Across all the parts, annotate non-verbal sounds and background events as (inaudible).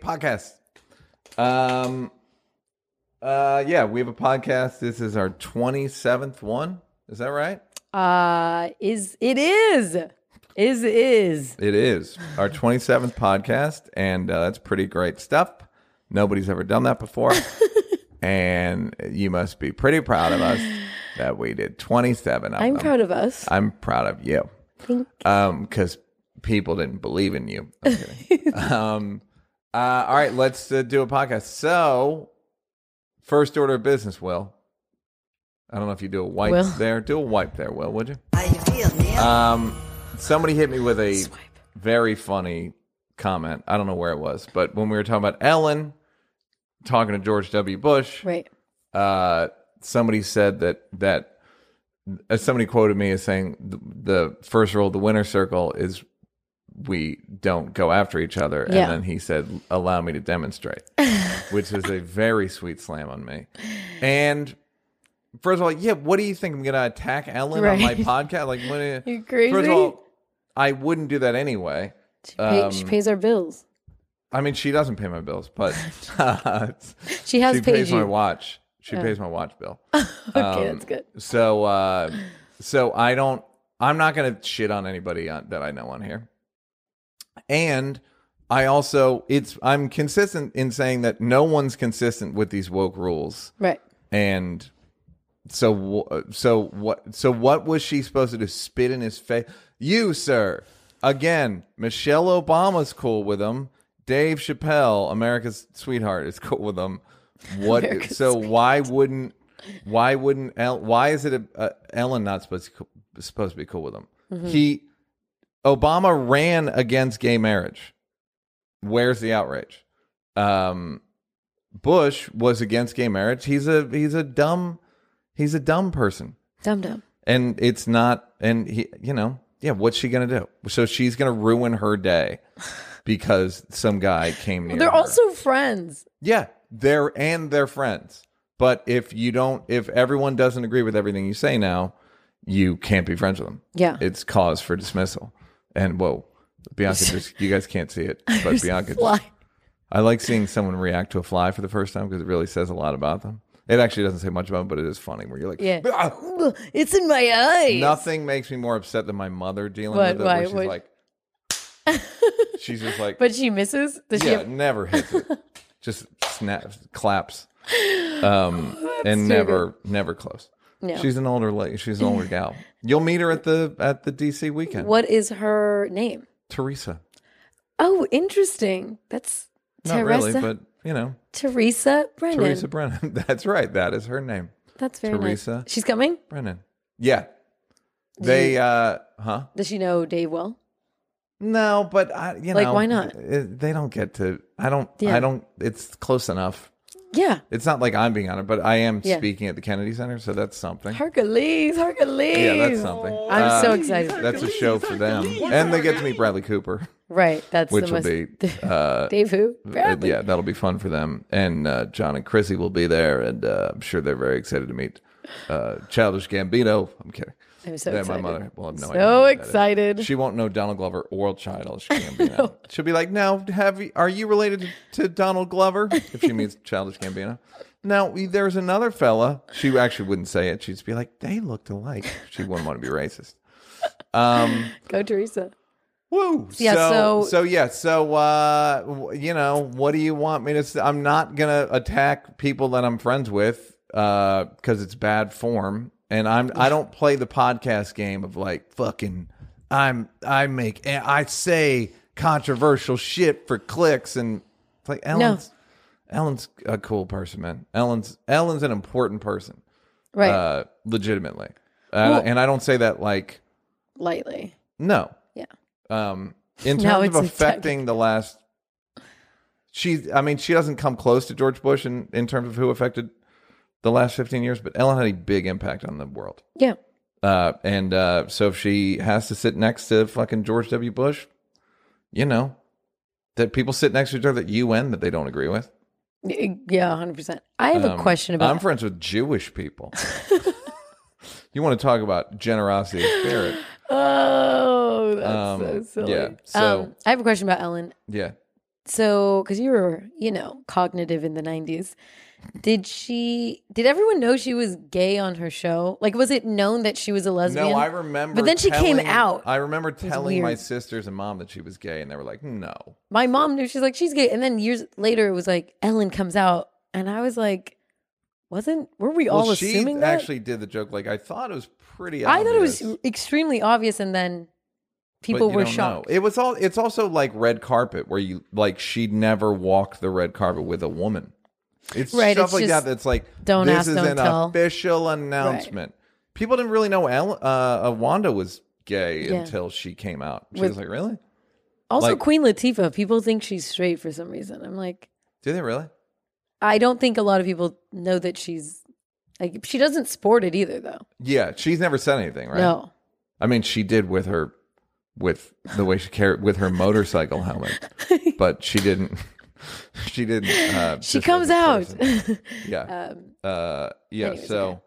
podcast. Um, uh, yeah, we have a podcast. This is our twenty seventh one. Is that right? Uh, is it is is is It is our 27th podcast, and uh, that's pretty great stuff. Nobody's ever done that (laughs) before. and you must be pretty proud of us that we did 27 of I'm them. proud of us. I'm proud of you. Thank- Because people didn't believe in you. I'm (laughs) kidding. um, uh, all right, let's uh, do a podcast. So, first order of business, Will. I don't know if you do a wipe Will. there. Do a wipe there, Will, would you? How you feel, Neil? Um, somebody hit me with a very funny comment. I don't know where it was, but when we were talking about Ellen talking to George W. Bush, Right. uh, somebody said that that uh, somebody quoted me as saying the, the first rule of the winner circle is we don't go after each other, and Yeah. then he said, "Allow me to (laughs) demonstrate," which is a very sweet slam on me, and. First of all, yeah. What do you think I'm gonna attack Ellen on my Right. (laughs) podcast? Like, when You're crazy. First of all, I wouldn't do that anyway. she, pay, she um, pays our bills. I mean, she doesn't pay my bills, but (laughs) uh, She has she paid pays you. Oh. my um, watch. She pays my watch bill. (laughs) okay, that's good. So, uh, so I don't. I'm not gonna shit on anybody on, that I know on here. And I also, it's I'm consistent in saying that no one's consistent with these woke rules. Right. and so wh- uh, so what so what was she supposed to do spit in his face you sir again michelle obama's cool with him dave chappelle america's sweetheart is cool with him what America's so why wouldn't why wouldn't El, why is it a, uh, ellen not supposed to, co- supposed to be cool with him he obama ran against gay marriage where's the outrage um Bush was against gay marriage. He's a he's a dumb he's a dumb person, Dum dum. and it's not. And he, you know, yeah. What's she gonna do? So she's gonna ruin her day because some guy came near. They're her. also friends. yeah, they're and they're friends. But if you don't, if everyone doesn't agree with everything you say now, you can't be friends with them. Yeah. it's cause for dismissal. And whoa, (laughs) Bianca, just you guys can't see it, but Bianca just Why? (laughs) I like seeing someone react to a fly for the first time because it really says a lot about them. It actually doesn't say much about them, but it is funny where you're like, Yeah. "Ah." It's in my eyes. nothing makes me more upset than my mother dealing What- with it. why- Where she's what- like, (laughs) she's just like, But she misses. Does she yeah, have, never hits (laughs) it. just snaps, claps, (gasps) um, and so never, never close. No. She's an older lady. She's an older (laughs) gal. You'll meet her at the at the DC weekend. what is her name? Teresa? Oh, interesting. That's Not Teresa. really, but you know, Teresa Brennan. Teresa Brennan. (laughs) That's right. That is her name. That's very Teresa. nice. She's coming. Brennan. Yeah. They uh huh? Does she know Dave well? No, but I you Like, know why not? it- they don't get to I don't Yeah. I don't it's close enough. Yeah. It's not like I'm being honored, but I am Yeah. speaking at the Kennedy Center, so that's something. Hercules. Hercules. yeah, that's something. I'm Uh, so excited. That's a show for them. And they get to meet Bradley Cooper, right. That's which the will most. be (laughs) uh Dave who? uh, Bradley. yeah, that'll be fun for them. And uh, John and Chrissy will be there, and uh, I'm sure they're very excited to meet uh, Childish Gambino. I'm kidding. I'm so They're excited. My mother will have no idea. so who that is. excited. She won't know Donald Glover or (laughs) Childish Gambino. She'll be like, "No, have you, are you related to, to Donald (laughs) Glover?" If she meets Childish Gambino. Now there's another fella. She actually wouldn't say it. She'd just be like, "They looked alike." She wouldn't want to be racist. Um. Go Teresa. Woo. Yeah, So so- so yeah. So uh, w- you know, what do you want me to? s I'm not gonna attack people that I'm friends with uh because it's bad form, and I'm I don't play the podcast game of like fucking. I'm I make and I say controversial shit for clicks and it's like Ellen's Ellen's a cool person, man. Ellen's Ellen's an important person, Right. uh, legitimately, uh, and I don't say that like Lightly. no. Yeah. Um, (laughs) in Now terms of it's attacking. affecting the last, she, I mean, she doesn't come close to George Bush in, in terms of who affected the last 15 years, but Ellen had a big impact on the world. Yeah. Uh, and uh, so if she has to sit next to fucking George W. Bush, you know, that people sit next to each other at UN that they don't agree with. Y- Yeah, 100%. I have Um, a question about I'm friends with Jewish (laughs) people. you want to talk about generosity of (laughs) spirit? Oh, that's so Um, silly. yeah, so- um, I have a question about Ellen. Yeah. so because you were you know cognitive in the 90s did she did everyone know she was gay on her show like was it known that she was a lesbian No, I remember. But then she came telling- out. I remember telling weird. my sisters and mom that she was gay, and they were like, "No." my mom knew she's like she's gay and then years later it was like ellen comes out and i was like wasn't were we all well, she assuming that actually did the joke. Like I thought it was pretty. i thought it was obvious, extremely obvious and then but people you were don't know. shocked It was all. It's also like red carpet, where you like she never walked the red carpet with a woman. It's Right, stuff it's like just that. That's like don't this ask, is don't an tell. official announcement. People didn't really know El- uh, uh, Wanda was gay Yeah. until she came out. She With- was like, "Really? also like- queen latifah people think she's straight for some reason i'm like Do they really?" i don't think a lot of people know that she's like she doesn't sport it either though Yeah, she's never said anything, right? no (laughs) I mean, she did with her, with the way she carried with her motorcycle helmet, but she didn't. (laughs) She didn't. Uh, she just comes as a out person. Yeah. (laughs) um, Uh, yeah. anyways, so. okay.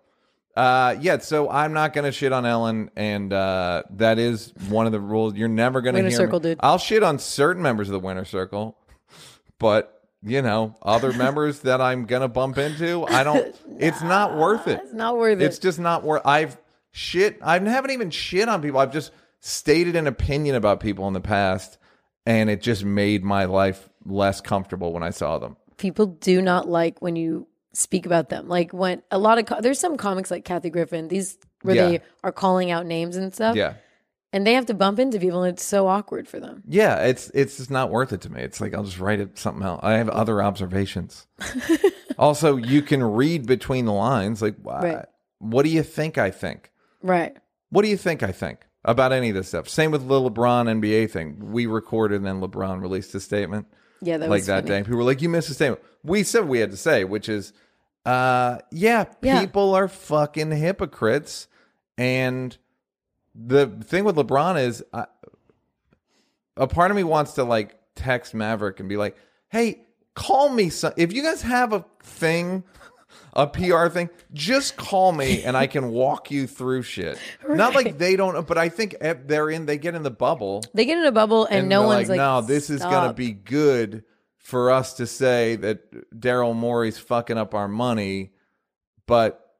Uh, yeah, so I'm not gonna shit on Ellen, and uh, that is one of the rules. You're never gonna Winner hear Circle, me. dude. I'll shit on certain members of the Winner Circle, but you know, other members that I'm gonna bump into, I don't. It's not worth it. it's not worth It's it just not worth. I've shit. I haven't even shit on people. I've just stated an opinion about people in the past, and it just made my life less comfortable when I saw them. people do not like when you speak about them. Like when a lot of co- there's some comics like Kathy Griffin, these where Yeah. they are calling out names and stuff, Yeah, and they have to bump into people, and it's so awkward for them. yeah. It's it's just not worth it to me. It's like I'll just write it something else. I have other observations. also, you can read between the lines. Like, wh- Right. what do you think? I think. Right. What do you think? I think about any of this stuff. Same with the LeBron NBA thing. We recorded and then LeBron released a statement. Yeah, that like was that funny. day. People were like, "You missed a statement." We said what we had to say, which is, uh, yeah, Yeah. people are fucking hypocrites. And the thing with LeBron is, I, a part of me wants to like text Maverick and be like, "Hey, call me. Some- if you guys have a thing." A PR thing, just call me and I can walk you through (laughs) shit. Not like they don't, but I think eh, they're in, they get in the bubble They get in a bubble, and, no they're one's like, no, this is gonna "Stop." be good for us to say that Daryl Morey's fucking up our money, but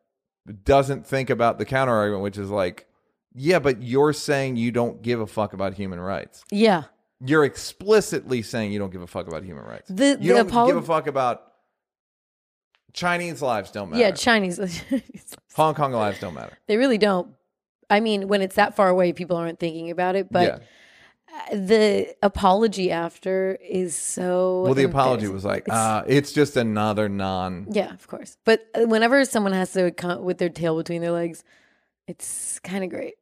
doesn't think about the counter argument, which is like, yeah, but you're saying you don't give a fuck about human rights. yeah." You're explicitly saying you don't give a fuck about human rights. The- you the don't apolo- give a fuck about Chinese lives don't matter. Yeah, Chinese. (laughs) Hong Kong lives don't matter. they really don't. I mean, when it's that far away, people aren't thinking about it. But yeah. the apology after is so. Well, the apology embarrassing. was like, uh, it's just another non Yeah, of course. But uh, whenever someone has to come with their tail between their legs, it's kind of great.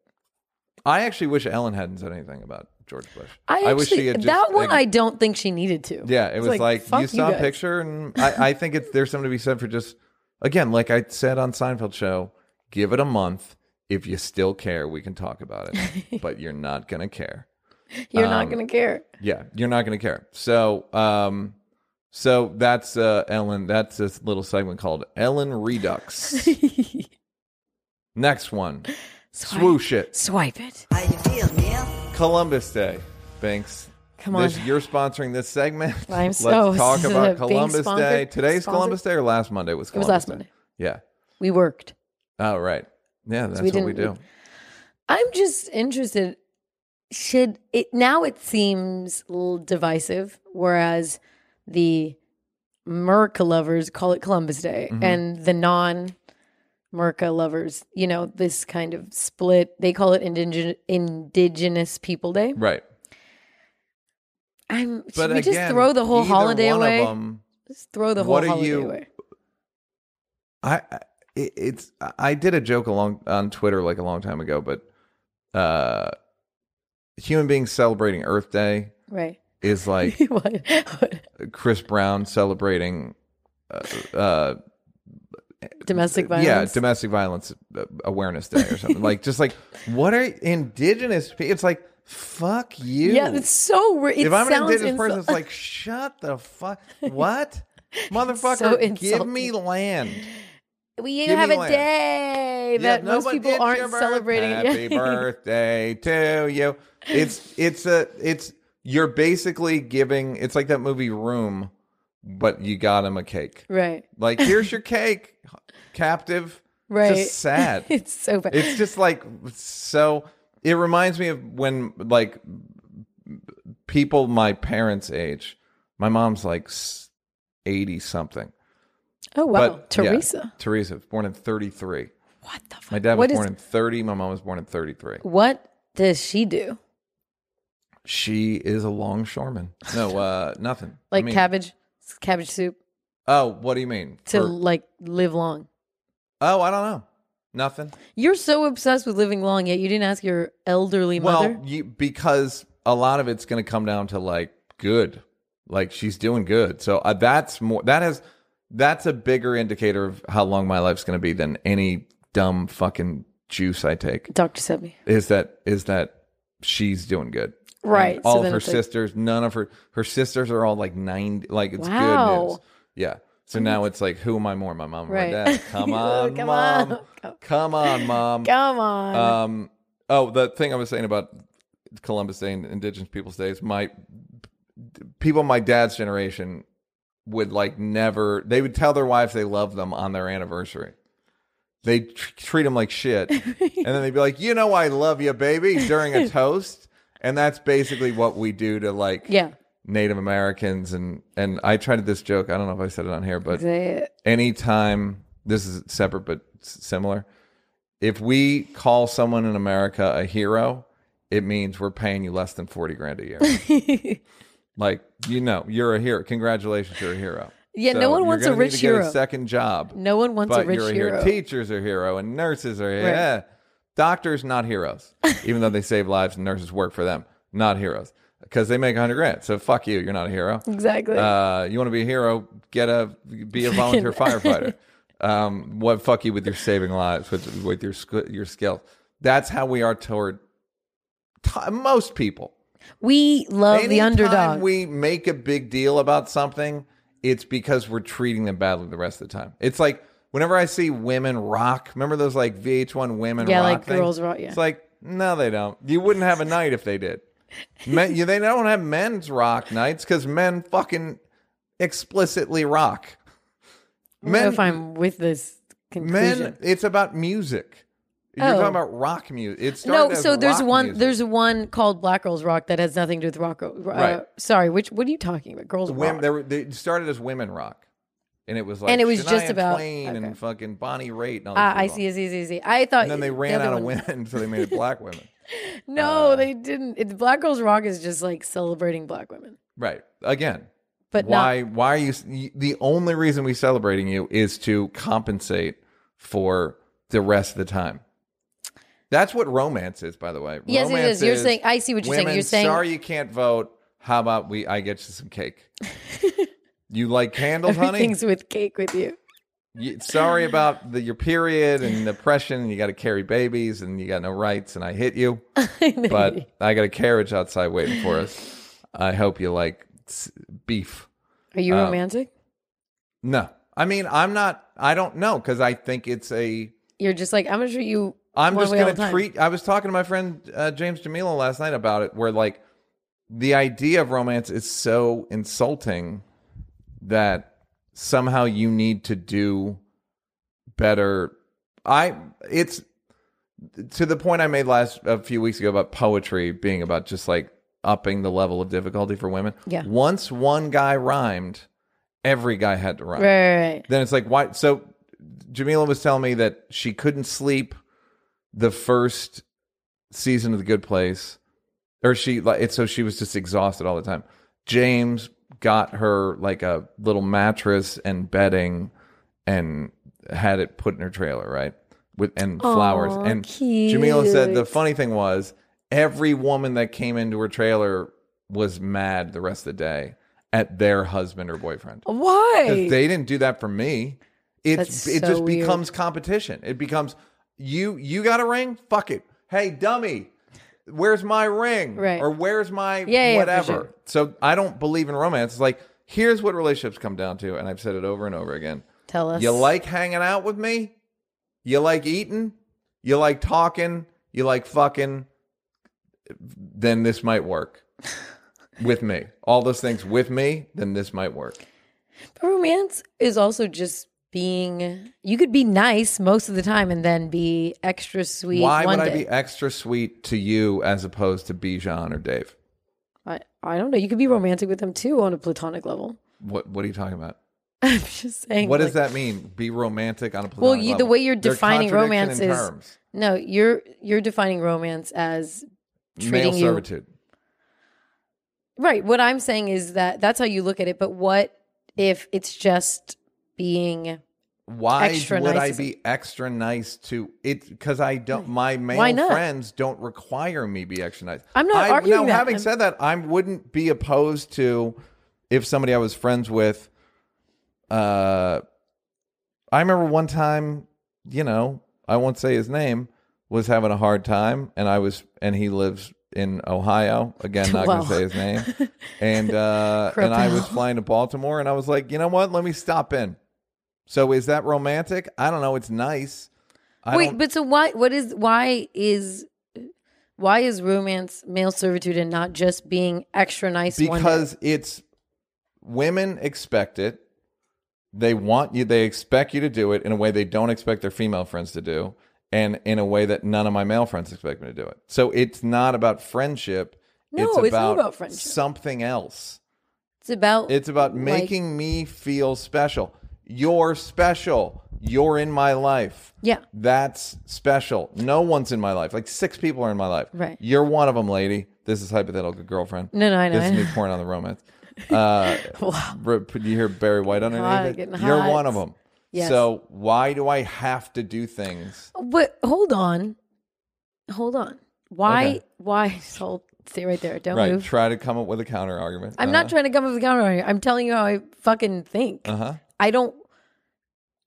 I actually wish Ellen hadn't said anything about George Bush. I actually, wish she had just, that one like- I don't think she needed to. yeah, it It's was like, fuck you saw a guys. picture, and I, I think it's there's something to be said for just again, like I said on Seinfeld show, give it a month. If you still care, we can talk about (laughs) it. but you're not gonna care. You're Um, not gonna care. (laughs) Yeah, you're not gonna care. So, um, so that's uh, Ellen. That's this little segment called Ellen (laughs) Redux. Next one, Swipe, swoosh it. swipe it. How you feel, Neil? Columbus Day, Banks. Come on. This, you're sponsoring this segment. (laughs) I'm Let's so- talk about (laughs) being Columbus Day. sponsored- Today's sponsored- Columbus Day or last Monday was was Columbus last Day? Monday. Yeah. we worked. Oh, right. Yeah, that's we what we do. didn't- I'm just interested. Should it now? It seems l- divisive, whereas the Merca lovers call it Columbus Day, Mm-hmm. and the non Merca lovers, you know, this kind of split. They call it Indigen- Indigenous People Day. Right. I'm. Should But we again, just throw the whole either holiday one of away? them- Just throw the whole What are holiday you- away. I I- it, it's I did a joke along on Twitter like a long time ago, but uh human beings celebrating Earth Day Right. (laughs) is like What- what? Chris Brown celebrating uh, uh Domestic Yeah, violence. domestic violence uh, awareness day or something. like just like what are indigenous people? It's like fuck you. Yeah, it's so weird. It if I'm an sounds indigenous insul- person, it's like shut the fuck. (laughs) What? Motherfucker, So give me insulting. land. we me have a land. day that Yeah, most nobody- people it's your aren't (laughs) birth- celebrating. Happy birthday to you. It's it's a it's you're basically giving it's like that movie Room, but you got him a cake. Right. Like here's your cake, captive. Right. Just sad. (laughs) it's so bad. It's just like so. It reminds me of when like people my parents' age. My mom's like eighty something. oh wow, But yeah, Teresa. Teresa, born in thirty three. What the fuck? My dad What was is- born in thirty. My mom was born in thirty three. What does she do? She is a longshoreman. No, uh, (laughs) nothing. I Like mean- cabbage, cabbage soup Oh, what do you mean? to For- like live long. oh, I don't know. Nothing. You're so obsessed with living long, yet you didn't ask your elderly mother. Well, you, because a lot of it's going to come down to like good, like she's doing good. So uh, that's more. That has that's a bigger indicator of how long my life's going to be than any dumb fucking juice I take. Dr. Sebi. Is that is that she's doing good? Right. And all of then her it's like- sisters, none of her her sisters are all like ninety. Like it's Wow. good news. Yeah. So now it's like, who am I more, my mom or Right. my dad? Come on, (laughs) Come mom. on. Come- Come on, mom. Come on. Um. Oh, the thing I was saying about Columbus Day and Indigenous Peoples Day is my people, my dad's generation would like never. They would tell their wives they love them on their anniversary. They tr- treat them like shit, and then they'd be like, "You know, I love you, baby," during a toast, and that's basically what we do to like yeah. Native Americans. And and I tried this joke. I don't know if I said it on here, but Say it. anytime this is separate but s- similar if we call someone in america a hero it means we're paying you less than 40 grand a (laughs) year like you know you're a hero congratulations you're a hero Yeah, no one you're wants a gonna need rich to get hero. second job No one wants but a rich you're a hero. hero. teachers are hero and nurses are yeah doctors not (laughs) heroes even though they save lives and nurses work for them not heroes because they make 100 grand so fuck you you're not a hero Exactly. uh, you want to be a hero? Get a be a volunteer firefighter. Um, what fuck you with your saving lives with with your sk- your skills? That's how we are toward t- most people. we love the Anytime underdog. We make a big deal about something. It's because we're treating them badly the rest of the time. It's like whenever I see women rock. Remember those like VH1 women? Yeah, rock like things? girls rock, yeah. It's like no, they don't. You wouldn't have a night if they (laughs) did. Men, you, they don't have men's rock nights because men fucking explicitly rock. I don't know Men, if I'm with this conclusion. men. It's about music. You're Oh. talking about rock music. It's no, so there's one there's one called Black Girls Rock that has nothing to do with rock. Uh, Right. Sorry, which what are you talking about? Girls women. Rock. They, were, they started as women rock, and it was like And it was just Shania about- Twain okay. and fucking Bonnie Raitt. And all these Ah, I people. see, I see, I see, I see. I thought And then they the ran other out of one- women, so they made it black women. (laughs) No, they didn't. It, Black Girls Rock is just like celebrating black women, Right again. but not why? Why are you? s- y- The only reason we celebrating you is to compensate for the rest of the time. That's what romance is, by the way. Yes, it romance is. You're saying- I see what you're saying. women, You're saying- (laughs) sorry you can't vote. How about we? I get you some cake. you like candles, honey? everything's with cake with you. (laughs) you, sorry about the, your period and the oppression. And you got to carry babies, and you got no rights. And I hit you, but I got a carriage outside waiting for us. I hope you like s- beef. Are you um, romantic? No, I mean I'm not. I don't know because I think it's a. You're just like I'm gonna treat you. I'm one just way all gonna the time. treat. I was talking to my friend uh, James Jamila last night about it, where like the idea of romance is so insulting that somehow you need to do better. I it's to the point I made last a few weeks ago about poetry being about just like upping the level of difficulty for women. Yeah. Once one guy rhymed, every guy had to rhyme Right, right, right. then it's like why so jamila was telling me that she couldn't sleep the first season of the good place or she like it's so she was just exhausted all the time james got her like a little mattress and bedding and had it put in her trailer right with and flowers Aw, and jamila said the cute. funny thing was every woman that came into her trailer was mad the rest of the day at their husband or boyfriend Why? because they didn't do that for me. It's That's it so just weird. becomes competition. It becomes you you got a ring? Fuck it. Hey dummy, where's my ring? Right. Or where's my yeah, for whatever? sure. So I don't believe in romance. It's like here's what relationships come down to, and I've said it over and over again. Tell us. You like hanging out with me? You like eating? You like (laughs) talking? You like fucking? Then this might work. with me, all those things with me, then this might work. But romance is also just being. You could be nice most of the time and then be extra sweet. Why one would I day. be extra sweet to you as opposed to Bijan or Dave? I, I don't know. You could be romantic with them too on a platonic level. (laughs) What What are you talking about? I'm just saying. What like, does that mean? Be romantic on a platonic Well, you- the level? way you're They're defining contradiction romance in is terms. No, you're you're defining romance as treating male you servitude. right. What I'm saying is that that's how you look at it. But what if it's just being Why Extra would nice I is- be extra nice to it? Because I don't. My Why male not? friends don't require me be extra nice. I'm not I, arguing Now, that. having I'm- said that, I wouldn't be opposed to if somebody I was friends with. Uh, I remember one time, you know, I won't say his name, was having a hard time, and I was, and he lives in Ohio. (laughs) Again, not Wow. gonna say his name. And uh, and I was Crapel. flying to Baltimore, and I was like, you know what? Let me stop in. So is that romantic? I don't know. It's nice. I wait? don't- But so why? What is why is why is romance male servitude and not just being extra nice? one day? because it's women expect it. They want you. They expect you to do it in a way they don't expect their female friends to do, and in a way that none of my male friends expect me to do it. So it's not about friendship. No, it's not about friendship. Something else. it's about It's about like- making me feel special. You're special. You're in my life. yeah. That's special. No one's in my life. Like six people are in my life. Right. You're one of them, lady. This is hypothetical girlfriend. No, no, I know. This I is (laughs) me know. pouring on the romance. Uh, Wow. r- put- you hear Barry White hot, underneath getting it. You're hot. one of them. Yes. So why do I have to do things? But hold on, hold on. Why? Okay. Why? (laughs) Just hold, stay right there. Don't Right. Uh-huh. move. Try to come up with a counter argument. I'm not trying to come up with a counter on you. I'm telling you how I fucking think. Uh huh. I don't,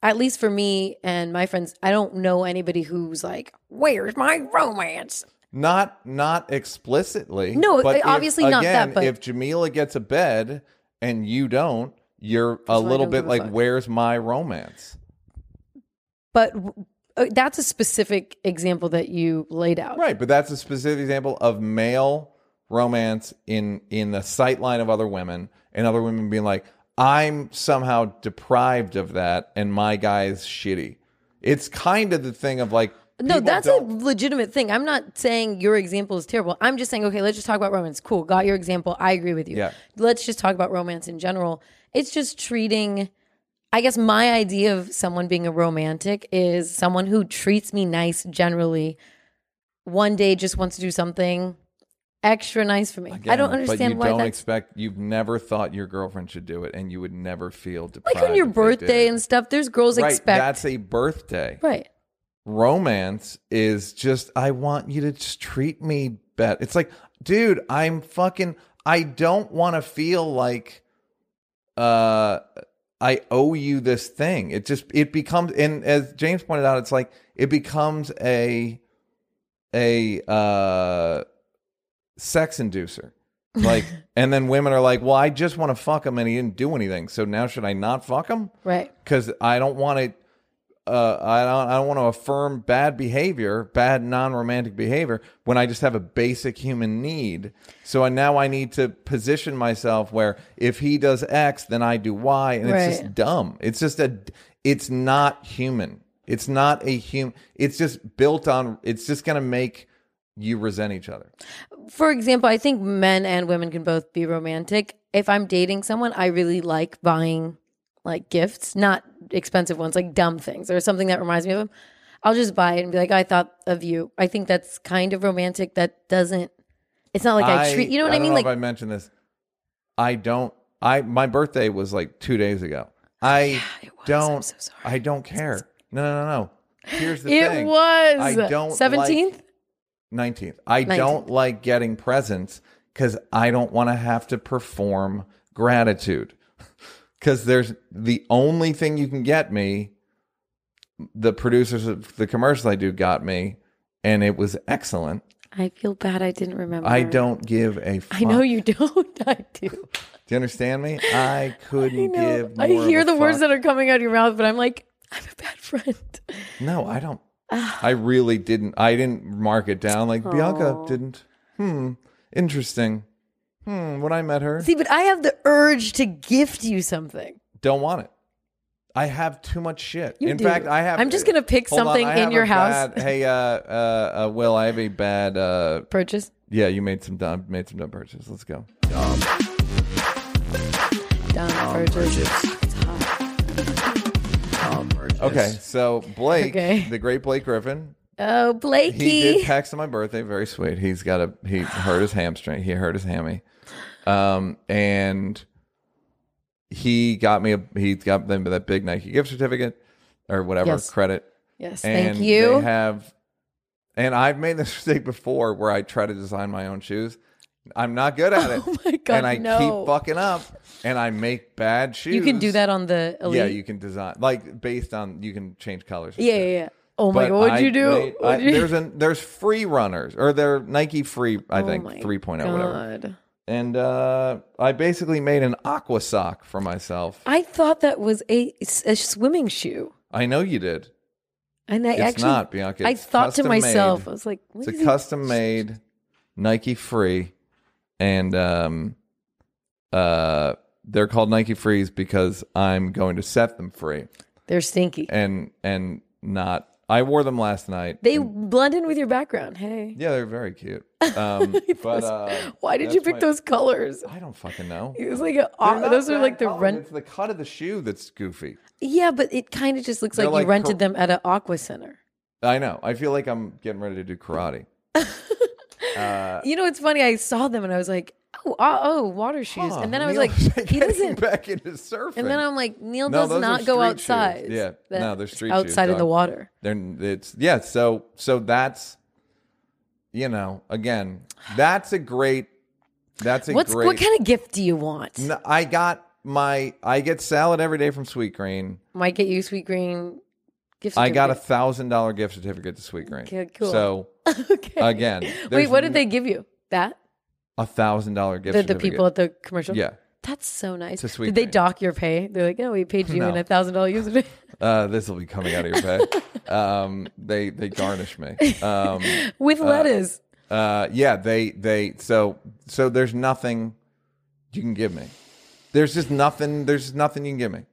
at least for me and my friends, I don't know anybody who's like, where's my romance? Not not explicitly. No, but uh, obviously not that, again, but- if Jamila gets a bed and you don't, you're a why I little don't bit give a like, fuck. "Where's my romance?" But w- uh, that's a specific example that you laid out. Right, but that's a specific example of male romance in in the sight line of other women and other women being like, I'm somehow deprived of that and my guy's shitty. It's kind of the thing of like No, people that's don't- a legitimate thing. I'm not saying your example is terrible. I'm just saying, okay, let's just talk about romance. Cool, got your example. I agree with you. Yeah. Let's just talk about romance in general. It's just treating, I guess, my idea of someone being a romantic is someone who treats me nice generally. One day just wants to do something extra nice for me. I don't Again, understand but you why don't that's expect you've never thought your girlfriend should do it and you would never feel deprived. like on your if they birthday did. and stuff. There's girls right, expect that's a birthday. right. romance is just I want you to just treat me better. It's like, dude, I'm fucking I don't want to feel like uh I owe you this thing. It just it becomes and as James pointed out, it's like it becomes a a uh sex inducer. Like and then women are like, "Well, I just want to fuck him and he didn't do anything. So now should I not fuck him?" Right. because I don't want to. Uh, I don't. I don't want to affirm bad behavior, bad non-romantic behavior, when I just have a basic human need. So I, now I need to position myself where if he does X, then I do Y, and it's just Right. dumb. It's just a. It's not human. It's not a human. It's just built on. It's just gonna make you resent each other. for example, I think men and women can both be romantic. If I'm dating someone, I really like buying like gifts, not expensive ones, like dumb things or something that reminds me of them. I'll just buy it and be like, I thought of you. I think that's kind of romantic. That doesn't. It's not like I, treat. You know what I, don't mean? Know Like if I mentioned this, I don't. I my birthday was like two days ago. I (sighs) it was. don't. I'm so sorry. I don't care. No, no, no, no. Here's the it thing. was I don't like- seventeenth. 19th. I 19th. don't like getting presents because I don't want to have to perform gratitude. (laughs) Because there's the only thing you can get me, the producers of the commercials I do got me, and it was excellent. I feel bad. I didn't remember. I don't give a fuck. I know you (laughs) don't. I do. Do you understand me? I (laughs) I couldn't know. give. I more of hear a the words fuck. that are coming out of your mouth, but I'm like, I'm a bad friend. No, I don't. ah. I really didn't. I didn't mark it down. Like Bianca didn't. Hmm. Interesting. Hmm, when I met her, See, but I have the urge to gift you something. don't want it. I have too much shit. You in do. fact, I have. I'm just gonna pick Hold on, something I in have your a house. bad- hey, uh, uh, uh, Will, I have a bad. Uh, Purchase. yeah, you made some dumb, made some dumb purchases. Let's go. Done. purchase. It's hot. Okay, so Blake, Okay. the great Blake Griffin, Oh, he did Blakey. text on my birthday. Very sweet. He's got a he hurt his hamstring. He hurt his hammy, um, and he got me a he got them that big Nike gift certificate or whatever Yes. credit. Yes, And thank you. They (laughs) have, and I've made this (laughs) mistake before where I try to design my own shoes. I'm not good at it. (laughs) Oh my God, And I no. keep fucking up, and I make bad shoes. you can do that on the elite. Yeah, you can design like based on you can change colors. and yeah, shit. yeah, yeah. Oh my But God, what'd I you do? made- I- What'd you- (laughs) there's an there's free runners or they're Nike free. I Oh think my 3.0 God. whatever. And uh, I basically made an aqua sock for myself. I thought that was a, a swimming shoe. I know you did. And I It's actually, not Bianca. I It's thought to custom made. myself, I was like, what It's a is he- custom made Nike free, and um, uh, they're called Nike Frees because I'm going to set them free They're stinky. and and not. I wore them last night. They blend in with your background. Hey, yeah, they're very (laughs) cute. Um, but uh, why did you that's pick my- those colors? I don't fucking (laughs) know. It was like a, They're not those are bad like the colors. rent. It's the cut of the shoe that's goofy. Yeah, but it kind of just looks They're like, like you rented cor- them at an aqua center. I know. I feel like I'm getting ready to do karate. uh, You know, it's funny. I saw them and I was like, oh, oh, oh water shoes. huh, and then I was Neil (laughs) like, is he getting doesn't. back into surfing. And then I'm like, Neil No, those does are not go street shoes. outside. Yeah. That- No, they're street shoes, outside in the dog. water. then it's yeah so so that's you know again that's a great that's a What's great what kind of gift do you want? N- i got my i get salad every day from sweet green Might get you sweet green gift. i got a certificate. thousand dollar gift certificate to sweet green Okay, cool. so (laughs) okay. again Wait, there's what did n- they give you? That a thousand dollar gift the, the certificate people at the commercial. yeah That's so nice. a sweet Did they thing. dock your pay? They're like, oh, we (laughs) paid you No. in a thousand dollar user fee. uh, this will be coming out of your pay um, they they garnish me um, (laughs) with lettuce. Uh, yeah, they they so so there's nothing you can give me. There's just nothing. There's just nothing you can give me.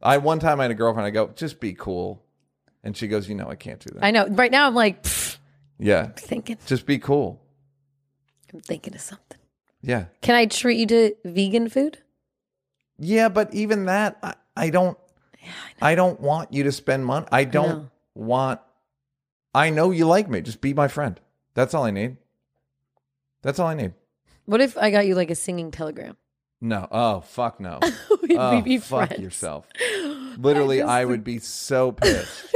I one time I had a girlfriend. I go, just be cool, and she goes, you know, I can't do that. I know. Right now, I'm like pfft, yeah, thinking. just be cool. I'm thinking of something. Yeah, Can I treat you to vegan food? yeah, but even that, I, I don't. I, don't want you to spend money. I don't know. want. I know you like me. Just be my friend. That's all I need. That's all I need. What if I got you like a singing telegram? (laughs) No. Oh fuck no. We'd oh, (laughs) be fuck friends. (laughs) yourself. Literally, I, would be so pissed.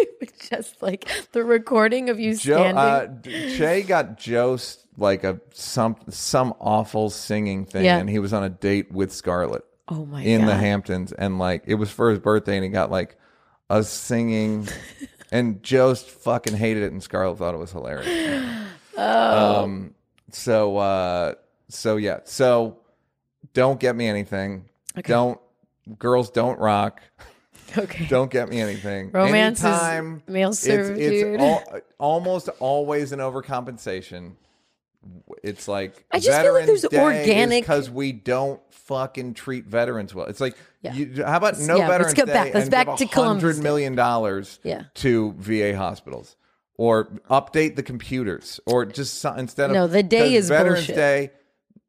Just like the recording of you Joe, standing. uh, D- Jay got Joe's like a some some awful singing thing, Yeah. and he was on a date with Scarlett oh my in god! the Hamptons, and like it was for his birthday, and he got like a (laughs) singing, and Jost fucking hated it, and Scarlett thought it was hilarious. (gasps) Oh. Um, so uh, so yeah, so don't get me anything. Don't girls don't rock. okay. Don't get me anything. Romance is Anytime male it's- servitude. It's, al- almost always an overcompensation. It's like I just feel like there's organic- because we don't fucking treat veterans well. It's like Yeah. you, how about no yeah, let's veterans go Day back- let's and back give to Columbus hundred Day. million dollars Yeah. to VA hospitals or update the computers or just so, instead of No, the day 'cause is Veterans bullshit. Day.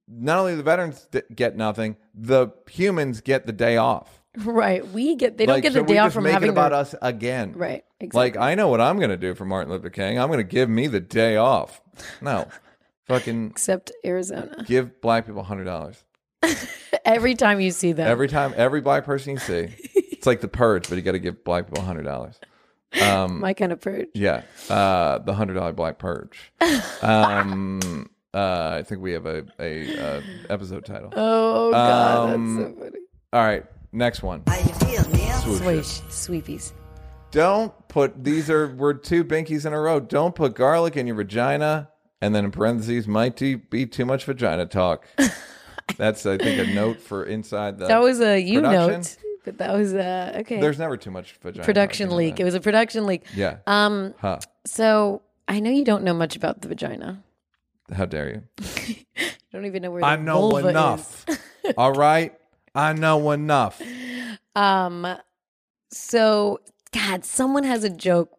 Not only the veterans d- get nothing, the humans get the day off. (laughs) right. We get. They don't Like, get so the day we off just from make having it about their, us again. Right. Exactly. Like I know what I'm going to do for Martin Luther King. I'm going to give me the day off. (laughs) No, fucking Except Arizona. (laughs) give black people hundred dollars Every time you see them, every time. Every black person you see, it's like the purge, but you got to give black people hundred dollars. my kind of purge. Yeah, uh, the hundred dollar black purge. Um, uh, I think we have a a uh, episode title. (laughs) Oh god, that's Um, so funny. All right, next one. Swoosh, sweepies. Don't put these are we're two binkies in a row. Don't put garlic in your vagina, and then in parentheses might t- be too much vagina talk. (laughs) That's I think a note for inside the. That was a you production? note, but that was uh okay. There's never too much vagina. production talk, you know (laughs) leak. It was a production leak. that. Yeah. Um. huh. So I know you don't know much about the vagina. How dare you? don't even know where I the know vulva (laughs) enough. All right. I know enough. is. Um, so God, someone has a joke.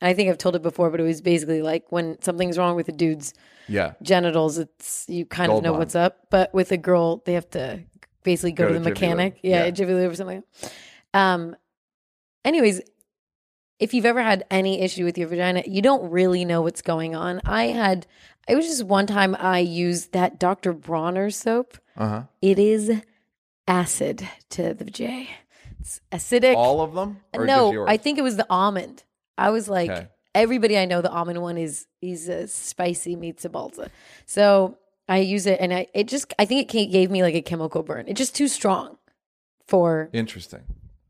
And I think I've told it before, but it was basically like when something's wrong with a dude's Yeah. genitals, it's you kind Gold of know bond. what's up. But with a girl, they have to basically go, to, the Jimmy Lube. mechanic. Yeah, Yeah. Jimmy Lube or something. Um. Anyways, if you've ever had any issue with your vagina, you don't really know what's going on. I had. It was just one time I used that Dr. Bronner soap. Uh huh. It is acid to the J. It's acidic. Uh, All of them? Or just no, yours? I think it was the almond. I was like, Okay. everybody I know, the almond one is is a spicy meat balza. So I use it, and I it just I think it ca- gave me like a chemical burn. It's just too strong for. Interesting.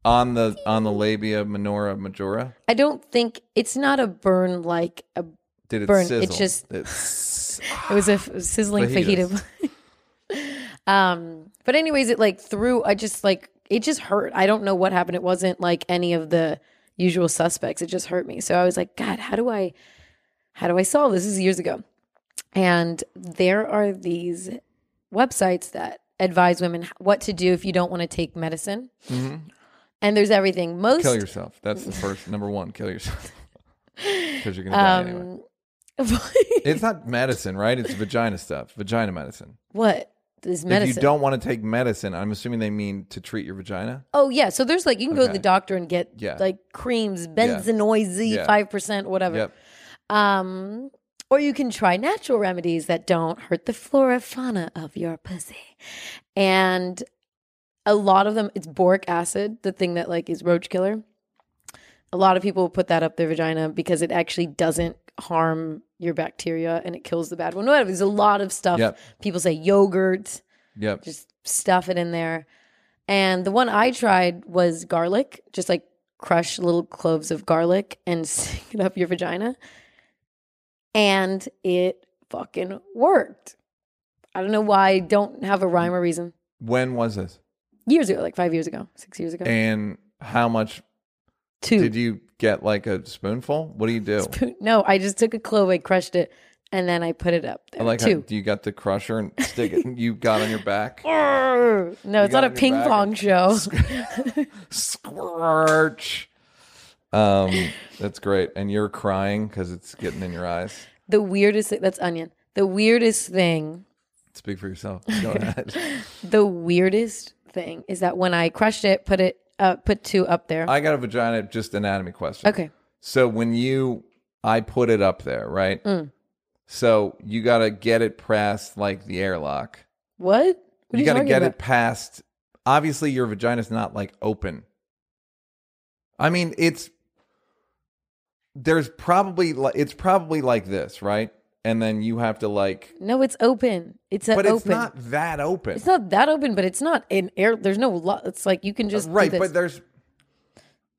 On the on the labia minora majora, I don't think it's not a burn like a. did it Burn. It sizzle? just- It's- It was a f- sizzling Fajitas. fajita. (laughs) um, but anyways, it like threw. I just like it just hurt. I don't know what happened. It wasn't like any of the usual suspects. It just hurt me. So I was like, God, how do I, how do I solve this? This is years ago, and there are these websites that advise women what to do if you don't want to take medicine. Mhm. And there's everything. Most Kill yourself. That's the first number one. Kill yourself (laughs) because you're gonna die anyway. um, (laughs) It's not medicine, right? It's vagina stuff. Vagina medicine. what is medicine? If you don't want to take medicine, I'm assuming they mean to treat your vagina. Oh yeah, so there's like you can go to Okay. the doctor and get Yeah. like creams, benzoyl Z, Yeah. five percent, whatever. Yep. Um, or you can try natural remedies that don't hurt the flora fauna of your pussy, and a lot of them it's boric acid, the thing that like is roach killer. A lot of people put that up their vagina because it actually doesn't harm your bacteria and it kills the bad one. Whatever. There's a lot of stuff. Yep. People say yogurt Yep. just stuff it in there. And the one I tried was garlic, just like crush little cloves of garlic and (laughs) stick it up your vagina. And it fucking worked. I don't know why I don't have a rhyme or reason. when was this? Years ago, like five years ago, six years ago. And how much Two. did you get? Like a spoonful? What do you do? (laughs) no, I just took a clove, I crushed it, and then I put it up there. I like Two. how you got the crusher and stick it. you got on your (laughs) back. Arr! (laughs) no, it's got not a on your ping back pong and- (laughs) show. Squirch. Um, that's great. And you're crying because it's getting in your eyes. the weirdest thing, that's onion. The weirdest thing Speak for yourself. Go ahead. The weirdest thing is that when I crushed it, put it uh, put two up there. I got a vagina. Just anatomy question. okay. So when you, I put it up there, right? Mm. So you got to get it past like the airlock. What? What are You, got to talking get about? it past. Obviously, your vagina's not like open. I mean, it's there's probably like it's probably like this, right? And then you have to like, No, it's open. It's a but open. it's not that open, It's not that open, but it's not an air. There's no. Lo- it's like you can just do right? this. But there's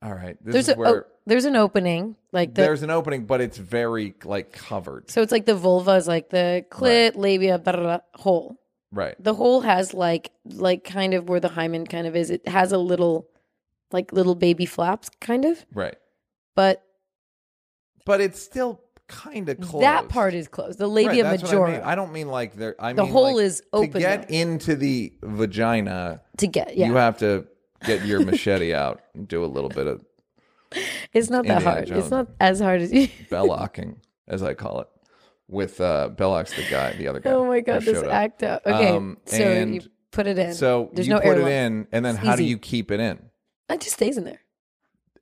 all right. This there's is a where oh, there's an opening like the. there's an opening, but it's very like covered, So it's like the vulva is like the clit, labia, blah, blah, blah, hole. right? The hole has like like kind of where the hymen kind of is. It has a little like little baby flaps kind of, Right. but But it's still kind of closed. that part is closed. The Right, labia that's what majora. I, mean. I don't mean like there. I The mean, hole like, is To open, get though. into the vagina, to get yeah you have to get your (laughs) machete out and do a little bit of it's not that Indiana hard Jones. it's not as hard as you (laughs) bellocking, as I call it, with uh, Belloc's the guy, the other guy. oh my who god this showed up. act up okay Um, so you and put it in So there's you no put it airlock. in, and then It's how do easy. you keep it in? it just stays in there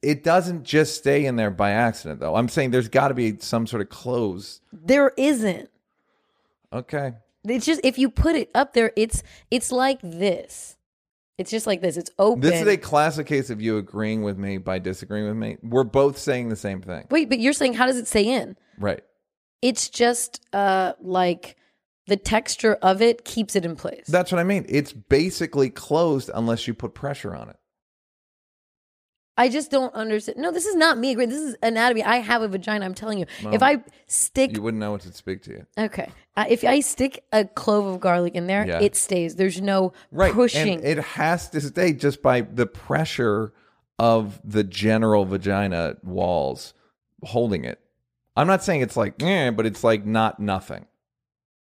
It doesn't just stay in there by accident, though. I'm saying there's got to be some sort of close. there isn't Okay. it's just if you put it up there it's it's like this it's just like this it's open This is a classic case of you agreeing with me by disagreeing with me. We're both saying the same thing. wait but you're saying how does it stay in Right. it's just uh like the texture of it keeps it in place That's what I mean. It's basically closed unless you put pressure on it. I just don't understand. No, this is not me. This is anatomy. I have a vagina. I'm telling you. if I stick You wouldn't know what to speak to you. Okay. Uh, if I stick a clove of garlic in there, Yeah. it stays. There's no Right. pushing. And it has to stay just by the pressure of the general vagina walls holding it. I'm not saying it's like, eh, but it's like not nothing.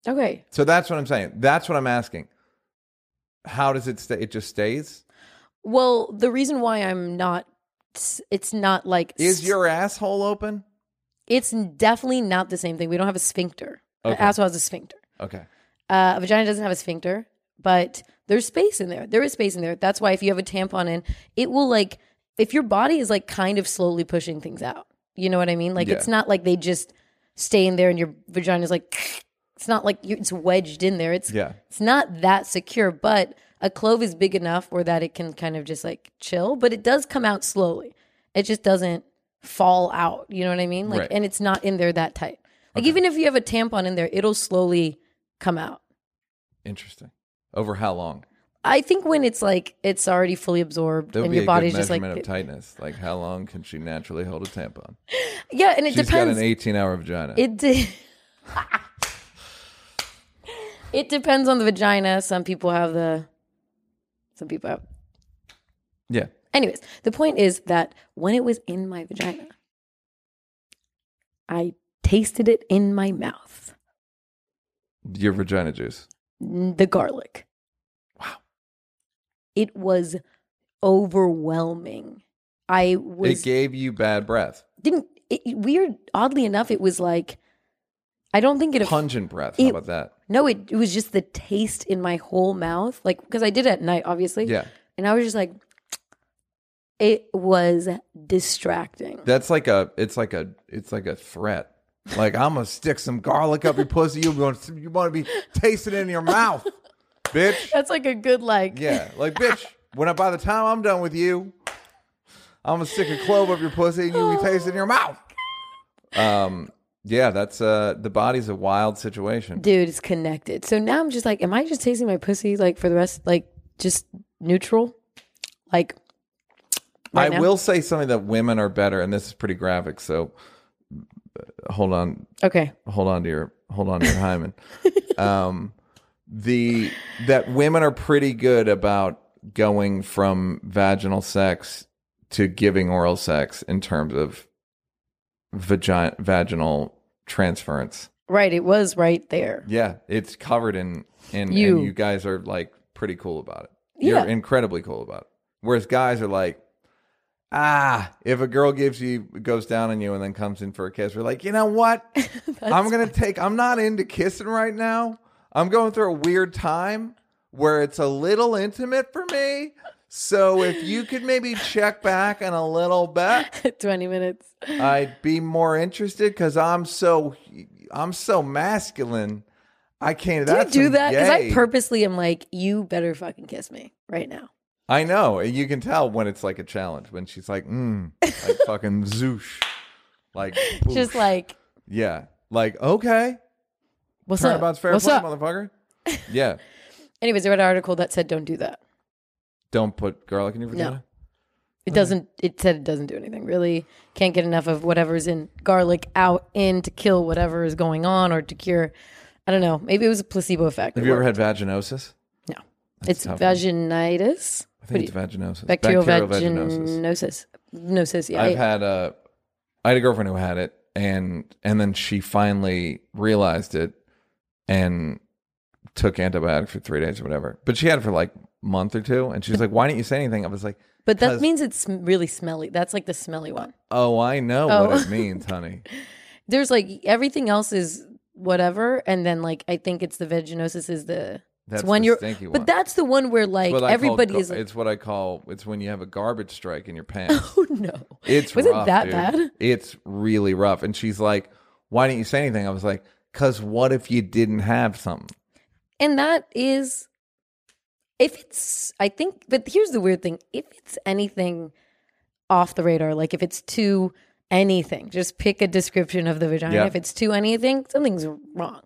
Okay. So that's what I'm saying. That's what I'm asking. How does it stay? It just stays. Well, the reason why I'm not, it's not like Is your asshole open? It's definitely not the same thing. We don't have a sphincter. Okay. An asshole has a sphincter. Okay. Uh, a vagina doesn't have a sphincter, but there's space in there. There is space in there. That's why if you have a tampon in, it will like if your body is like kind of slowly pushing things out. You know what I mean? Like Yeah. it's not like they just stay in there and your vagina is like (sniffs) it's not like you, it's wedged in there. It's Yeah. it's not that secure, but a clove is big enough where that it can kind of just like chill, but it does come out slowly. It just doesn't fall out. You know what I mean? Like, Right. and it's not in there that tight. Like, even if you have a tampon in there, it'll slowly come out. Interesting. Over how long? I think when it's like it's already fully absorbed That would and be your a body's good just like measurement of tightness. Like how long can she naturally hold a tampon? yeah, and it She's got depends. an 18 hour vagina. It de- (laughs) it depends on the vagina. Some people have the some people have. yeah. Anyways, the point is that when it was in my vagina, I tasted it in my mouth. Your vagina juice. The garlic. Wow. It was overwhelming. I was it gave you bad breath, didn't it, it- weird oddly enough it was like i don't think it aff- pungent breath. How It- about that? no it, it was just the taste in my whole mouth like because i did it at night obviously Yeah. and i was just like it was distracting That's like a. It's like a. It's like a threat. Like I'm gonna stick some garlic up your pussy. You want you want to be tasting it in your mouth, bitch. that's like a good like Yeah, like bitch. When I, by the time I'm done with you, I'm gonna stick a clove up your pussy and you be tasting your mouth. Um. Yeah, that's uh. The body's a wild situation. dude it's connected so now i'm just like am i just tasting my pussy like for the rest like just neutral like right I now? will say something that women are better, and this is pretty graphic. So uh, hold on, okay hold on to your hold on to your hymen. Um, the that women are pretty good about going from vaginal sex to giving oral sex in terms of vagina vaginal transference. right it was right there (laughs) Yeah, it's covered in in You. and you guys are like pretty cool about it. Yeah. You're incredibly cool about it. Whereas guys are like ah, if a girl gives you goes down on you and then comes in for a kiss, we're like, "You know what? (laughs) I'm going to take I'm not into kissing right now. I'm going through a weird time where it's a little intimate for me." So if you could maybe check back in a little bit, 20 minutes (laughs) I'd be more interested because I'm so I'm so masculine. I can't. Do you that's do some that? Because I gay. purposely am like, you better fucking kiss me right now. I know, and you can tell when it's like a challenge. When she's like, mm, (laughs) like fucking zoosh, like Just boosh. like, yeah, like okay, what's up? turnabout's fair what's play, up? (laughs) motherfucker. Yeah, Anyways, I read an article that said don't do that. don't put garlic in your vagina. Mm-hmm. It doesn't. It said it doesn't do anything. Really, can't get enough of whatever's in garlic out in to kill whatever is going on or to cure. I don't know. Maybe it was a placebo effect. Have you ever had vaginosis? No, it's tough. vaginitis. I think it's vaginosis. Bacterial vaginosis. vaginosis. Gnosis. Yeah. I've I- had a I had a girlfriend who had it and and then she finally realized it and took antibiotics for three days or whatever. But she had it for like a month or two and she's like, Why didn't you say anything? I was like, but that 'cause- means it's sm- really smelly. That's like the smelly one. Oh, I know Oh. what it means, (laughs) honey. there's like everything else is whatever and then like i think it's the vaginosis is the That's it's when the you're stinky one. but that's the one where like What I call everybody gar- is like it's what I call it's when you have a garbage strike in (laughs) your pants. oh no It's was rough, it that dude. bad It's really rough. And she's like, Why didn't you say anything? I was like, Cause what if you didn't have something? and that is if it's i think but here's the weird thing if it's anything off the radar like if it's too anything just pick a description of the vagina Yeah. if it's too anything something's wrong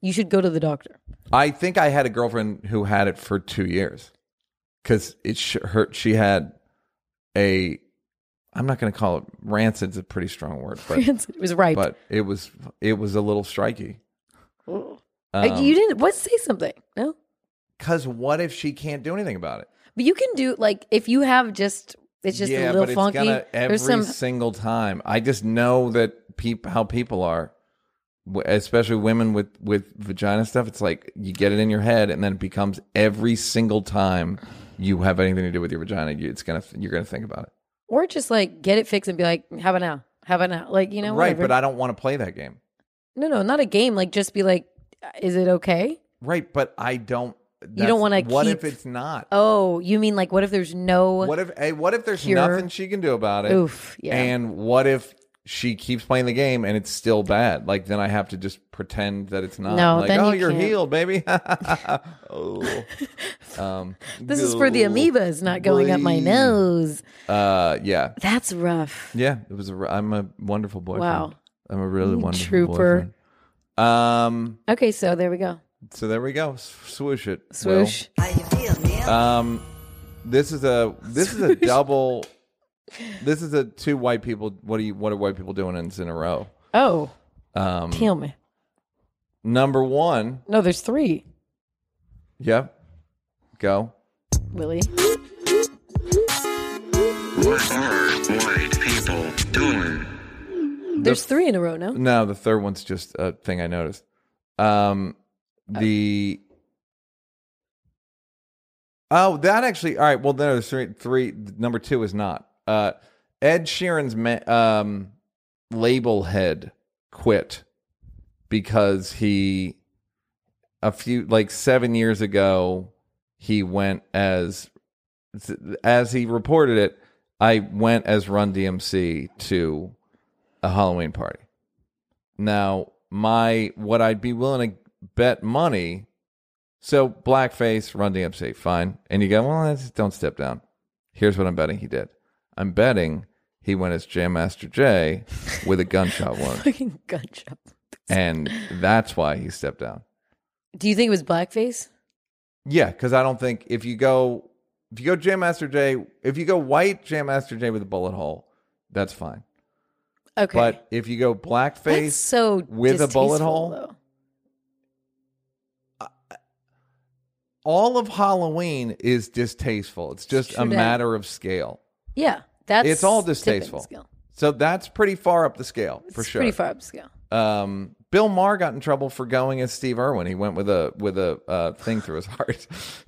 you should go to the doctor (laughs) I think I had a girlfriend who had it for two years because it sh- her she had a. I'm not going to call it rancid's a pretty strong word, but it was (laughs) right but it was it was a little striky. Uh, um, you didn't what say something no Because what if she can't do anything about it? But you can do like if you have just it's just yeah, a little but it's funky. gonna every There's some single time. I just know that peop, how people are. w- especially women with with vagina stuff. It's like you get it in your head, and then it becomes every single time you have anything to do with your vagina, you, it's gonna you're gonna think about it. Or just like get it fixed and be like, how about now? How about now? Like, you know, right, whatever. but I don't want to play that game. no, no, not a game. Like, just be like, is it okay? Right, but I don't. You that's- don't wanna What if keep- it's not? Oh, you mean like, what if there's no? What if? Hey, what if there's Cure. nothing she can do about it? Oof, yeah. And what if she keeps playing the game and it's still bad? Like then I have to just pretend that it's not. No, like then oh, you are can't. healed, (laughs) baby. (laughs) oh. um, this is for the amoebas not going up my Boy. nose. Uh, yeah, That's rough. yeah. It was. A, r- I'm a wonderful boyfriend. Wow. I'm a really wonderful Trooper. boyfriend. Um. Okay, so there we go. So there we go. S- Swoosh it. Will. Swoosh. Um, this is a this is a (laughs) double. This is a two white people. What do you? What are white people doing in, in a row? Oh, Um, kill me. number one. No, there's three. Yep. Go. Willie. What are white people doing? There's three in a row, no? No, the third one's just a thing I noticed. Um, the oh, that actually. All right. Well, no, there's three. Three. Number two is not. Uh, Ed Sheeran's ma- um label head quit because he a few like seven years ago he went as as he reported it. I went as Run DMC to a Halloween party. Now, my what I'd be willing to bet money. So blackface, Run DMC, fine. And you go, well, that's, don't step down. Here's what I'm betting he did. I'm betting he went as Jam Master Jay with a gunshot (laughs) wound, Fucking gunshot. and that's why he stepped down. Do you think it was blackface? Yeah, because I don't think if you go if you go Jam Master Jay, if you go white Jam Master Jay with a bullet hole, that's fine. Okay. But if you go blackface, That's so with a bullet distasteful, hole? though. all of Halloween is distasteful. It's just True a that. matter of scale. Yeah, that's it's all tipping distasteful. scale. So that's pretty far up the scale for It's sure. Pretty far up scale. Um, Bill Maher got in trouble for going as Steve Irwin. He went with a with a uh, thing through his (laughs) heart.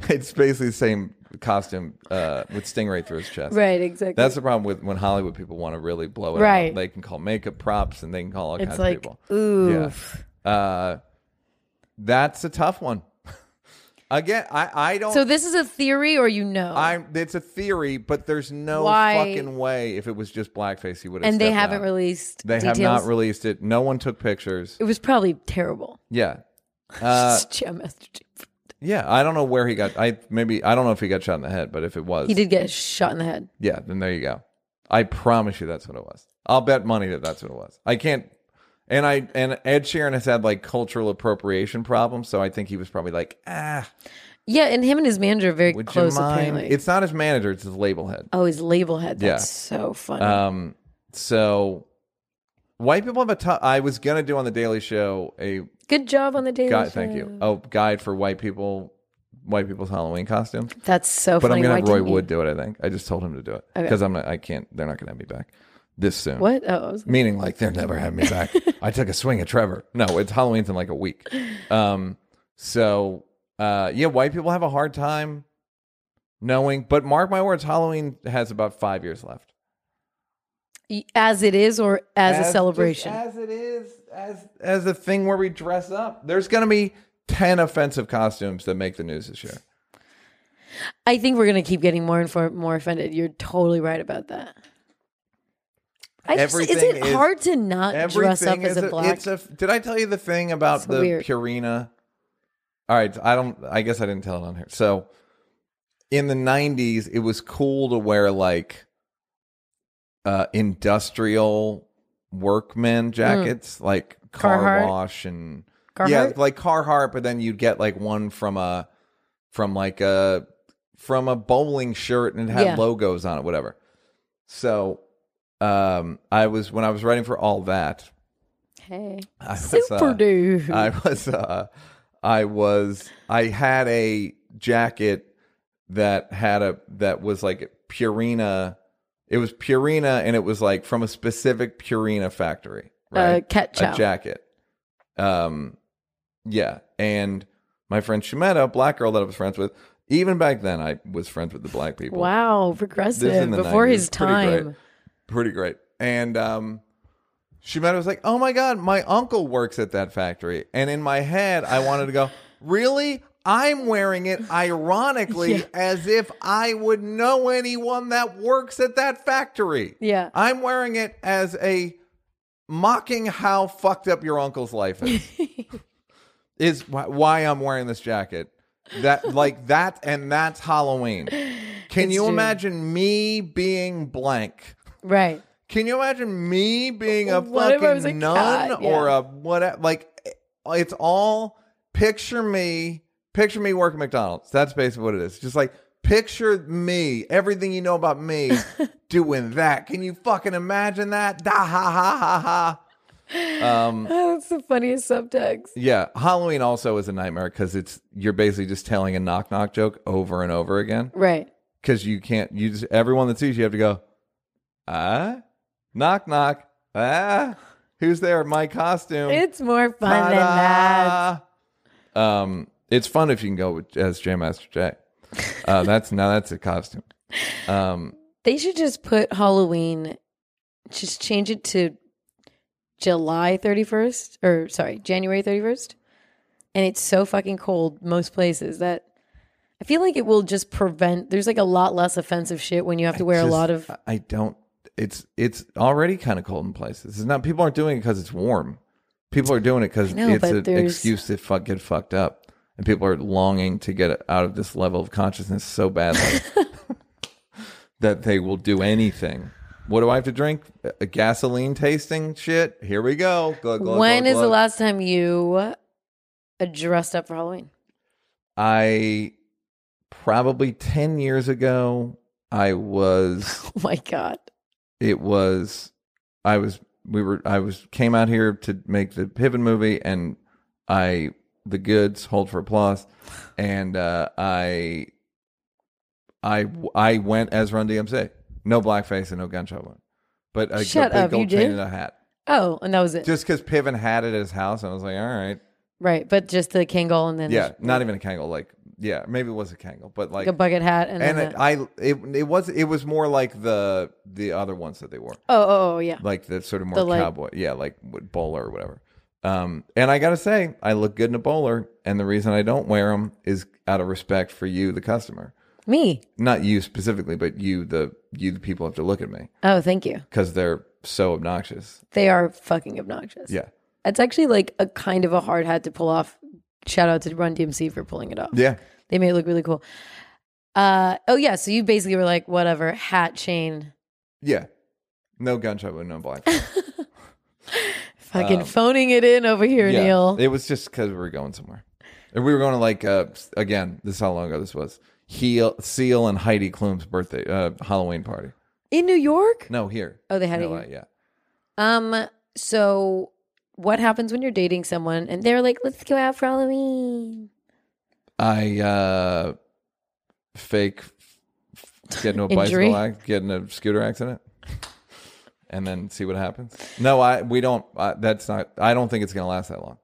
it's basically the same costume uh, with stingray through his chest. Right, exactly. That's the problem with when Hollywood people want to really blow it. out. Right. They can call makeup props and they can call all it's kinds of like people. oof. Uh, that's a tough one. (laughs) Again, I I don't. So this is a theory, or you know, I'm. It's a theory, but there's no Why- fucking way. If it was just blackface, he would. have and they stepped haven't down. released. They details. have not released it. No one took pictures. It was probably terrible. Yeah, (laughs) uh, Jam Master Chief. yeah. I don't know where he got. I maybe I don't know if he got shot in the head, but if it was, He did get shot in the head. Yeah, then there you go. I promise you that's what it was. I'll bet money that that's what it was. I can't. And I and Ed Sheeran has had like cultural appropriation problems, so I think he was probably like, ah, Yeah, and him and his manager are very would close. you mind? Apparently, It's not his manager; it's his label head. oh, his label head. Yeah. That's so funny. Um, so white people have a tough. I was gonna do on the Daily Show a Good job on the Daily guide. Show. Thank you. Oh, guide for white people, white people's Halloween costume. That's so But funny. I'm gonna Why have Roy didn't you- Wood do it. I think I just told him to do it Okay. because I'm not. I can't. They're not gonna have me back this soon. What? Oh, I was- Meaning like they're never having me (laughs) back. I took a swing at Trevor. No, it's Halloween's in like a week. Um, so uh, yeah, white people have a hard time knowing. But mark my words, Halloween has about five years left. as it is, or as, a just celebration. as it is, as as a thing where we dress up. There's gonna be ten offensive costumes that make the news this year. I think we're gonna keep getting more and for- more offended. You're totally right about that. I just, is Everything it is- hard to not dress up as is a black? It's a, did I tell you the thing about It's the weird. Purina? All right, I don't. I guess I didn't tell it on here. So, in the '90s, it was cool to wear like uh industrial workman jackets, like car Mm. Carhartt? wash and yeah, Carhartt? like Carhartt, but then you'd get like one from a from like a from a bowling shirt and it had Yeah. logos on it, whatever. So um I was when I was writing for all that, Hey, I was super uh, (laughs) dude. I was uh I was I had a jacket that had a that was like Purina it was Purina and it was like from a specific Purina factory. Right uh, cat chow. a jacket. Um, yeah, and my friend Shemetta, black girl that I was friends with, even back then I was friends with the black people. Wow, This progressive in the before 90s. his Pretty time. great. Pretty great. And um, Shemetta was like, "Oh my god, my uncle works at that factory." And in my head, I wanted (laughs) to go, "Really?" I'm wearing it ironically as if I would know anyone that works at that factory. Yeah. I'm wearing it as a mocking how fucked up your uncle's life is. (laughs) is wh- why I'm wearing this jacket. (laughs) That like that and that's Halloween. Can It's you true. imagine me being blank? Right. Can you imagine me being a What if I was fucking a nun cat? or Yeah. a what? Like eh, it's all picture me, picture me working McDonald's. That's basically what it is. Just like picture me, everything you know about (laughs) me doing that. Can you fucking imagine that? Da ha ha ha ha. Um, Oh, (laughs) that's the funniest subtext. yeah, Halloween also is a nightmare because it's you're basically just telling a knock knock joke over and over again Right. because you can't. You just everyone that sees you have to go, ah, knock knock, ah, who's there? My costume. It's more fun than that. Ta-da! Um, it's fun if you can go with, as Jam Master Jay. Uh, that's now that's a costume. Um, They should just put Halloween, just change it to July 31st, or sorry, January 31st. And it's so fucking cold most places that I feel like it will just prevent, there's like a lot less offensive shit when you have to wear a just- (laughs) lot of, I- I don't. It's it's already kind of cold in places. It's not. People aren't doing it because it's warm. People are doing it because I know, it's but an there's- excuse to fuck, get fucked up, and people are longing to get out of this level of consciousness so (laughs) badly that they will do anything. What do I have to drink? A gasoline tasting shit. Here we go. Glug, glug, when glug, is the glug. last time you uh, dressed up for Halloween? I probably ten years ago. I (laughs) was. Oh my God. it was i was we were i was came out here to make the pivot movie and i the goods hold for applause and uh i i i went as run dmc no blackface and no gunshot wound but I Shut a big up, you gold chain did? and a hat Oh, and that was it. just because piven had it at his house and i was like all right right. But just the Kangol and then the- yeah not even a kangle like yeah maybe it was a kangle but like like a bucket hat and, and then it, the- i it, it was it was more like the the other ones that they wore oh, oh, oh, yeah. like the sort of more The, like- cowboy, yeah, like w- bowler or whatever. Um, and I gotta say, I look good in a bowler, and the reason I don't wear them is out of respect for you, the customer, Me. not you specifically, but you, the you, the people have to look at me Oh, thank you. because they're so obnoxious. They are fucking obnoxious. Yeah, It's actually like a kind of a hard hat to pull off. Shout out to Run DMC for pulling it off. yeah, They made it look really cool. Uh oh yeah, so you basically were like, whatever, hat chain. yeah. No gunshot wound, no (laughs) black. Fucking phoning it in over here, Um, yeah. Neil. It was just because we were going somewhere, and we were going to like uh, s- again. This is how long ago this was. Heel, Seal, and Heidi Klum's birthday uh, Halloween party. in New York? No, here. Oh, they had No, it uh, here. yeah. Um, so what happens when you're dating someone and they're like, let's go out for Halloween? I uh fake f- get into a Injury? bicycle ac- get in a scooter accident and then see what happens. No, I we don't I, that's not I don't think it's going to last that long.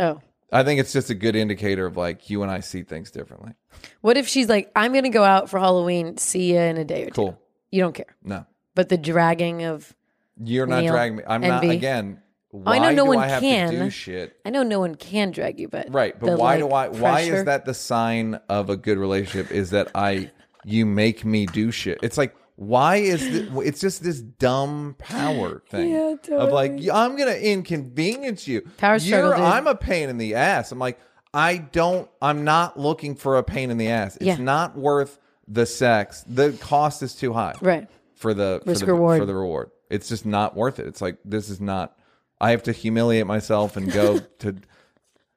Oh. I think it's just a good indicator of like you and I see things differently. What if she's like, I'm gonna go out for Halloween, see ya in a day or two? Cool. You don't care. No. But the dragging of You're not Neil, dragging me. I'm not envy. again. Why I know no do one I have can. to do shit? I know no one can drag you, but Right, but the, why like, do I? Why pressure- is that the sign of a good relationship? Is that I you make me do shit? It's like why is the, it's just this dumb (gasps) power thing Yeah, of like totally. "Yeah, I'm gonna inconvenience you. Power struggle, You're, dude. I'm a pain in the ass. I'm like I don't. I'm not looking for a pain in the ass. It's Yeah. not worth the sex. The cost is too high Right. for the for Risk the, reward. for the reward. It's just not worth it. It's like this is not. I have to humiliate myself and (laughs) go to.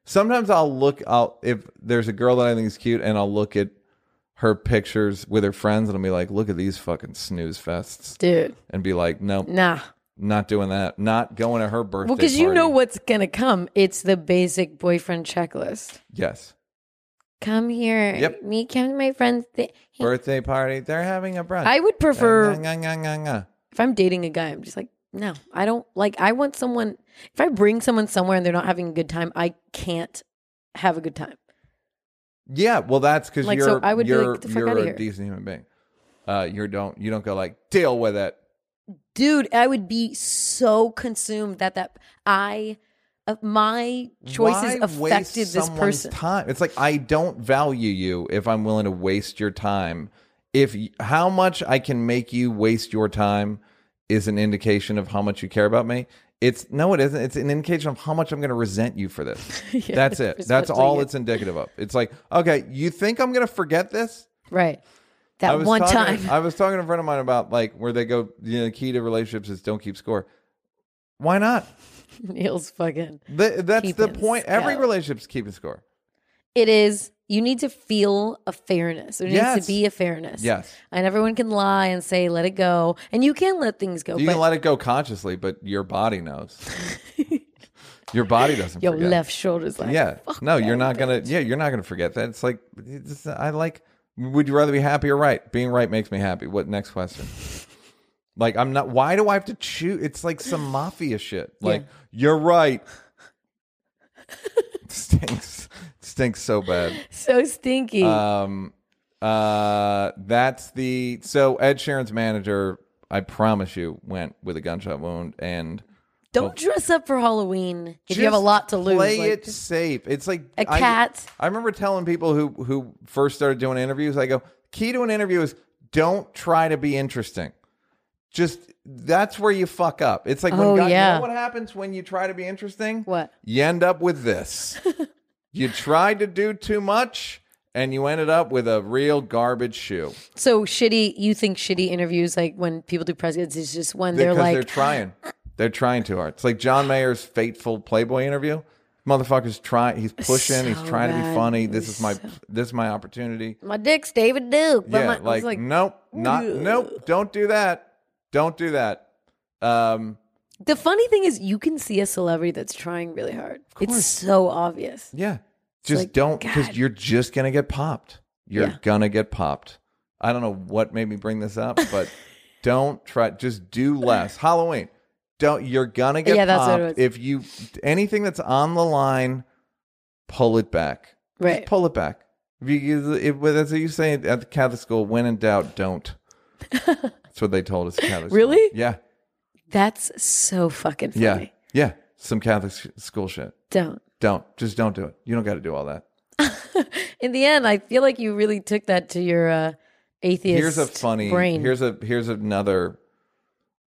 Sometimes I'll look. I'll if there's a girl that I think is cute, and I'll look at her pictures with her friends, and I'll be like, "Look at these fucking snooze fests," Dude, and be like, "Nope, nah. not doing that. Not going to her birthday." Well, because you know party." what's going to come. It's the basic boyfriend checklist. Yes, Come here. Yep. Me, come to my friend's. Th- birthday party. They're having a brunch. I would prefer, Nga, nga, nga, nga, nga. if I'm dating a guy, I'm just like, No, I don't like. I want someone. If I bring someone somewhere and they're not having a good time, I can't have a good time. Yeah, well, that's because Like, you're so I would be like, you're "Get the fuck you're outta a here." decent human being. Uh, you don't you don't go like deal with it. dude i would be so consumed that that i uh, my choices Why waste affected this someone's person Time. It's like I don't value you if I'm willing to waste your time. If y- how much I can make you waste your time is an indication of how much you care about me. It's no, it isn't. It's an indication of how much I'm going to resent you for (laughs) this. Yeah, That's it. That's all respectfully, it's indicative of. It's like, okay, you think I'm going to forget this? right that one talking, time I was talking to a friend of mine about like where they go. You know, the key to relationships is don't keep score. Why not? (laughs) neil's fucking Th- that's the Keeping point. Every score. relationship's keeping score. it is you need to feel a fairness there needs Yes. to be a fairness Yes, and everyone can lie and say let it go and you can let things go you Oh, but can let it go consciously, but your body (laughs) knows. your body doesn't. your forget. left shoulder's like Yeah. No, you're not gonna. Yeah, you're not gonna forget that. It's like it's, I like. Would you rather be happy or right? Being right makes me happy. What next (laughs) question? Like I'm not. Why do I have to choose? It's like some mafia shit. Like you're right. stinks. Stinks so bad. so stinky Um. Uh. That's the. So Ed Sheeran's manager, I promise you, went with a gunshot wound and. don't dress up for halloween if you have a Just lot to lose Play Like, it safe. It's like A I- cat. I, remember telling people who who first started doing interviews. I go, key to an interview is don't try to be interesting. Just that's where you fuck up. It's like when Oh, guy- you know yeah. what happens when you try to be interesting? What? You end up with (laughs) this. you tried to do too much and you ended up with a real garbage shoe. So shitty. You think shitty interviews, like when people do press it's just when they're because like, they're trying. They're trying too hard. It's like John Mayer's fateful Playboy interview. Motherfucker's trying. He's pushing. he's so trying to be bad. funny. This is my this is my opportunity. "My dick's David Duke." But yeah, my, I like, was like, nope, not Ugh. nope. Don't do that. Don't do that. Um, the funny thing is, you can see a celebrity that's trying really hard. It's so obvious. yeah, just like, don't because God. you're just gonna get popped. You're Yeah. gonna get popped. I don't know what made me bring this up, (laughs) but don't try. Just do less. Halloween. Don't. You're gonna get Yeah, that's popped what it was. if you anything that's on the line. Pull it back. Right. Just pull it back. If you, if, well, that's what you say at the Catholic school. When in doubt, (laughs) don't. that's what they told us. At Catholic school. Really? Yeah. That's so fucking funny. Yeah. Yeah. Some Catholic sh- school shit. Don't. Don't. Just don't do it. You don't got to do all that. In the end, I feel like you really took that to your uh, atheist. Here's a funny. brain. Here's a here's another.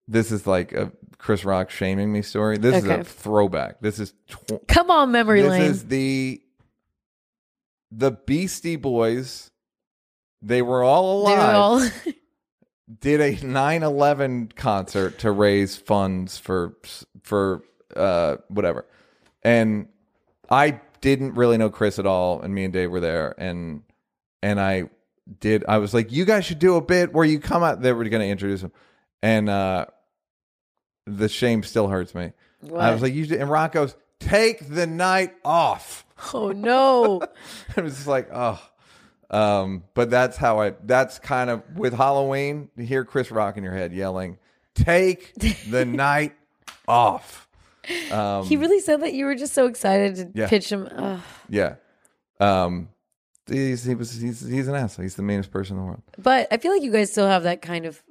This is like a Chris Rock shaming me story. This Okay. is a throwback. This is tw- Come on, memory this lane. is the the Beastie Boys. They were all They're alive. all- did a 9/11 concert to raise funds for for uh whatever. And I didn't really know Chris at all and me and Dave were there and and I did I was like you guys should do a bit where you come out they were going to introduce him. And uh the shame still hurts me. I What? was like you should, and Rock goes take the night off. (laughs) oh no! (laughs) I was just like, oh. Um, but that's how I. That's kind of with Halloween. You hear Chris Rock in your head yelling, "Take (laughs) the night off." Um, he really said that you were just so excited to Yeah. pitch him. Ugh. yeah. Um, he's, he was. He's, he's an asshole. He's the meanest person in the world. But I feel like you guys still have that kind of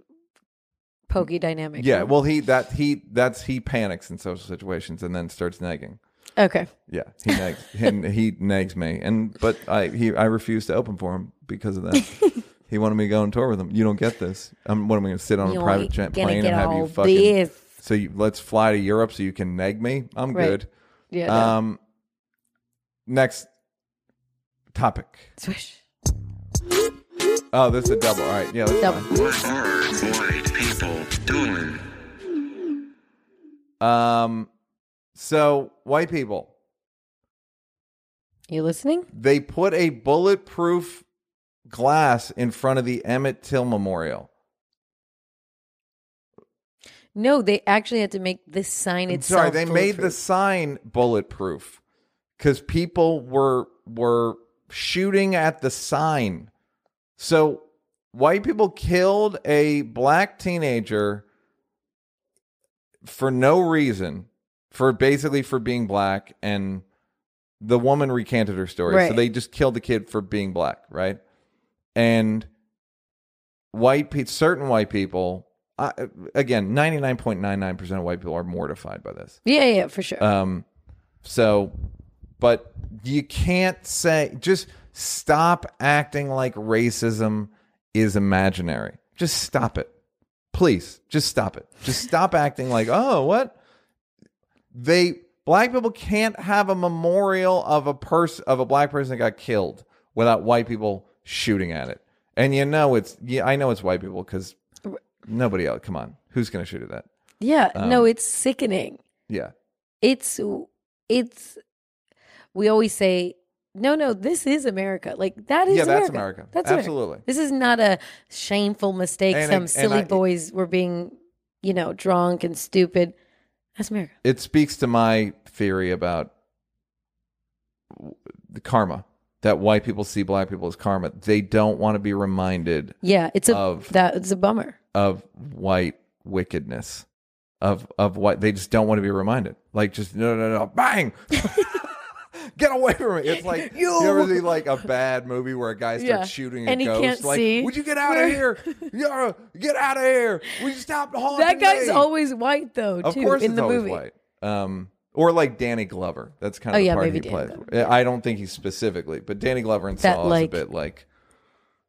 pokey dynamic. Yeah. Well, he that he that's he panics in social situations and then starts negging. Okay. Yeah, he nags (laughs) and he nags me, and but I he I refused to open for him because of (laughs) that. he wanted me to go on tour with him. You don't get this. I'm what am I going to sit on a You private ain't jet gonna plane and get have you all fucking? this. So you, let's fly to Europe so you can nag me. I'm Right. good. Yeah. no. Um, next topic. Swish. Oh, this is a double. All right, yeah, that's Double. fine. What are white people doing? Um, so white people You listening? they put a bulletproof glass in front of the Emmett Till Memorial. No, they actually had to make this sign I'm itself. sorry, they made the bulletproof. sign bulletproof because people were were shooting at the sign. So white people killed a black teenager for no reason for basically for being black and the woman recanted her story so Right. they just killed the kid for being black right and white pe- certain white people I, again 99.99% of white people are mortified by this Yeah, yeah, for sure. um, so, but you can't say just stop acting like racism is imaginary. Just stop it, please. Just stop it. Just stop (laughs) acting like oh what they black people can't have a memorial of a person of a black person that got killed without white people shooting at it. And you know it's yeah I know it's white people because nobody else. Come on, who's gonna shoot at that? yeah, no, um, it's sickening. Yeah, it's it's we always say no no this is america like that is yeah, america. that's America. that's America. absolutely. this is not a shameful mistake And I- some and silly I- boys were being you know drunk and stupid that's america it speaks to my theory about the karma that white people see black people as karma. They don't want to be reminded yeah it's a Of- that it's a bummer of white wickedness. Of of what they just don't want to be reminded. Like just no no no (laughs) bang. (laughs) Get away from me. It's like you, You- ever see like a bad movie where a guy starts Yeah. shooting a And he ghost? can't like, see. would you get out Where- of here? (laughs) Yeah, get out of here. Would you stop haunting that guy's me? always white though of too course in it's the always movie white. Um, or like Danny Glover. That's kind of Oh, the yeah, part maybe he Danny plays. I don't think he specifically, but Danny Glover and That, Saw is like- a bit like.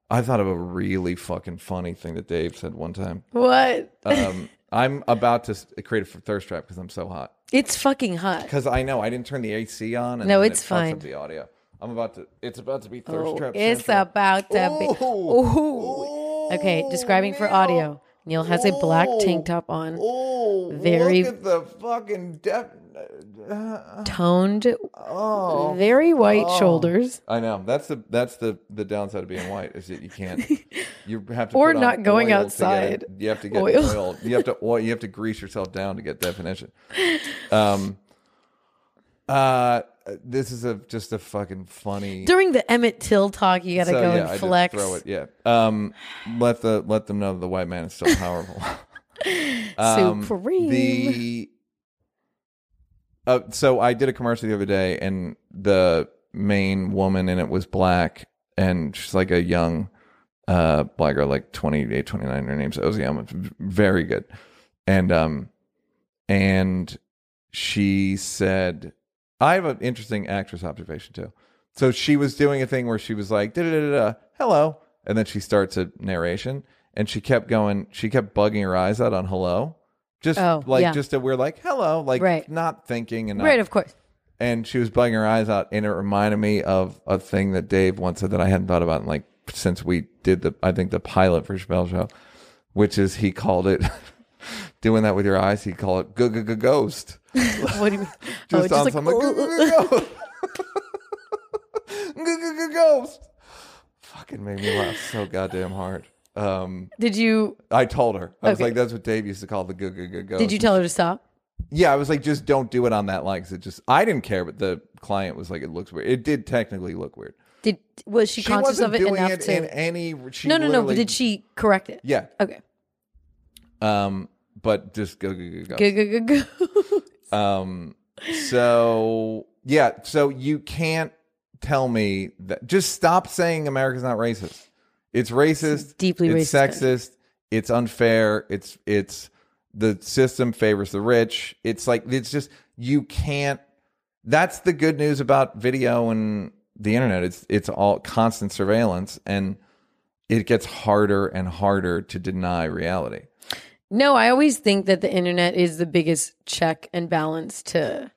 I thought of a really fucking funny thing that Dave said one time. what (laughs) Um, I'm about to s- create a f- thirst trap because I'm so hot. it's fucking hot Because I know I didn't turn the AC on. And No, then it's it fucks fine. Up the audio. I'm about to. It's about to be thirst Oh, trap. it's central. about to be Ooh. Ooh. okay describing for Neil. audio neil has a black Ooh. tank top on Oh, Very- look at the fucking depth. Uh, toned oh, very white shoulders I know. That's the that's the the downside of being white is that you (laughs) can't. You have to Or put on not going oil to get outside. it. you have to get Oil. oil. You have to oil. You have to grease yourself down to get definition. Um. Uh, this is a just a fucking funny. during the Emmett Till talk. You got to So, go yeah, I and just flex. Throw it. Yeah. Um. Let the let them know that the white man is still powerful. (laughs) Supreme. Um, The uh, so I did a commercial the other day, and the main woman in it was black, and she's like a young uh, black girl, like 28, 29. Her name's Oziama. V- Very good, and um, and she said, I have an interesting actress observation too. So she was doing a thing where she was like, da da da da, hello. And then she starts a narration and she kept going, she kept bugging her eyes out on hello. Just Oh, like, yeah. just a weird, like, hello, like, Right. not thinking and not Right, of course. and she was bugging her eyes out and it reminded me of a thing that dave once said that i hadn't thought about in like since we did the i think the pilot for Chappelle show which is he called it (laughs) doing that with your eyes he called it go go go ghost What do you mean? (laughs) just oh, on just like, something "Ooh, like, (laughs) ooh, go go go go go ghost fucking made me laugh so goddamn hard um did you i told her i was Okay. like that's what dave used to call the go go go ghost did you tell her to stop? yeah, I was like, just don't do it on that line 'cause it just I didn't care, but the client was like, it looks weird. It did technically look weird. Did was she, She conscious wasn't of it doing enough it to? in any. She no, no, no. But literally- did she correct it? Yeah. Okay. Um. But just go go go go. Go go go go. Um. So yeah. So you can't tell me that. Just stop saying America's not racist. It's racist. (laughs) deeply it's racist country. sexist. It's unfair. It's it's the system favors the rich. It's like it's just you can't. That's the good news about video and the internet. It's it's all constant surveillance and it gets harder and harder to deny reality. No, I always think that the internet is the biggest check and balance to,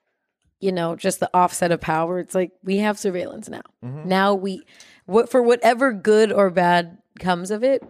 you know, just the offset of power. It's like we have surveillance now. Now we, what for whatever good or bad comes of it,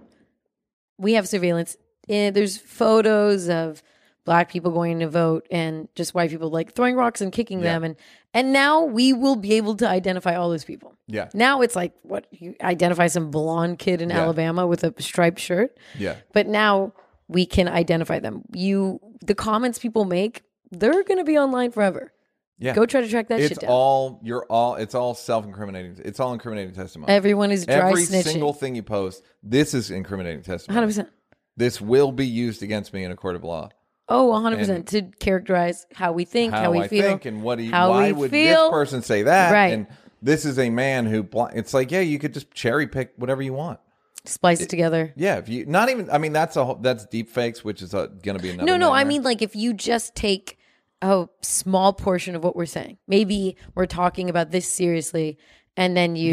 we have surveillance. Eh, there's photos of black people going to vote and just white people like throwing rocks and kicking them, and and now we will be able to identify all those people. Yeah. Now it's like what you identify some blonde kid in Yeah. Alabama with a striped shirt Yeah. but now we can identify them. You, the comments people make, they're going to be online forever. Yeah. Go try to track that shit it's down. all you're all it's all self-incriminating it's all incriminating testimony Everyone is dry Every snitching. single thing you post this is incriminating testimony 100%. this will be used against me in a court of law Oh, 100% And- to characterize how we think, how, how we I feel. think and what he how why we would feel. this person say that Right. and this is a man who bl- it's like yeah you could just cherry pick whatever you want Splice it together. yeah if you not even I mean that's a whole- that's deep fakes which is uh gonna be another No, no, I nightmare. mean like if you just take a small portion of what we're saying. Maybe we're talking about this seriously and then you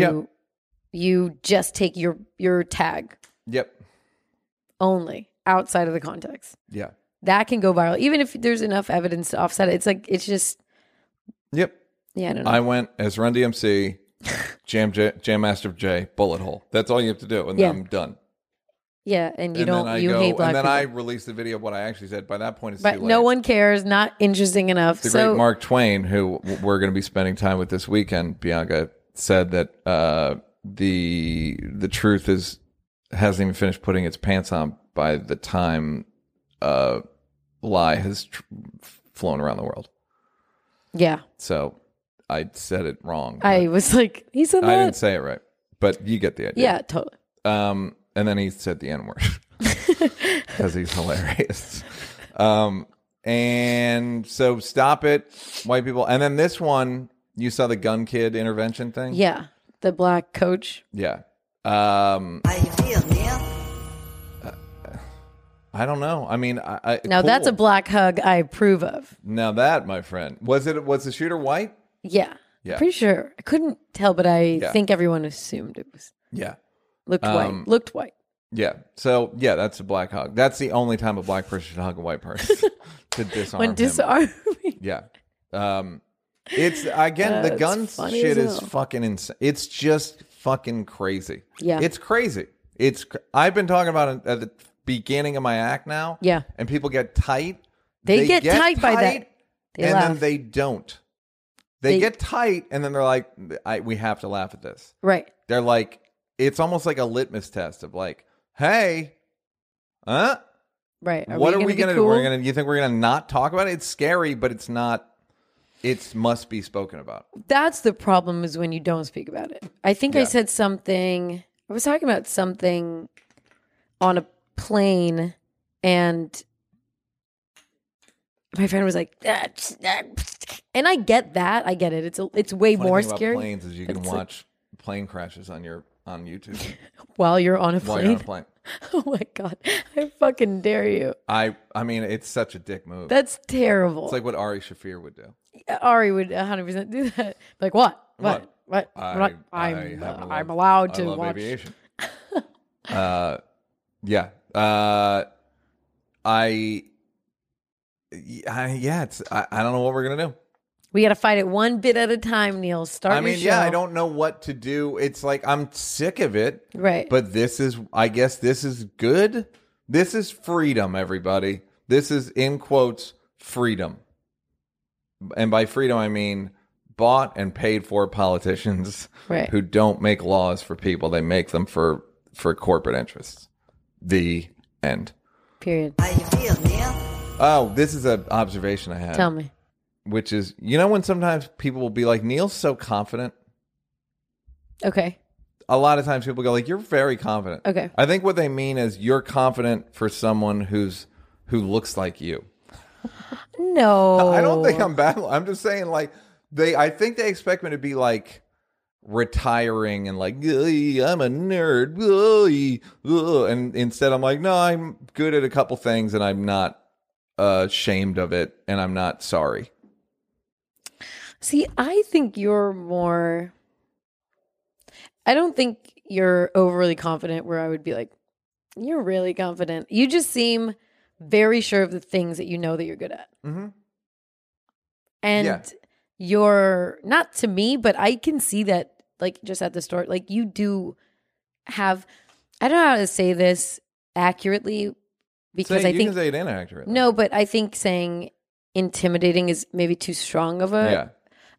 Yeah. you just take your your tag yep only outside of the context. yeah That can go viral even if there's enough evidence to offset it. It's like it's just yep yeah, I don't know. I went as Run DMC Jam J, Jam Master J Bullet Hole that's all you have to do and Yeah. then I'm done yeah, and you and don't then I you go hate black and then people. I release the video of what I actually said by that point it's but too late. no one cares, not interesting enough. The so great Mark Twain, who w- we're going to be spending time with this weekend, Bianca said that uh, the the truth is hasn't even finished putting its pants on by the time uh, lie has tr- flown around the world. yeah, So I said it wrong. I was like he said but I that. didn't say it right, but you get the idea. Yeah, totally. Um, and then he said the N word (laughs) because he's hilarious. Um, and so stop it, white people. And then this one, you saw the gun kid intervention thing? Yeah. The black coach. Yeah. Um, How you feel, Neil? I don't know. I mean, I, I Now that's a cool. black hug I approve of. now that my friend was it was the shooter white? Yeah. Yeah. Pretty sure. I couldn't tell, but I Yeah. think everyone assumed it was Yeah. looked Um, white. Looked white. Yeah. So yeah, that's a black hug. That's the only time a black person should hug a white person (laughs) to disarm. When him. disarming. (laughs) Yeah. Um it's again the That's gun funny shit as is hell. fucking insane. It's just fucking crazy. Yeah. It's crazy. It's cr- I've been talking about it at the beginning of my act now. Yeah. And people get tight. They get tight by that. They and laugh. then they don't. They, They- get tight and then they're like I we have to laugh at this. Right. They're like it's almost like a litmus test of like, "Hey, huh? Right. what are we gonna gonna be do? cool? We're gonna you think we're gonna not talk about it? It's scary, but it's not it's must be spoken about. That's the problem is when you don't speak about it. I think I Yeah. said something. I was talking about something on a plane, and my friend was like, "That's- that-" and I get that. I get it. It's a, it's way Funny more thing about scary planes is you can It's like- watch plane crashes on your on (laughs) YouTube (laughs) while you're on a while plane. you're on a plane. (laughs) oh my god! I fucking dare you. I I mean it's such a dick move. That's terrible. it's like what Ari Shafir would do. Ari would 100 percent do that. Like what? What? What? I'm not- I'm, happen uh, to love- I'm allowed to I love watch. (laughs) aviation. uh, yeah. Uh, I, I yeah. It's I, I don't know what we're gonna do. We got to fight it one bit at a time, Neil. Start. I your mean, yeah, show. I don't know what to do. It's like I'm sick of it. Right. But this is I guess this is good. This is freedom, everybody. This is in quotes freedom. And by freedom I mean bought and paid for politicians Right. who don't make laws for people. They make them for for corporate interests. The end. Period. How you feel, Neil? Oh, this is an observation I had. Tell me. Which is you know when sometimes people will be like, Neil's so confident. Okay. a lot of times people go like you're very confident Okay. i think what they mean is you're confident for someone who's who looks like you No. i don't think i'm bad i'm just saying like they i think they expect me to be like retiring and like "Ugh, i'm a nerd Ugh, ugh." and instead i'm like no i'm good at a couple things and i'm not uh, ashamed of it and i'm not sorry See, I think you're more. I don't think you're overly confident where I would be like, you're really confident. You just seem very sure of the things that you know that you're good at. mm-hmm. And Yeah. you're not to me, but I can see that, like, just at the store, like, you do have. I don't know how to say this accurately because say, I you think can say it inaccurate No, but I think saying intimidating is maybe too strong of a yeah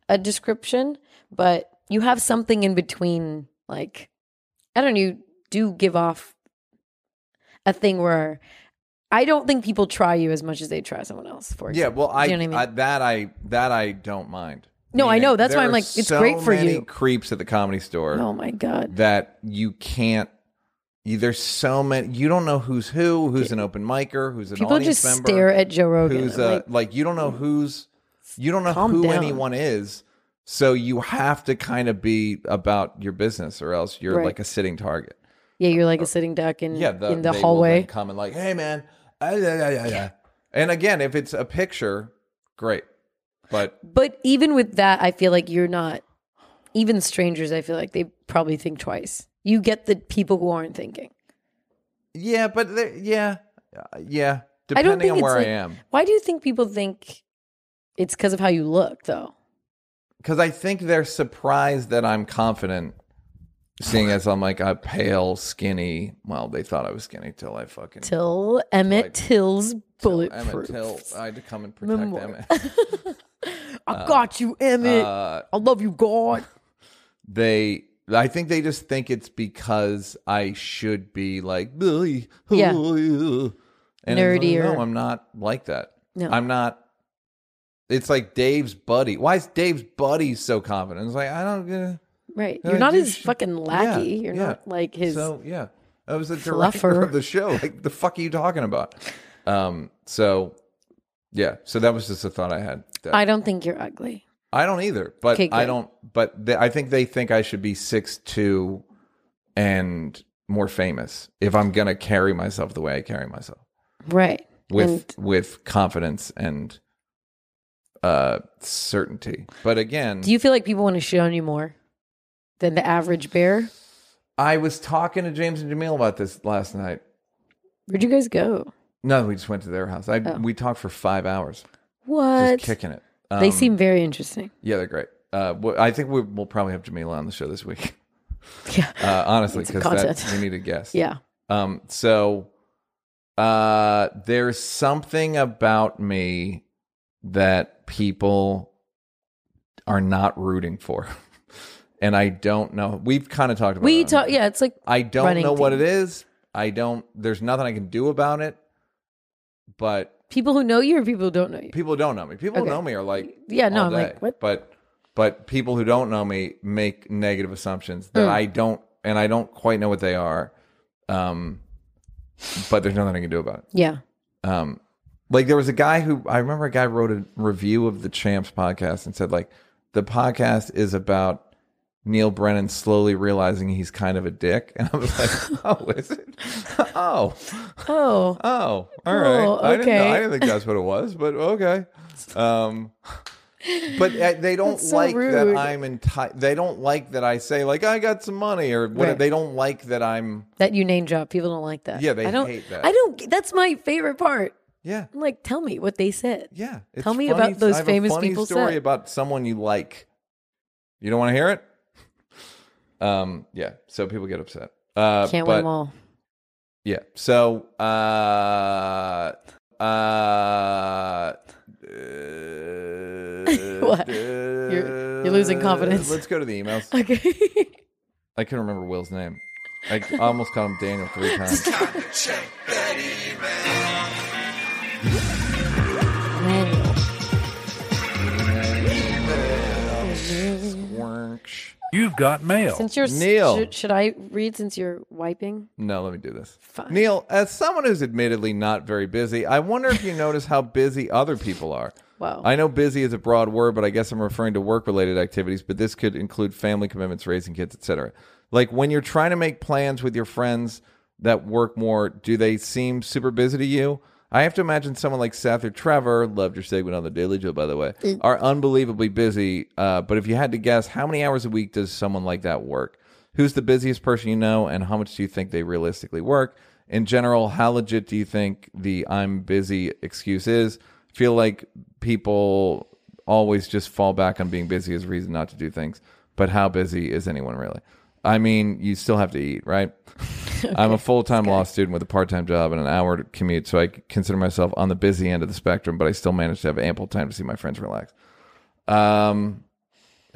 a description, but you have something in between like I don't know, you do give off a thing where I don't think people try you as much as they try someone else for Yeah, example. well, I, Do you know what I I- mean? that I that I don't mind. No, I know. That's why there I'm are like, it's so great for many you. Creeps at the comedy store oh my god. that you can't You, there's so many. You don't know who's who. Who's an open micer? Who's an People audience just member? stare at Joe Rogan. who's I'm uh, like, like, you don't know who's you don't know calm who down. anyone is so you have to kind of be about your business or else you're Right. like a sitting target yeah, you're like a sitting duck in uh, yeah the, in they the will then hallway. come and like hey man ah, yeah, yeah, yeah, yeah. and again if it's a picture great but But even with that, I feel like you're not even strangers. I feel like they probably think twice. You get the people who aren't thinking. yeah but they- yeah uh, yeah I don't depending think on it's where like- i am Why do you think people think it's because of how you look, though? because i think they're surprised that i'm confident seeing as i'm like a pale skinny well they thought i was skinny till i fucking Till Emmett Like- Till's Emmett bulletproof. Till. I had to come and protect Memorial. Emmett. I got you, (laughs) Emmett. Uh, I love you, God. they, I think they just think it's because I should be like, Billy, Yeah. and it's like, Nerdier. No, I'm not like that. No. I'm not. It's like Dave's buddy. Why is Dave's buddy so confident? It's like I don't. Uh, Right. Yeah, You're not you his should- fucking lackey. yeah, You're yeah. not like his. so yeah, I was the director Fluffer. of the show. Like the fuck are you talking about? Um. So yeah. So that was just a thought I had. That- I don't think you're ugly. I don't either, but Okay, I good. don't. But they, I think they think I should be six two and more famous if I'm gonna carry myself the way I carry myself Right. with with confidence and uh certainty. But again, Do you feel like people want to shit on you more than the average bear? I was talking to James and Jamil about this last night. Where'd you guys go? No, we just went to their house. I Oh. we talked for five hours, What? just kicking it. they Um, seem very interesting. yeah, they're great. Uh, wh- I think we, we'll probably have Jamila on the show this week. (laughs) (laughs) Yeah. Uh, honestly, Need some because content. we need a guest. yeah. Um, so uh there's something about me that people are not rooting for. (laughs) and I don't know. We've kind of talked about it We on talk. here. Yeah. It's like I don't running know what it things. is. I don't there's nothing I can do about it. But people who know you or people who don't know you. people don't know me. People who Okay. know me are like Yeah. No, all I'm day. like, what? But but people who don't know me make negative assumptions Hmm. that I don't and I don't quite know what they are. Um but there's nothing I can do about it. Yeah. Um like there was a guy who I remember a guy wrote a review of the Champs podcast and said like the podcast is about Neil Brennan slowly realizing he's kind of a dick. (laughs) And I was like, Oh, is it? (laughs) oh. Oh. Oh, all right. Cool, I, didn't know, I okay. didn't think that's what it was, but okay. Um, but uh, they don't That's so like that rude. I'm enti- They don't like that I say like I got some money or what. Right. They don't like that I'm. That you name drop. People don't like that. Yeah, they I don't, hate that. I don't. That's my favorite part. Yeah, I'm like, tell me what they said. yeah. It's Tell me funny. about those I have famous a funny people Story set. about someone you like. You don't want to hear it. Um. Yeah. So people get upset. Uh, Can't win but, them all. Yeah. So, uh, uh, (laughs) uh, what? You're- you're losing confidence. uh, Let's go to the (laughs) emails. Okay. I couldn't remember Will's name. I almost called him Daniel (laughs) three times. Wernch. You've got mail. Since you're Neil. should, should I read since you're wiping? No, let me do this. Fine. Neil, as someone who's admittedly not very busy, I wonder if you notice how busy other people are. Wow. I know busy is a broad word, but I guess I'm referring to work related activities, but this could include family commitments, raising kids, etc. Like when you're trying to make plans with your friends that work more, do they seem super busy to you? I have to imagine someone like Seth or Trevor, loved your segment on the Daily Joe, by the way, are unbelievably busy. Uh, but if you had to guess, how many hours a week does someone like that work? Who's the busiest person you know, and how much do you think they realistically work? In general, how legit do you think the I'm busy excuse is? Feel like people always just fall back on being busy as a reason not to do things, but how busy is anyone really? I mean, you still have to eat, right? I'm a full time law student with a part time job and an hour commute, so I consider myself on the busy end of the spectrum, but I still manage to have ample time to see my friends relax. Um,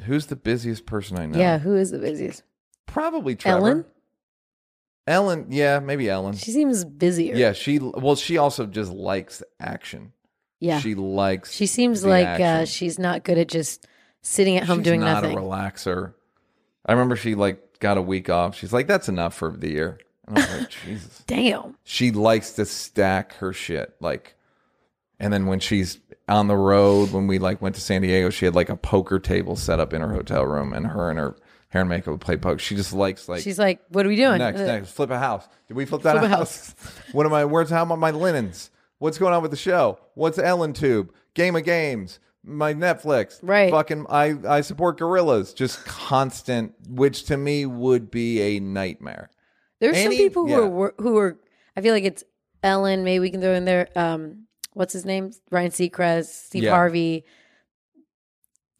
who's the busiest person I know? Yeah. Who is the busiest? Probably Trevor. Ellen? Ellen, yeah, maybe Ellen. She seems busier. Mm. yeah, she well, she also just likes action. Yeah. She likes She seems the like uh, action. she's not good at just sitting at home She's doing not nothing. a relaxer. I remember she like got a week off. She's like, That's enough for the year. And I was (laughs) like, Jesus. Damn. She likes to stack her shit. Like, and then when she's on the road, when we like went to San Diego, she had like a poker table set up in her hotel room, and her and her hair and makeup would play poker. She just likes like She's like, what are we doing? next, Uh, next, flip a house. Did we flip that Flip a house? (laughs) what am I? Where's how about my linens? What's going on with the show? What's Ellen Tube? Game of Games? My Netflix? Right. Fucking I I support gorillas. Just constant, which to me would be a nightmare. There's Any- some people who yeah. are wor- who are. I feel like it's Ellen. Maybe we can throw in there. Um, what's his name? Ryan Seacrest, Steve Yeah. Harvey,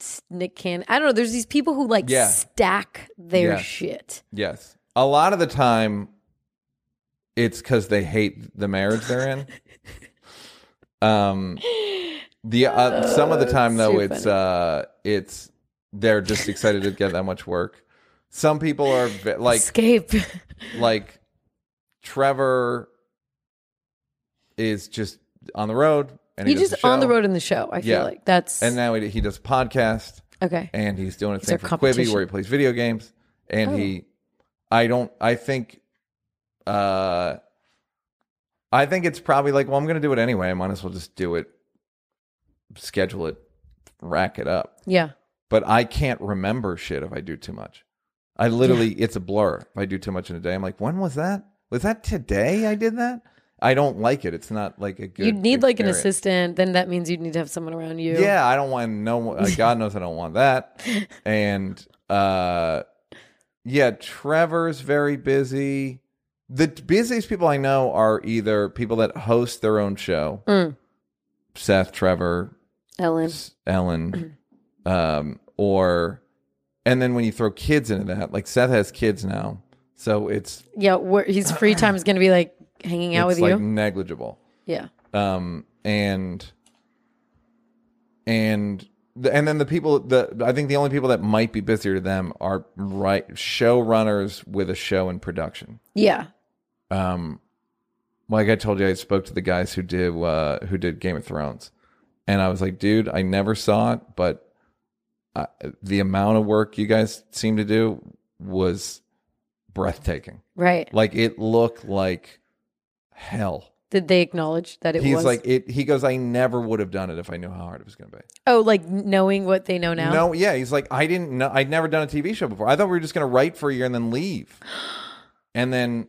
S- Nick Cannon. I don't know. There's these people who like Yeah. stack their Yeah. shit. Yes. A lot of the time, it's because they hate the marriage they're (laughs) in. um, the uh, some of the time Oh, though, that's too it's uh, funny. it's they're just excited to get that much work. Some people are (laughs) ve- like Escape. like Trevor is just on the road, and he you does just on the show, road in the show. I feel Yeah. like that's and now he, he does a podcast okay. and he's doing a He's thing our for Quibi competition. where he plays video games. And Oh. he, I don't, I think, uh, I think it's probably like, well, I'm going to do it anyway. I might as well just do it, schedule it, rack it up. Yeah, But I can't remember shit if I do too much. I literally, it's a blur. If I do too much in a day, I'm like, when was that? Was that today I did that? I don't like it. It's not like a good. you'd need like an experience. assistant. Then that means you'd need to have someone around you. Yeah, I don't want no. Uh, God knows I don't want (laughs) that. And uh, yeah, Trevor's very busy. The t- busiest people I know are either people that host their own show, Mm. Seth, Trevor, Ellen. S- Ellen, Mm-hmm. um, or and then when you throw kids into that, like Seth has kids now, so it's Yeah, where his free time is going to be like hanging out it's with like you. negligible. Yeah, um and and the, and then the people the I think the only people that might be busier to them are right showrunners with a show in production. yeah. Um like I told you I spoke to the guys who did uh who did Game of Thrones and I was like, dude, I never saw it, but uh, the amount of work you guys seem to do was breathtaking. Right. Like it looked like hell Did they acknowledge that it he's was like it he goes i never would have done it if i knew how hard it was going to be Oh, like knowing what they know now. no yeah he's like i didn't know i'd never done a tv show before i thought we were just going to write for a year and then (gasps) leave and then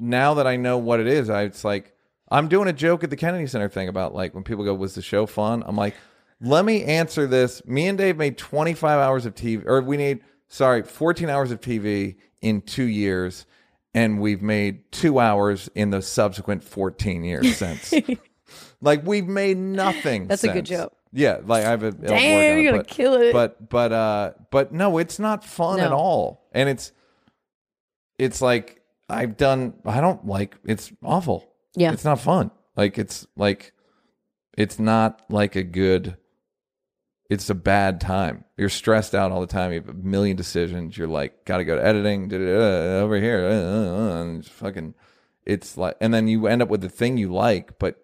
now that i know what it is I, it's like i'm doing a joke at the kennedy center thing about like when people go was the show fun i'm like let me answer this me and dave made 25 hours of tv or we need sorry 14 hours of tv in two years and we've made two hours in the subsequent 14 years (laughs) since Like we've made nothing. That's a good since. joke. Yeah, like I have a it'll Damn, work on you're gonna but, kill it. But but uh, but no, it's not fun at No. all. And it's it's like I've done. I don't like. It's awful. Yeah. it's not fun. Like it's like it's not like a good. It's a bad time. You're stressed out all the time. You have a million decisions. You're like, got to go to editing. da-da-da, Over here, uh, uh, uh, and it's fucking. It's like, and then you end up with the thing you like, but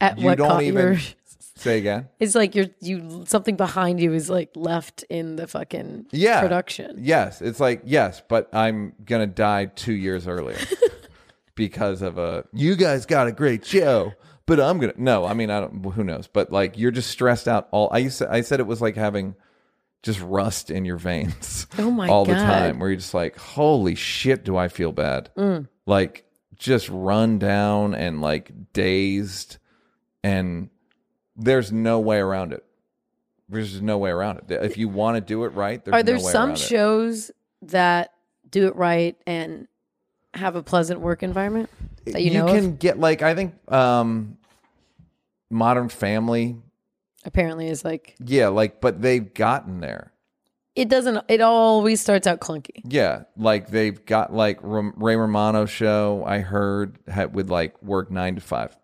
At you what don't cost? even- You're- (laughs) say again. (laughs) It's like you're you something behind you is like left in the fucking Yeah. production. Yes, it's like yes, but I'm gonna die two years (laughs) earlier because of a. You guys got a great show, but I'm gonna no. I mean, I don't. Who knows? But like, you're just stressed out. All I used to, I said it was like having just rust in your veins. (laughs) Oh my all the God. time, where you're just like, holy shit, do I feel bad? Mm. Like just run down and like dazed, and there's no way around it. There's just no way around it. If you want to do it right, there's Are there no way some around it. shows that do it right and have a pleasant work environment that you, know can of? get like I think um Modern Family, Apparently, is like yeah, like but they've gotten there. it doesn't. It always starts out clunky. Yeah, like they've got like Ram- Ray Romano show I heard had, would like work nine to five,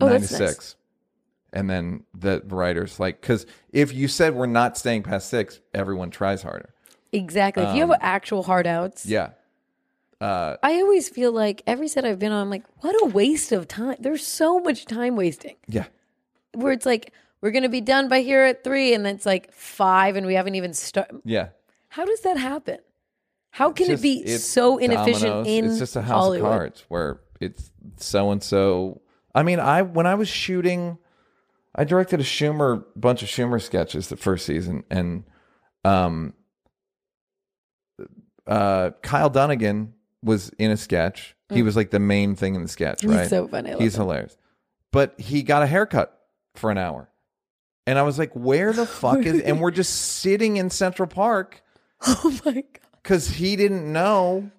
Oh, nine that's to nice. six, and then the writers like because if you said we're not staying past six, everyone tries harder. Exactly. if Um, you have actual hard outs, Yeah, I always feel like every set I've been on, I'm like, what a waste of time. There's so much time wasting. yeah, where it's like we're gonna be done by here at three, and then it's like five, and we haven't even started. yeah. How does that happen? How can just- it be it's so inefficient dominoes. in it's just a house Hollywood? of cards where it's so and so i mean i when i was shooting i directed a schumer bunch of schumer sketches the first season and um uh kyle dunnigan was in a sketch he was like the main thing in the sketch Mm. He's right so funny. I love he's him. hilarious but he got a haircut for an hour and i was like where (laughs) the fuck is and we're just sitting in central park (laughs) Oh my god. because he didn't know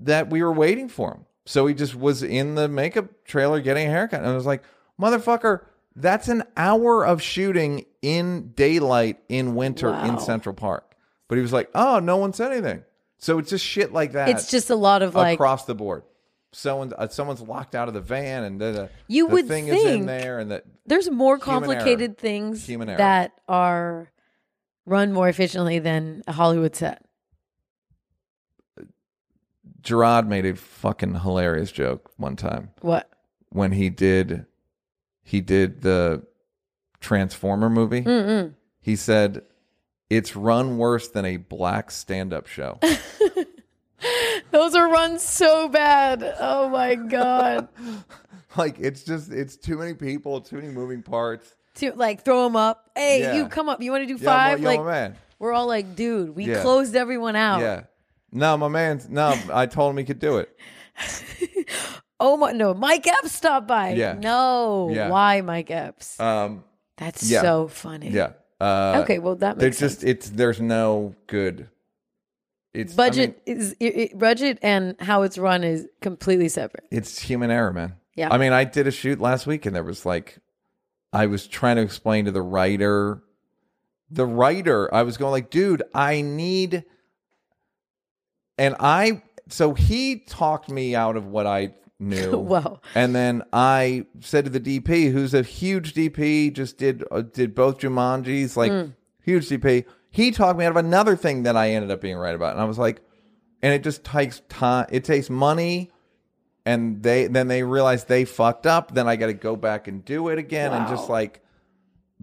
that we were waiting for him. So he just was in the makeup trailer getting a haircut. And I was like, motherfucker, that's an hour of shooting in daylight in winter Wow. in Central Park. But he was like, oh, no one said anything. So it's just shit like that. It's just a lot of like across the board. Someone's, uh, someone's locked out of the van and the, the, You the would thing is in think- there. And that there's more Human error. complicated things Human error. that are run more efficiently than a Hollywood set. Gerard made a fucking hilarious joke one time. What? when he did he did the Transformer movie. Mm-mm. He said it's run worse than a black stand-up (laughs) show. Those are run so bad. Oh (laughs) my god. like it's just it's too many people, too many moving parts. to like throw them up. Hey, Yeah. you come up. You want to do Yeah, my- five? yeah, like oh. my man. we're all like, dude, we Yeah. closed everyone out. Yeah. No, my man's no, I told him he could do it. Oh my no, Mike Epps stopped by. Yeah. No, Yeah. why Mike Epps? Um That's yeah. so funny. yeah. Uh Okay, well that They're makes sense. just it's there's no good it's I mean, budget is it, it- budget and how it's run is completely separate. it's human error, man. Yeah. I mean, I did a shoot last week and there was like I was trying to explain to the writer the writer, I was going like, dude, I need and I so he talked me out of what I knew. Wow. And then I said to the DP, who's a huge DP, just did uh, did both Jumanji's, like huge DP. He talked me out of another thing that I ended up being right about, and I was like, and it just takes time. It takes money, and they then they realize they fucked up. Then I got to go back and do it again, and just Wow. like,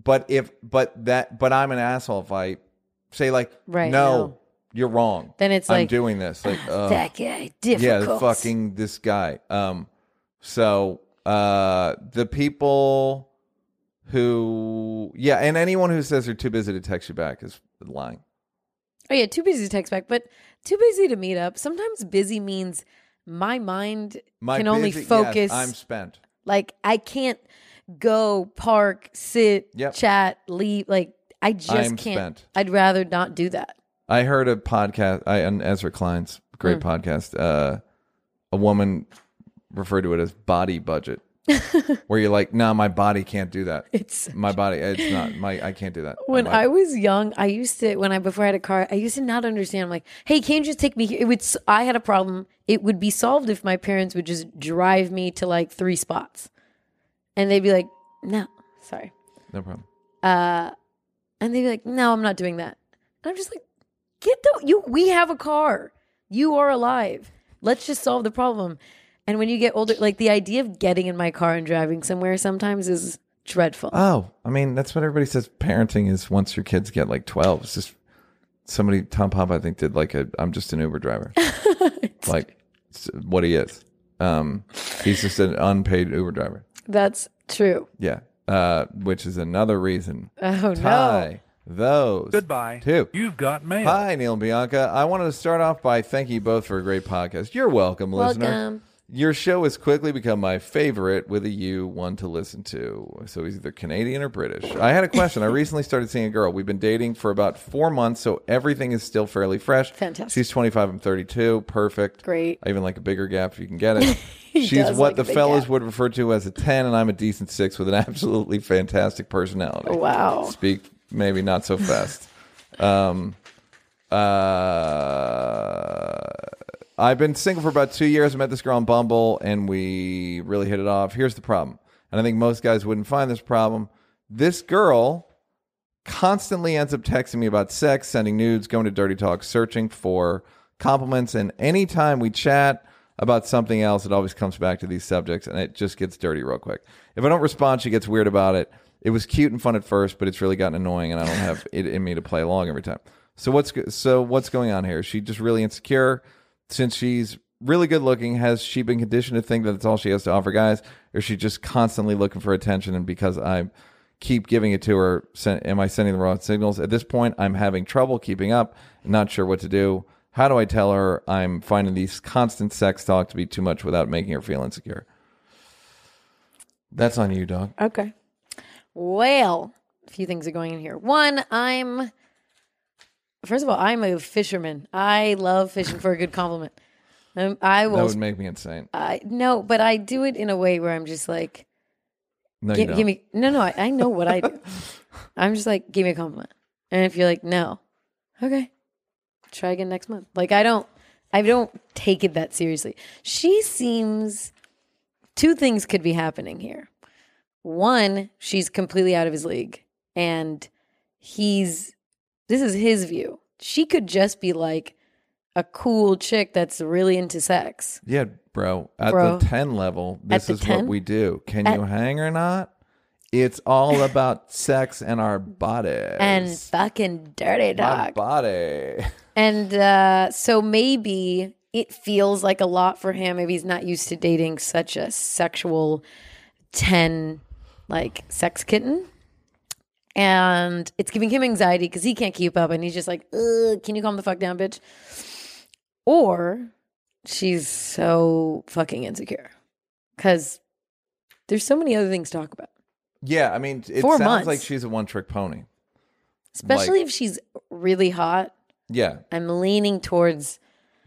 but if but that but I'm an asshole if I say like Right, no, no. you're wrong. Then it's I'm like, doing this like ugh. That guy Uh, yeah difficult. fucking this guy um so uh the people who yeah and anyone who says they're too busy to text you back is lying Oh yeah, too busy to text back, but too busy to meet up. Sometimes busy means my mind can only busy- yes, focus. i'm spent Like I can't go park, sit, Yep. chat, leave. Like I just I'm can't. spent. I'd rather not do that. i heard a podcast i an ezra klein's great podcast uh a woman referred to it as body budget where you're like no my body can't do that It's my body it's not my i can't do that (laughs) when My- I was young, I used to when I before I had a car, I used to not understand. I'm like, hey, can't you just take me here? It would. s- I had a problem. It would be solved if my parents would just drive me to like three spots, and they'd be like, no, sorry. no problem uh, and they'd be like, "No, I'm not doing that." And I'm just like, "Get the you. We have a car. You are alive. Let's just solve the problem." And when you get older, like the idea of getting in my car and driving somewhere sometimes is dreadful. Oh, I mean, that's what everybody says. Parenting is once your kids get like twelve. It's just somebody Tom Pop I think did like a I'm just an Uber driver. like it's what he is. Um, he's just an unpaid Uber driver. That's true. Yeah. Uh, which is another reason. Oh no. Tie those. Goodbye. Two. You've got mail. Hi, Neil and Bianca. I wanted to start off by thanking you both for a great podcast. You're welcome, listener. Welcome. Your show has quickly become my favorite with a U, one to listen to. So he's either Canadian or British. I had a question. I recently started seeing a girl. We've been dating for about four months, so everything is still fairly fresh. Fantastic. She's 25 and 32. Perfect. Great. I even like a bigger gap if you can get it. (laughs) She's does what like the a big fellas gap. would refer to as a 10, and I'm a decent six with an (laughs) absolutely fantastic personality. Wow. Speak maybe not so fast. Um, uh, I've been single for about two years. I met this girl on Bumble, and we really hit it off. Here's the problem, and I think most guys wouldn't find this problem. This girl constantly ends up texting me about sex, sending nudes, going to dirty talk, searching for compliments, and anytime we chat about something else, it always comes back to these subjects, and it just gets dirty real quick. If I don't respond, she gets weird about it. It was cute and fun at first, but it's really gotten annoying, and I don't have it in me to play along every time. So what's go- so what's going on here? Is she just really insecure since she's really good looking? Has she been conditioned to think that that's all she has to offer guys? Or is she just constantly looking for attention? And because I keep giving it to her, sen- am I sending the wrong signals? At this point, I'm having trouble keeping up, not sure what to do. How do I tell her I'm finding these constant sex talk to be too much without making her feel insecure? That's on you, dog. Okay. Well, a few things are going in here. One, I'm first of all, I'm a fisherman. I love fishing for a good compliment. Um, I That will. would make me insane. I no, but I do it in a way where I'm just like, No, you give, don't. give me no, no. I, I know what I (laughs) do. I'm just like, give me a compliment, and if you're like, no, okay, try again next month. Like I don't, I don't take it that seriously. She seems. Two things could be happening here. One, she's completely out of his league, and he's. This is his view. She could just be like a cool chick that's really into sex. Yeah, bro. At Bro. the 10 level, At this the is 10? what we do. Can At- you hang or not? It's all about sex and our bodies. and fucking dirty my dog. body. And uh, so maybe it feels like a lot for him. Maybe he's not used to dating such a sexual 10 like sex kitten. And it's giving him anxiety because he can't keep up and he's just like, Ugh, can you calm the fuck down, bitch? Or she's so fucking insecure because there's so many other things to talk about, Yeah, I mean, it Four sounds months. like she's a one trick pony. especially Like- if she's really hot. Yeah, I'm leaning towards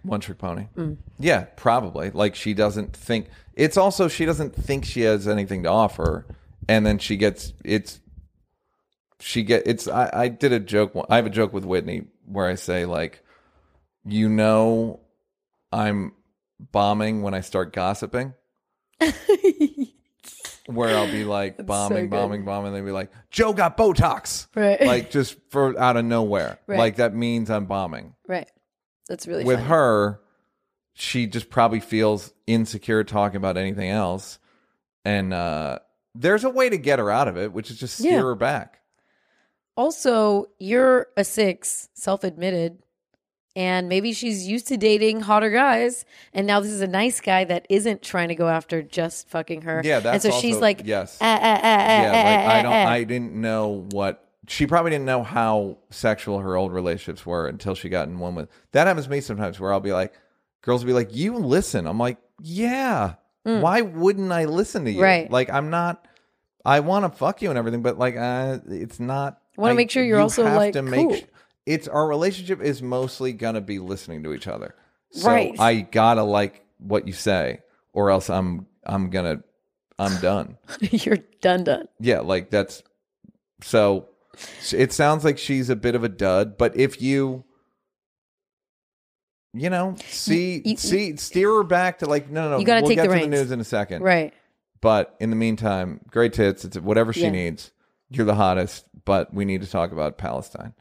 one trick pony. Mm. Yeah, probably. Like she doesn't think it's also she doesn't think she has anything to offer and then she gets it's she get it's I, I did a joke one- I have a joke with Whitney where I say like you know I'm bombing when I start gossiping. where I'll (laughs) be like bombing, good. bombing, bombing, and they'll be like, Joe got Botox. Right. Like just for out of nowhere. Right. Like that means I'm bombing Right. That's really with funny. her, she just probably feels insecure talking about anything else. And uh, there's a way to get her out of it, which is just steer Yeah. her back. Also, you're a six, self admitted, and maybe she's used to dating hotter guys, and now this is a nice guy that isn't trying to go after just fucking her. Yeah, that's and so she's also- like, yes. "Ah, ah, ah, ah, yeah, ah, like ah, I don't, ah." I didn't know what she probably didn't know how sexual her old relationships were until she got in one with. That happens to me sometimes, where I'll be like, girls will be like, "You listen." I'm like, "Yeah, why wouldn't I listen to you?" Mm. Right. Like I'm not. I want to fuck you and everything, but like, uh, it's not. Wanna make sure you're you also, have like, to make cool. it's our relationship is mostly gonna be listening to each other. So Right. I gotta like what you say, or else I'm I'm gonna I'm done. (laughs) you're done done. Yeah, like that's so s- it sounds like she's a bit of a dud, but if you you know, see you- see steer her back to like no no, no You gotta we'll take get the to reins. the news in a second. Right. But in the meantime, great tits, it's whatever she Yeah. needs. You're the hottest, but we need to talk about (laughs) Palestine.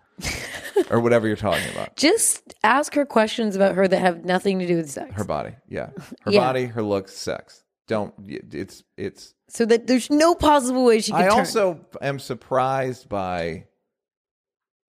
or whatever you're talking about. Just ask her questions about her that have nothing to do with sex. Her body. Yeah. Her Yeah. body, her looks, sex. Don't it's it's so that there's no possible way she could I turn. also am surprised by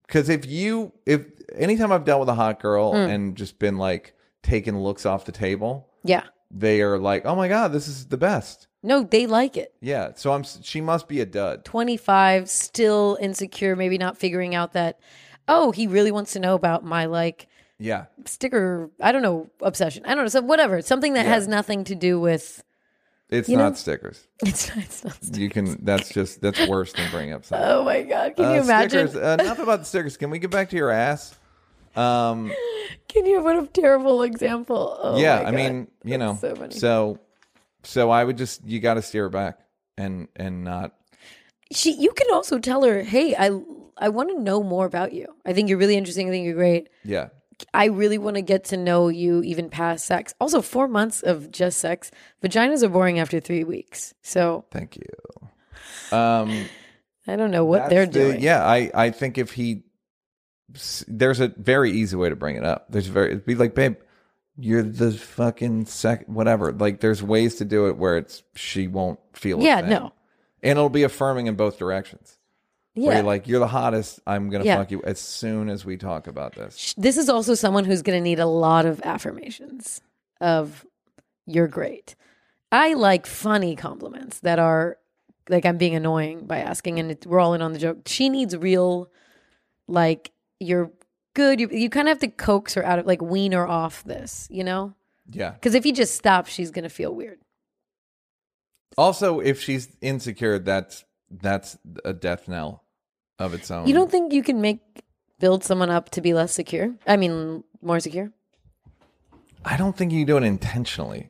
because if you if anytime I've dealt with a hot girl Hmm. and just been like taking looks off the table, Yeah. they are like, "Oh my god, this is the best." No, they like it. Yeah, so I'm s- she must be a dud. 25, still insecure, maybe not figuring out that, oh, he really wants to know about my like Yeah, sticker, I don't know, obsession. I don't know, so whatever, something that Yeah. has nothing to do with (laughs) it's You know- not stickers. it's not, it's not You can that's just that's worse than bringing up something. Oh my god, (laughs) can you Uh, imagine? Stickers, enough about the stickers. Can we get back to your ass? Um, Can you what a terrible example? (laughs) Oh yeah, my I God. mean, you know, so funny. so so I would just you got to steer her back and and not she you can also tell her, "Hey, I I want to know more about you. I think you're really interesting. I think you're great. Yeah. I really want to get to know you even past sex. Also, 4 months of just sex. Vaginas are boring after 3 weeks. So, Thank you. Um, I don't know what that's they're the- doing. Yeah, I, I think if he, s- there's a very easy way to bring it up. There's a very it'd be like, babe, you're the fucking sec, whatever. Like, there's ways to do it where it's she won't feel. a Yeah, thing. no. and it'll be affirming in both directions. Where Yeah. you're like, you're the hottest. I'm gonna Yeah. fuck you as soon as we talk about this. Sh- This is also someone who's going to need a lot of affirmations of you're great. I like funny compliments that are like I'm being annoying by asking, and it, we're all in on the joke. She needs real, like you're good. You you kind of have to coax her out of like wean her off this, you know? Yeah. Because if you just stop, she's going to feel weird. Also, if she's insecure, that's that's a death knell of its own. You don't think you can make build someone up to be less secure? I mean, more secure. I don't think you do it intentionally.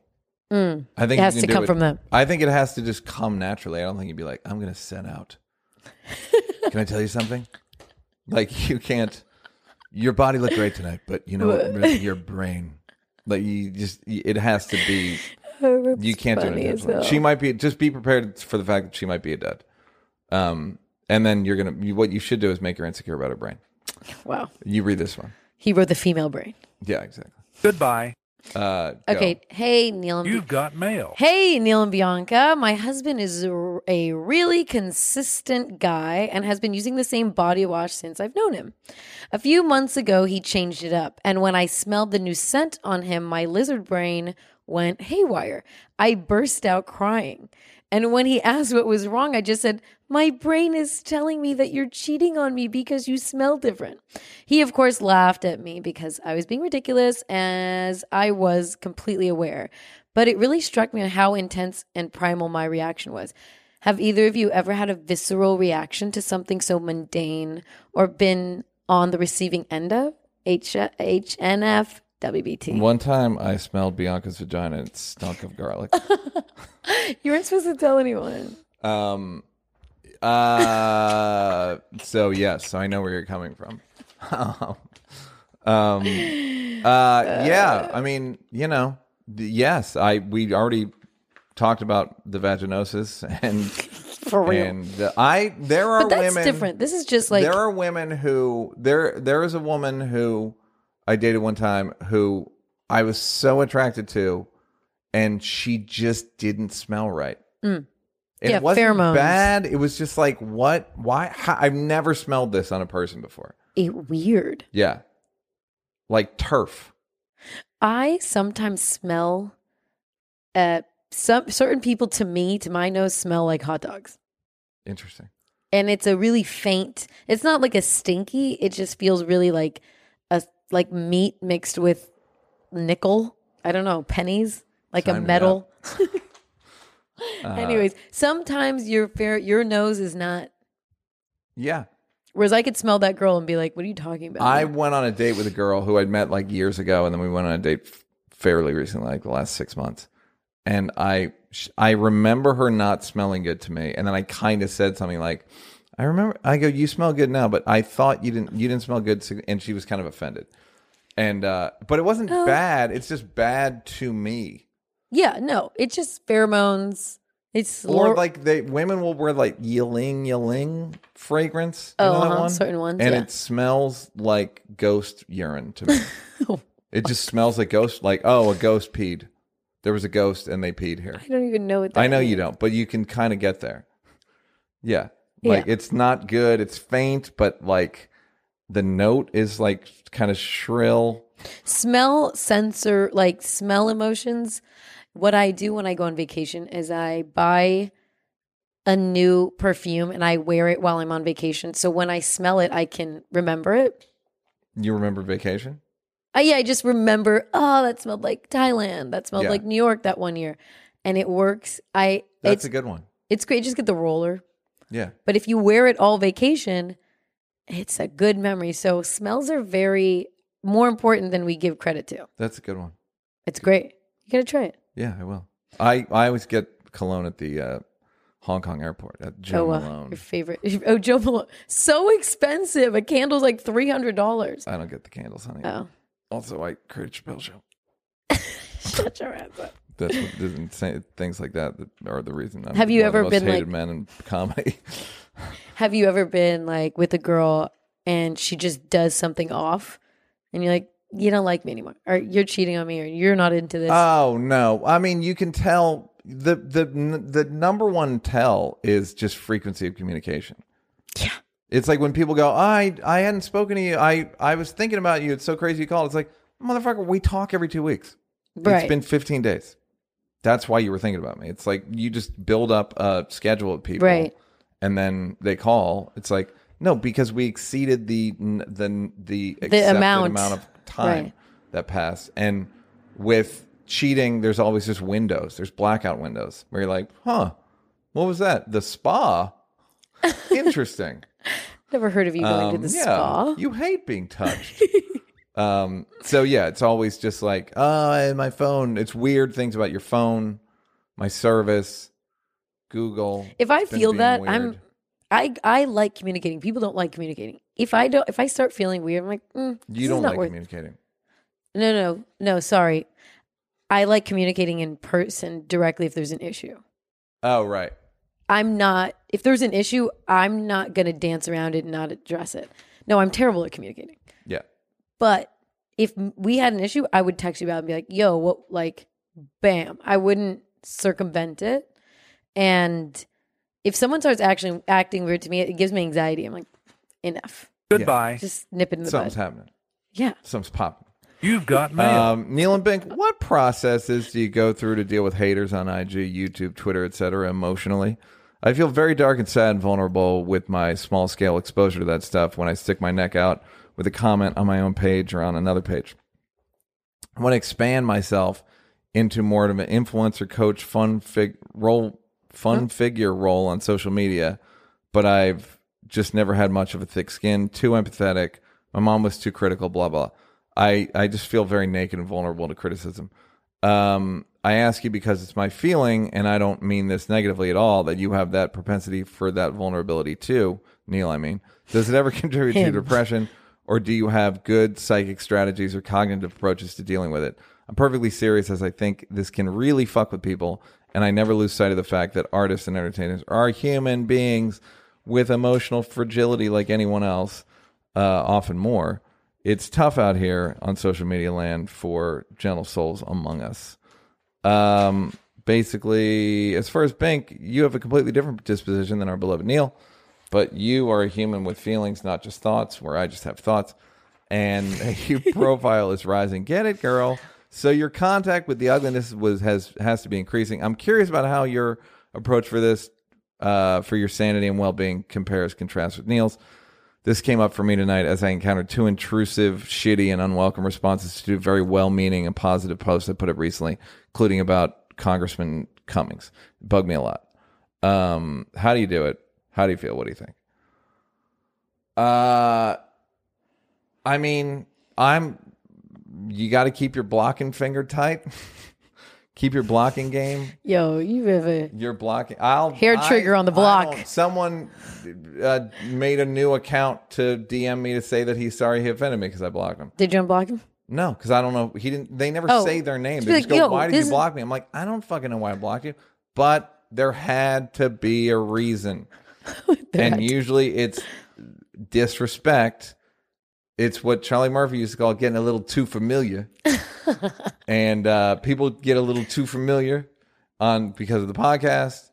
I think Mm. It has you to can do come from them. I think it has to just come naturally. I don't think you'd be like, I'm gonna set (laughs) out. can I tell you something? Like you can't. Your body looked great tonight, but you know what? Really, your brain. Like you just, it has to (laughs) be. You can't do it Oh, funny as intentionally. hell. She might be. Just be prepared for the fact that she might be a dud. Um, and then you're gonna. You, what you should do is make her insecure about her brain. Wow. You read this one. He wrote the female brain. Yeah, exactly. Goodbye. Uh, go. Okay. Hey, Neil. And You've got mail. Hey, Neil and Bianca. My husband is a a really consistent guy and has been using the same body wash since I've known him. A few months ago, he changed it up. And when I smelled the new scent on him, my lizard brain went haywire. I burst out crying. And when he asked what was wrong, I just said, My brain is telling me that you're cheating on me because you smell different. He, of course, laughed at me because I was being ridiculous, as I was completely aware. But it really struck me on how intense and primal my reaction was. Have either of you ever had a visceral reaction to something so mundane or been on the receiving end of? H- HNF WBT. One time I smelled Bianca's vagina. and It stunk of (laughs) garlic. You weren't supposed to tell anyone. Um, uh, so yes, I know where you're coming from. (laughs) um, um, uh, yeah, I mean, you know, th- yes, I we already talked about the vaginosis and For real. and the, I there are but that's women different. This is just like there are women who there there is a woman who I dated one time who I was so attracted to, and she just didn't smell right. And Mm. Yeah, it wasn't pheromones. bad. It was just like what? Why? How, I've never smelled this on a person before. eh, weird. Yeah, like turf. I sometimes smell uh some certain people to me, to my nose, smell like hot dogs. Interesting. And it's a really faint it's not like a stinky, it just feels really like a like meat mixed with nickel. I don't know, pennies, like Sign a me metal. Uh, Anyways, sometimes your fair your nose is not Yeah. whereas I could smell that girl and be like, What are you talking about? I went on a date with a girl who I'd met like years ago, and then we went on a date f- fairly recently, like the last six months. And I, sh- I remember her not smelling good to me, and then I kind of said something like, "I remember." I go, "You smell good now, but I thought you didn't. You didn't smell good." sig-" And she was kind of offended. And uh, but it wasn't Oh. bad. It's just bad to me. Yeah, no, it's just pheromones. It's Or lor- like they women will wear like yling yling fragrance. You Oh, know that uh-huh, one? certain ones, And yeah. it smells like ghost urine (laughs) to me. Oh, it just smells like ghost. Like oh, a ghost peed. There was a ghost and they peed here. I don't even know what that I know you means. don't, but you can kind of get there. Yeah, like Yeah. it's not good. It's faint, but like the note is like kind of shrill. Smell sensor like smell emotions. What I do when I go on vacation is I buy a new perfume and I wear it while I'm on vacation. So when I smell it, I can remember it. You remember vacation? I, yeah, I just remember, oh, that smelled like Thailand. That smelled Yeah. like New York that one year. And it works. I That's it's a good one. it's great. Just get the roller. Yeah. But if you wear it all vacation, it's a good memory. So smells are very more important than we give credit to. That's a good one. It's great. You gotta try it. Yeah, I will. I I always get cologne at the uh, Hong Kong airport at Joe oh, wow. Malone. your favorite. (laughs) Oh, Joe Malone. So expensive. A candle's like three (laughs) hundred dollars. I don't get the candles, honey. Oh, Also, I create Chappelle show. shut your ass up. That's what, there's (laughs) insane things like that that are the reason. I'm Have you one of the ever most been, hated like- men in comedy? (laughs) Have you ever been like with a girl and she just does something off, and you're like, you don't like me anymore, or you're cheating on me, or you're not into this. oh no! I mean, you can tell the the the number one tell is just frequency of communication. It's like when people go, I I hadn't spoken to you. I I was thinking about you. It's so crazy you called. It's like, motherfucker, we talk every two weeks. Right. It's been 15 days. That's why you were thinking about me. It's like you just build up a schedule of people, Right. And then they call. It's like no, because we exceeded the the the, accepted amount. amount of time Right. that passed. And with cheating, there's always just windows. There's blackout windows where you're like, huh, what was that? The (laughs) spa. Interesting. Never heard of you going Um, to the yeah, spa. You hate being (laughs) touched. um, so yeah, it's always just like, uh, and my phone. It's weird things about your phone, my service, Google. If I It's been feel being that, weird. I'm I I like communicating. People don't like communicating. If I don't, if I start feeling weird, I'm like, mm, this you is don't not like worth- communicating. No, no, no. Sorry, I like communicating in person directly if there's an issue. Oh right. I'm not. If there's an issue, I'm not gonna dance around it and not address it. No, I'm terrible at communicating. Yeah. But if m- we had an issue, I would text you about it and be like, yo, what, like, bam. I wouldn't circumvent it. And if someone starts actually acting weird to me, it gives me anxiety. I'm like, enough. Goodbye. Just nip it in the Something's bud. happening. Yeah. Something's popping. You've got mail. Um, Neil and Bink, what processes do you go through to deal with haters on IG, YouTube, Twitter, etc. emotionally? I feel very dark and sad and vulnerable with my small scale exposure to that stuff when I stick my neck out with a comment on my own page or on another page. I want to expand myself into more of an influencer coach fun fig role fun figure role on social media, but I've just never had much of a thick skin, too empathetic. My mom was too critical, blah blah. I, I just feel very naked and vulnerable to criticism. Um, I ask you because it's my feeling, and I don't mean this negatively at all, that you have that propensity for that vulnerability too, Neil. I mean, does it ever (laughs) contribute to Him. depression, or do you have good psychic strategies or cognitive approaches to dealing with it? I'm perfectly serious as I think this can really fuck with people, and I never lose sight of the fact that artists and entertainers are human beings with emotional fragility like anyone else uh, often more. It's tough out here on social media land for gentle souls among us. Um, basically, as far as Bank, you have a completely different disposition than our beloved Neil, but you are a human with feelings, not just thoughts, where I just have thoughts. And (laughs) your profile is rising. Get it, girl. So your contact with the ugliness was has has to be increasing. I'm curious about how your approach for this, uh, for your sanity and well being compares contrasts with Neil's. This came up for me tonight as I encountered two intrusive, shitty, and unwelcome responses to two very well meaning and positive posts I put up recently, including about Congressman Cummings. It bugged me a lot. Um, how do you do it? How do you feel? What do you think? Uh, I mean, I'm. You got to keep your blocking finger tight. (laughs) keep your blocking game. Yo, you have a. You're blocking. I'll Hair I- trigger on the I block. don't- someone uh, made a new account to DM me to say that he's sorry he offended me because I blocked him. Did you unblock him? (laughs) No, because I don't know. He didn't. They never Oh. say their name. Just They be just like, go, "Yo, "Why did this you is- block me?" I'm like, I don't fucking know why I blocked you, but there had to be a reason, and usually it's disrespect. It's what Charlie Murphy used to call getting a little too (laughs) familiar, and uh, people get a little too familiar on because of the podcast.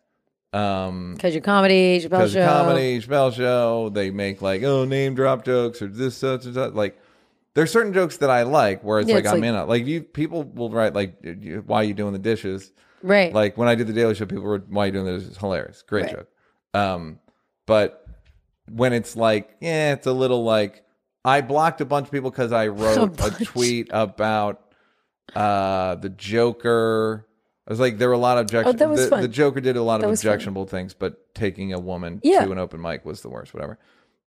Um, Because your comedy, Chappelle because show. comedy Chappelle show, they make like oh name drop jokes or this such and such. Like there's certain jokes that I like where it's Yeah, like it's I'm like- in it. Like you people will write like you- why are you doing the dishes? Right. Like when I did the Daily Show, people were why are you doing the dishes? Hilarious, great Right. joke. Um, but when it's like yeah, it's a little like I blocked a bunch of people (laughs) because I wrote a, bunch. tweet about uh the Joker. I was like, there were a lot of objections. Oh, that was the, fun. the Joker did a lot That of was fun. objectionable things, but taking a woman Yeah. to an open mic was the worst, whatever.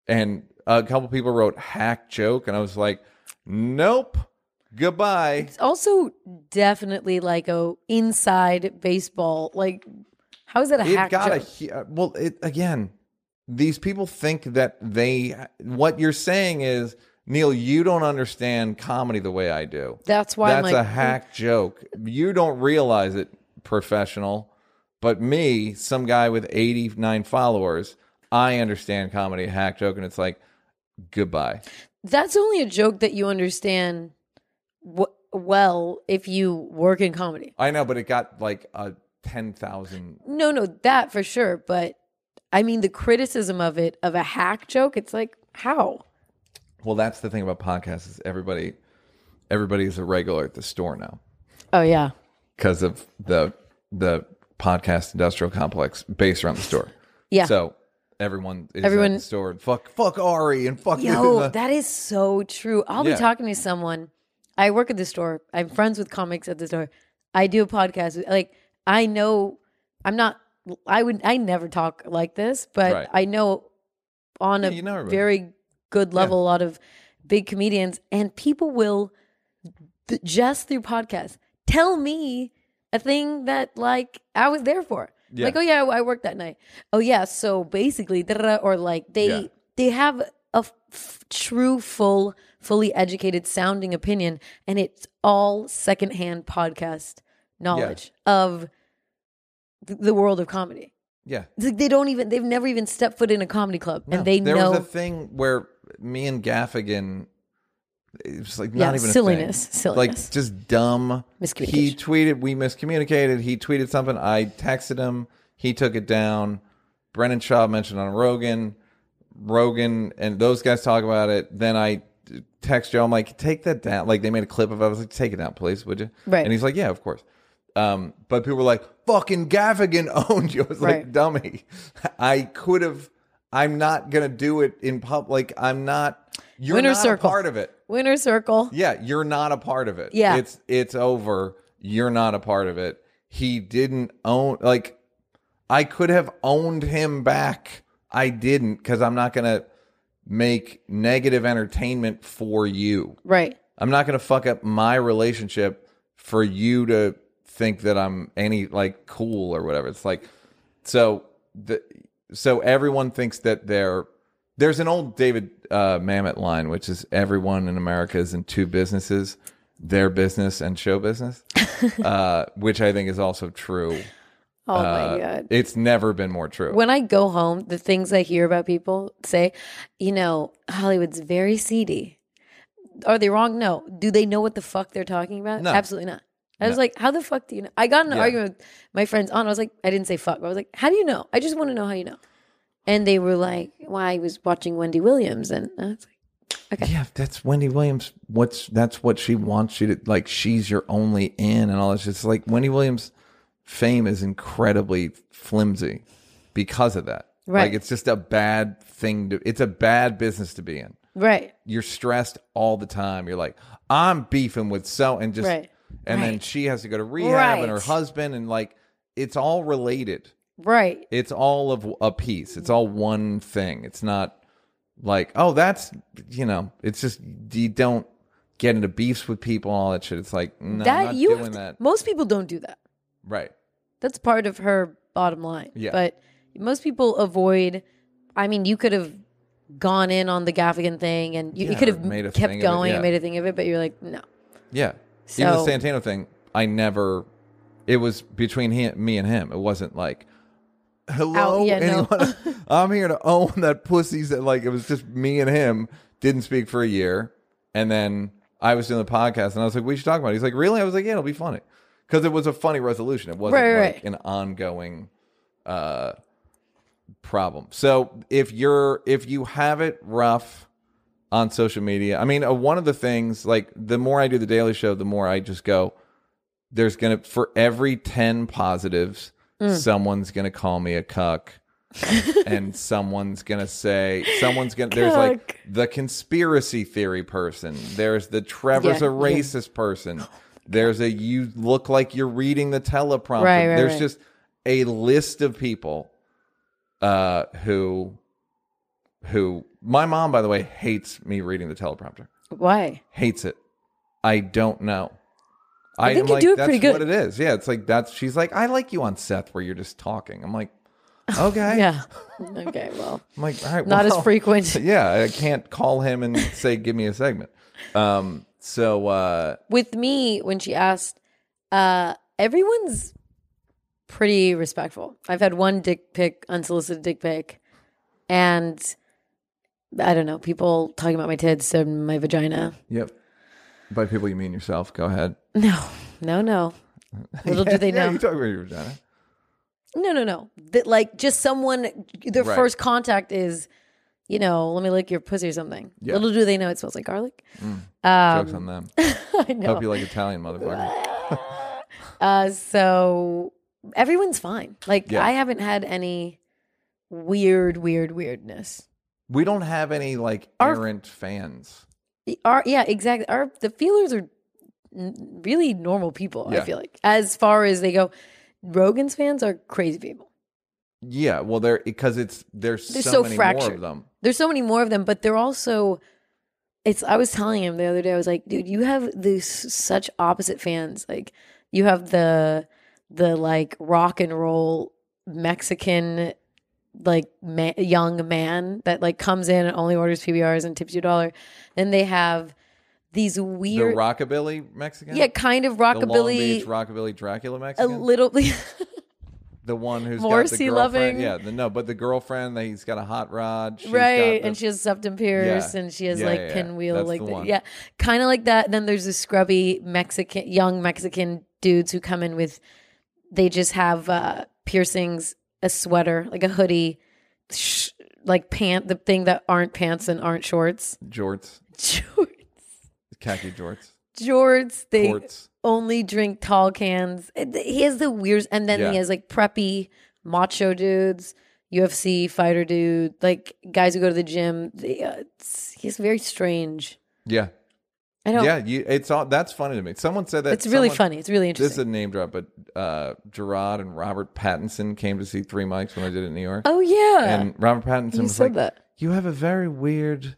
And a couple people wrote hack joke, and I was like, nope, goodbye. It's also definitely like a inside baseball. Like, how is that a it hack got joke? a hu- uh, well it again these people think that they what you're saying is neil you don't understand comedy the way i do That's why I'm that's like, "Mm." a hack joke you don't realize it professional but me some guy with 89 followers i understand comedy hack joke and it's like goodbye That's only a joke that you understand w- well if you work in comedy. i know but it got like a 10000 No, no, that for sure. But I mean, the criticism of it, of a hack joke, it's like, how? Well, that's the thing about podcasts is everybody, everybody is a regular at the store now Oh, yeah. because of the the podcast industrial complex based around the store. Yeah. So everyone is Everyone- at the store and fuck fuck Ari and fuck Yo, the- that is so true. I'll Yeah. be talking to someone. I work at the store. I'm friends with comics at the store. I do a podcast. with- Like I know I'm not I would I never talk like this, but Right. I know on Yeah, a you know everybody. very good level a lot of big comedians and people will th- just through podcasts tell me a thing that like I was there for. Yeah. Like, oh yeah, I I worked that night. Oh yeah, so basically, da-da-da, or like they Yeah. they have a f- true, full, fully educated sounding opinion, and it's all secondhand podcast knowledge of th- the world of comedy. yeah. It's like they don't even they've never even stepped foot in a comedy club, No, and they there know was a thing where me and Gaffigan, it was like Yeah, not even silliness, a thing. silliness. like just dumb. He Miscommunication. tweeted, we miscommunicated. He tweeted something. I texted him. He took it down. Brennan Shaw mentioned on Rogan. Rogan and those guys talk about it. Then I text Joe. I'm like, take that down. Like they made a clip of. It. I was like, take it down, please, would you? Right. And he's like, yeah, of course. Um, but people were like, fucking Gaffigan (laughs) owned you. I was Right. like, dummy. I could have. I'm not gonna do it in pub. Like I'm not. You're Winner's not circle. a part of it. Winner Circle. Yeah, you're not a part of it. Yeah. It's it's over. You're not a part of it. He didn't own like I could have owned him back. I didn't because I'm not gonna make negative entertainment for you. Right. I'm not gonna fuck up my relationship for you to think that I'm any like cool or whatever. It's like so the so everyone thinks that they're there's an old David uh, Mamet line, which is everyone in America is in two businesses, their business and show (laughs) business, uh, which I think is also true. Oh Uh, my god. It's never been more true. when I go home, the things I hear about people say, you know, Hollywood's very seedy. Are they wrong? No. Do they know what the fuck they're talking about? No. Absolutely not. I was No. like, how the fuck do you know? I got in an Yeah. argument with my friends on. I was like, I didn't say fuck. I was like, how do you know? I just want to know how you know. And they were like, well, I was watching Wendy Williams. And I was like, yeah, that's Wendy Williams. What's that's what she wants you to like. She's your only in, and all this. It's like Wendy Williams' fame is incredibly flimsy because of that. Right. Like it's just a bad thing to. It's a bad business to be in. right. you're stressed all the time. You're like, I'm beefing with so and just Right. and then Right. she has to go to rehab and her Right. husband and like it's all related. Right. It's all of a piece. It's all one thing. It's not like, oh, that's you know, it's just you don't get into beefs with people, all that shit. It's like no, I'm that not you have doing to- that. Most people don't do that. Right. That's part of her bottom line. Yeah. But most people avoid. I mean, you could have gone in on the Gaffigan thing, and you, you Yeah, could or have made a kept thing of it, going yeah. and made a thing of it, but you're like, no. Yeah. Even the So- Santana thing, I never. It was between he, me and him. It wasn't like, hello, Out- yeah, no. anyone. (laughs) I'm here to own that pussy's that like it was just me and him. Didn't speak for a year, and then I was doing the podcast, and I was like, we should talk about. it. He's like, really? I was like, yeah, it'll be funny because it was a funny resolution. It wasn't Right, like right. an ongoing uh, problem. So if you're if you have it rough on social media. I mean, uh, one of the things, like the more I do the Daily Show, the more I just go, there's going to, for every 10 positives, Mm. someone's going to call me a (laughs) cuck. and someone's going to say, someone's going to, there's Cuck. like the conspiracy theory person. There's the Trevor's Yeah, a yeah. racist (gasps) person. There's a, you look like you're reading the teleprompter. Right, right, there's right. just a list of people uh, who who my mom by the way hates me reading the teleprompter Why? hates it i don't know I think am you do it that's pretty good. what it is yeah it's like that's she's like i like you on seth where you're just talking i'm like (laughs) okay (laughs) Yeah. okay. Well, i'm like all right not well, as (laughs) frequent. yeah i can't call him and say give me a segment um so uh With me, when she asked, uh, everyone's pretty respectful. I've had one dick pic, unsolicited dick pic, and I don't know, people talking about my tits and my vagina. yep by people you mean yourself go ahead No, no, no. Little do they (laughs) yeah, know. you talk about your vagina No, no, no. That like just someone their Right. first contact is, you know, let me lick your pussy or something. Yeah. Mm. Little do they know it smells like garlic. Um, Jokes on them. (laughs) I know. Hope you like Italian, motherfucker. Uh, so everyone's fine. Like Yeah. I haven't had any weird, weird, weirdness. (laughs) We don't have any like Our- errant fans. The- Our, yeah, exactly. Our the feelers are n- really normal people. Yeah. I feel like as far as they go, Rogan's fans are crazy people. Yeah, well, there because it's there's They're so, so many more fractured. of them. There's so many more of them, but they're also. It's. I was telling him the other day. I was like, dude, you have these such opposite fans. Like, you have the the like rock and roll Mexican like ma- young man that like comes in and only orders PBRs and tips you a dollar. Then they have these The weird, rockabilly Mexican, yeah, kind of the Long Beach rockabilly, rockabilly Dracula a Mexican, little. (laughs) the one who's got the Morrissey girlfriend. loving. Yeah, the, no, but the girlfriend that he's got a hot rod, she's got right, the- and she has septum pierce, Yeah. and she has Yeah, like yeah, yeah. pinwheel, That's like the the- one. yeah, kind of like that. then there's the scrubby Mexican, young Mexican dudes who come in with, they just have uh, piercings, a sweater, like a hoodie, sh- like pant, the thing that aren't pants and aren't shorts, (laughs) jorts, jorts, khaki jorts, jorts. They jorts. only drink tall cans. It- He has the weirdest, and then Yeah. he has like preppy macho dudes, UFC fighter dude, like guys who go to the gym. They, uh, it's- he's very strange. Yeah, I don't. yeah. You, it's all that's funny to me. Someone said that it's really someone- funny. It's really This is interesting. a name drop, but uh, Gerard and Robert Pattinson came to see Three Mics when I did it in New York, oh yeah, and Robert Pattinson you was said like, that. (laughs) "You have a very weird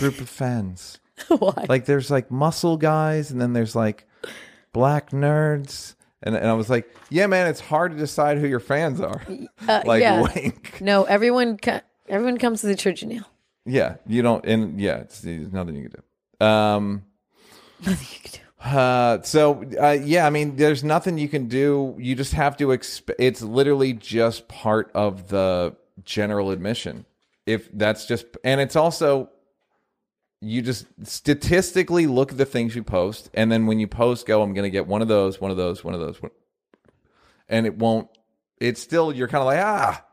group of (laughs) fans." Why? like there's like muscle guys and then there's like black nerds and, and i was like yeah man it's hard to decide who your fans are (laughs) Uh, like yeah. wink No, everyone. Co- everyone comes to the church and kneel. yeah you don't and yeah it's, there's nothing you can do um (laughs) Nothing you can do. uh so uh yeah i mean there's nothing you can do you just have to exp- it's literally just part of the general admission if that's just and it's also you just statistically look at the things you post and then when you post go i'm going to get one of those one of those one of those one. and it won't it's still you're kind of like ah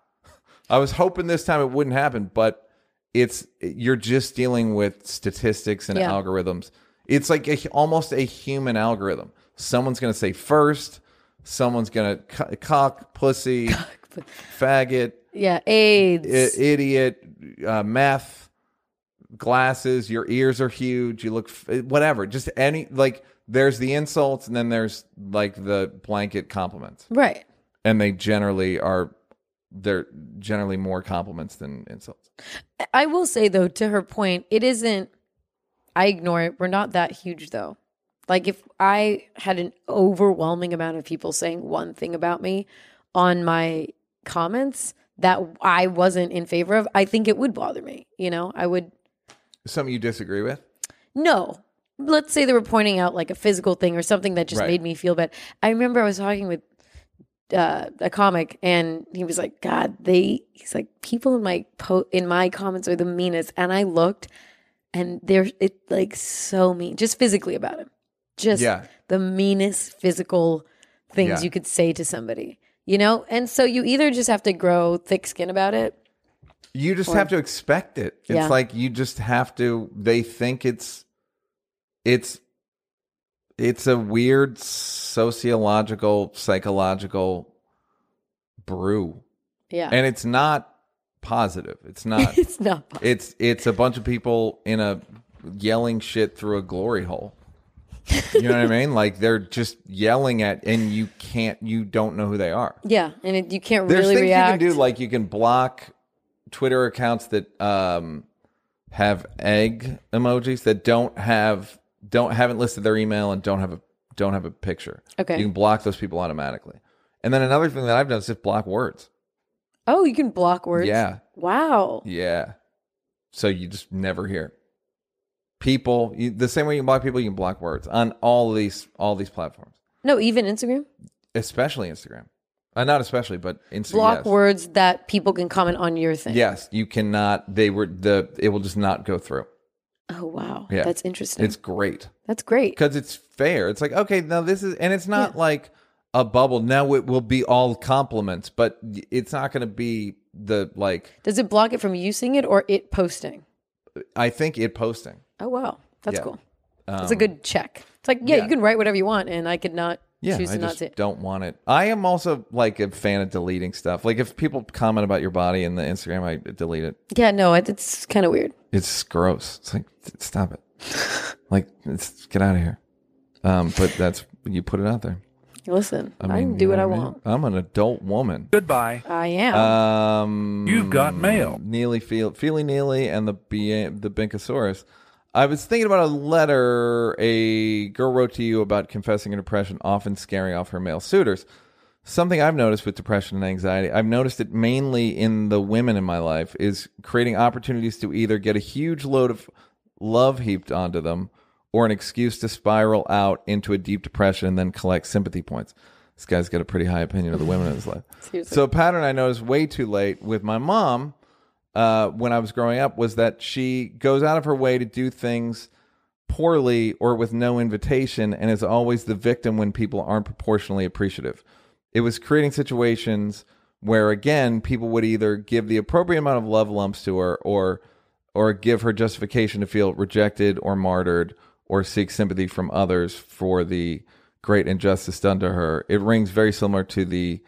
i was hoping this time it wouldn't happen but it's you're just dealing with statistics and Yeah. algorithms it's like a, almost a human algorithm someone's going to say first someone's going to co- cock pussy faggot Yeah, AIDS. I- idiot, uh, meth, glasses. Your ears are huge. You look f- whatever. Just any like. There's the insults, and then there's like the blanket compliments, right. and they generally are they're generally more compliments than insults. I will say though, to her point, it isn't. I ignore it. We're not that huge though. Like if I had an overwhelming amount of people saying one thing about me on my comments that I wasn't in favor of, I think it would bother me. You know, I would Something you disagree with? no. Let's say they were pointing out like a physical thing or something that just Right. made me feel bad. I remember I was talking with uh, a comic and he was like, "God, they." He's like, "People in my po- in my comments are the meanest." And I looked, and they're it like so mean, just physically about him, just Yeah. the meanest physical things Yeah. you could say to somebody, you know. And so you either just have to grow thick skin about it. You just Or- have to expect it. It's Yeah. like you just have to. They think it's it's it's a weird sociological psychological brew Yeah, and uh, it's not positive it's not (laughs) it's not. possible. it's it's a bunch of people in a yelling shit through a glory hole you know what i mean like they're just yelling at and you can't you don't know who they are yeah, and it, you can't there's really things react. you can do like you can block twitter accounts that um have egg emojis that don't have don't haven't listed their email and don't have a don't have a picture Okay. you can block those people automatically and then another thing that i've done is just block words Oh, you can block words. Yeah. Wow. Yeah. So you just never hear people you, the same way you can block people, you can block words on all these all these platforms, No, even Instagram. especially Instagram. Uh, not especially, but Instagram. Block yes. words that people can comment on your thing. Yes, you cannot. They were the. It will just not go through. Oh wow. Yeah. That's interesting. It's great That's great. because it's fair. It's like okay, now this is, and it's not like a bubble. Now it will be all compliments, but it's not going to be the like. Does it block it from using it or it posting? I think it posting. Oh wow, that's Yeah. Um, cool. That's a good check. It's like yeah, yeah. you can write whatever you want, and I could not Yeah, choose I to not just see. it. don't want it. I am also like a fan of deleting stuff. Like if people comment about your body in the Instagram, I delete it. Yeah, no, it, it's kind of weird. It's gross. It's like th- (laughs) stop it. Like it's, get out of here. Um, but that's you put it out there. Listen, I, mean, can do you what I know want. I am an adult woman. Goodbye. I am. Um, You've got mail. Neely Feel, Feely Neely and the B- the Binkosaurus. I was thinking about a letter a girl wrote to you about confessing her depression, often scaring off her male suitors. Something I've noticed with depression and anxiety, I've noticed it mainly in the women in my life, is creating opportunities to either get a huge load of love heaped onto them or an excuse to spiral out into a deep depression and then collect sympathy points. This guy's got a pretty high opinion of the women in his life. Seriously. So, a pattern I noticed way too late with my mom uh, when I was growing up was that she goes out of her way to do things poorly or with no invitation and is always the victim when people aren't proportionally appreciative. It was creating situations where again people would either give the appropriate amount of love lumps to her or or give her justification to feel rejected or martyred or seek sympathy from others for the great injustice done to her. It rings very similar to the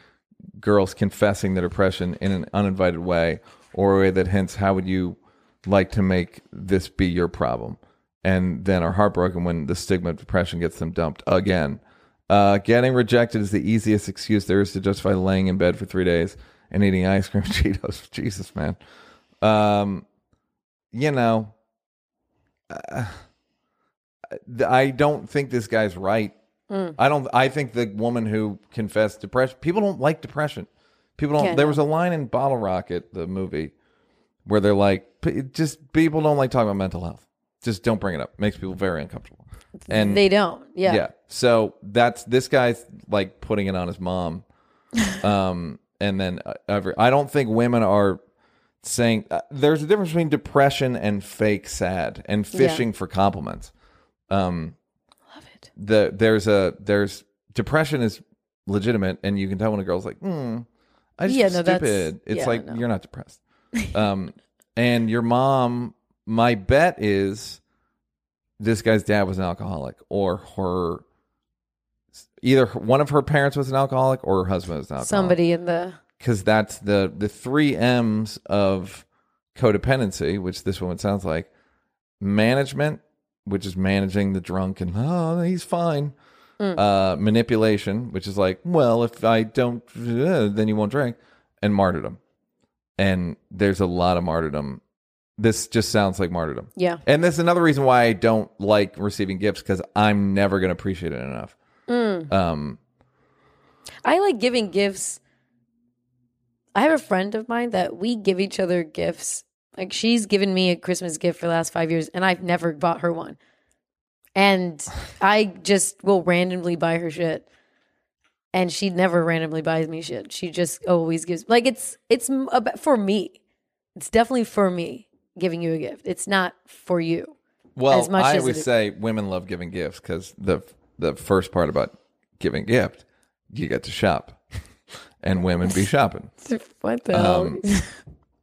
girls confessing their depression in an uninvited way or a way that hints how would you like to make this be your problem and then are heartbroken when the stigma of depression gets them dumped again uh, getting rejected is the easiest excuse there is to justify laying in bed for three days and eating ice cream (laughs) and cheetos jesus man um, you know th- I don't think this guy's right. Mm. I don't. I think the woman who confessed depression. People don't like depression. People don't. Yeah, there no. was a line in Bottle Rocket, the movie, where they're like, "P- just people don't like talking about mental health. Just don't bring it up. Makes people very uncomfortable. And they don't. Yeah. Um, yeah. So that's this guy's like putting it on his mom. Um, and then uh, every, I don't think women are saying uh, there's a difference between depression and fake sad and fishing for compliments. Um, Love it. the there's a there's depression is legitimate, and you can tell when a girl's like, hmm, I just Yeah, yeah, no, that's- stupid. It's yeah, like no. you're not (laughs) depressed. Um, and your mom, my bet is this guy's dad was an alcoholic, or her, either one of her parents was an alcoholic, or her husband was an alcoholic Somebody in the because that's the the three M's of codependency, which this one sounds like management, which is managing the drunk and oh he's fine, uh, manipulation, which is like well if I don't uh, then you won't drink, and martyrdom, and there's a lot of martyrdom. This just sounds like martyrdom. yeah. And that's another reason why I don't like receiving gifts because I'm never going to appreciate it enough. Um, I like giving gifts. I have a friend of mine that we give each other gifts. Like she's given me a Christmas gift for the last five years, and I've never bought her one. And (sighs) I just will randomly buy her shit, and she never randomly buys me shit. She just always gives. Like it's it's m- ab- for me. It's definitely for me giving you a gift. It's not for you. Well, as much I as always it- say women love giving gifts because the the first part about giving gift, you get to shop, (laughs) and women be shopping. (laughs) What Um, the hell?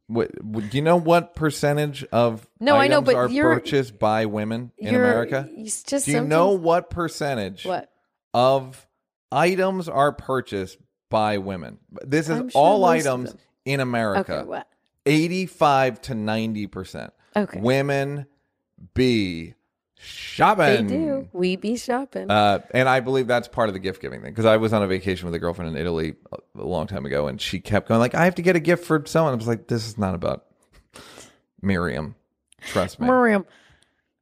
What, what- do you know what percentage of No, I know, items but are you're- purchased by women in You're- America? It's just Do you something- know what percentage what? of items are purchased by women? This is I'm sure all most of items them. in America. Okay, what? 85 to 90%. Okay. Women be shopping. They do. We be shopping. Uh, and I believe that's part of the gift giving thing because I was on a vacation with a girlfriend in Italy a, a long time ago, and she kept going like, "I have to get a gift for someone." I was like, "This is not about Miriam, trust me." Miriam.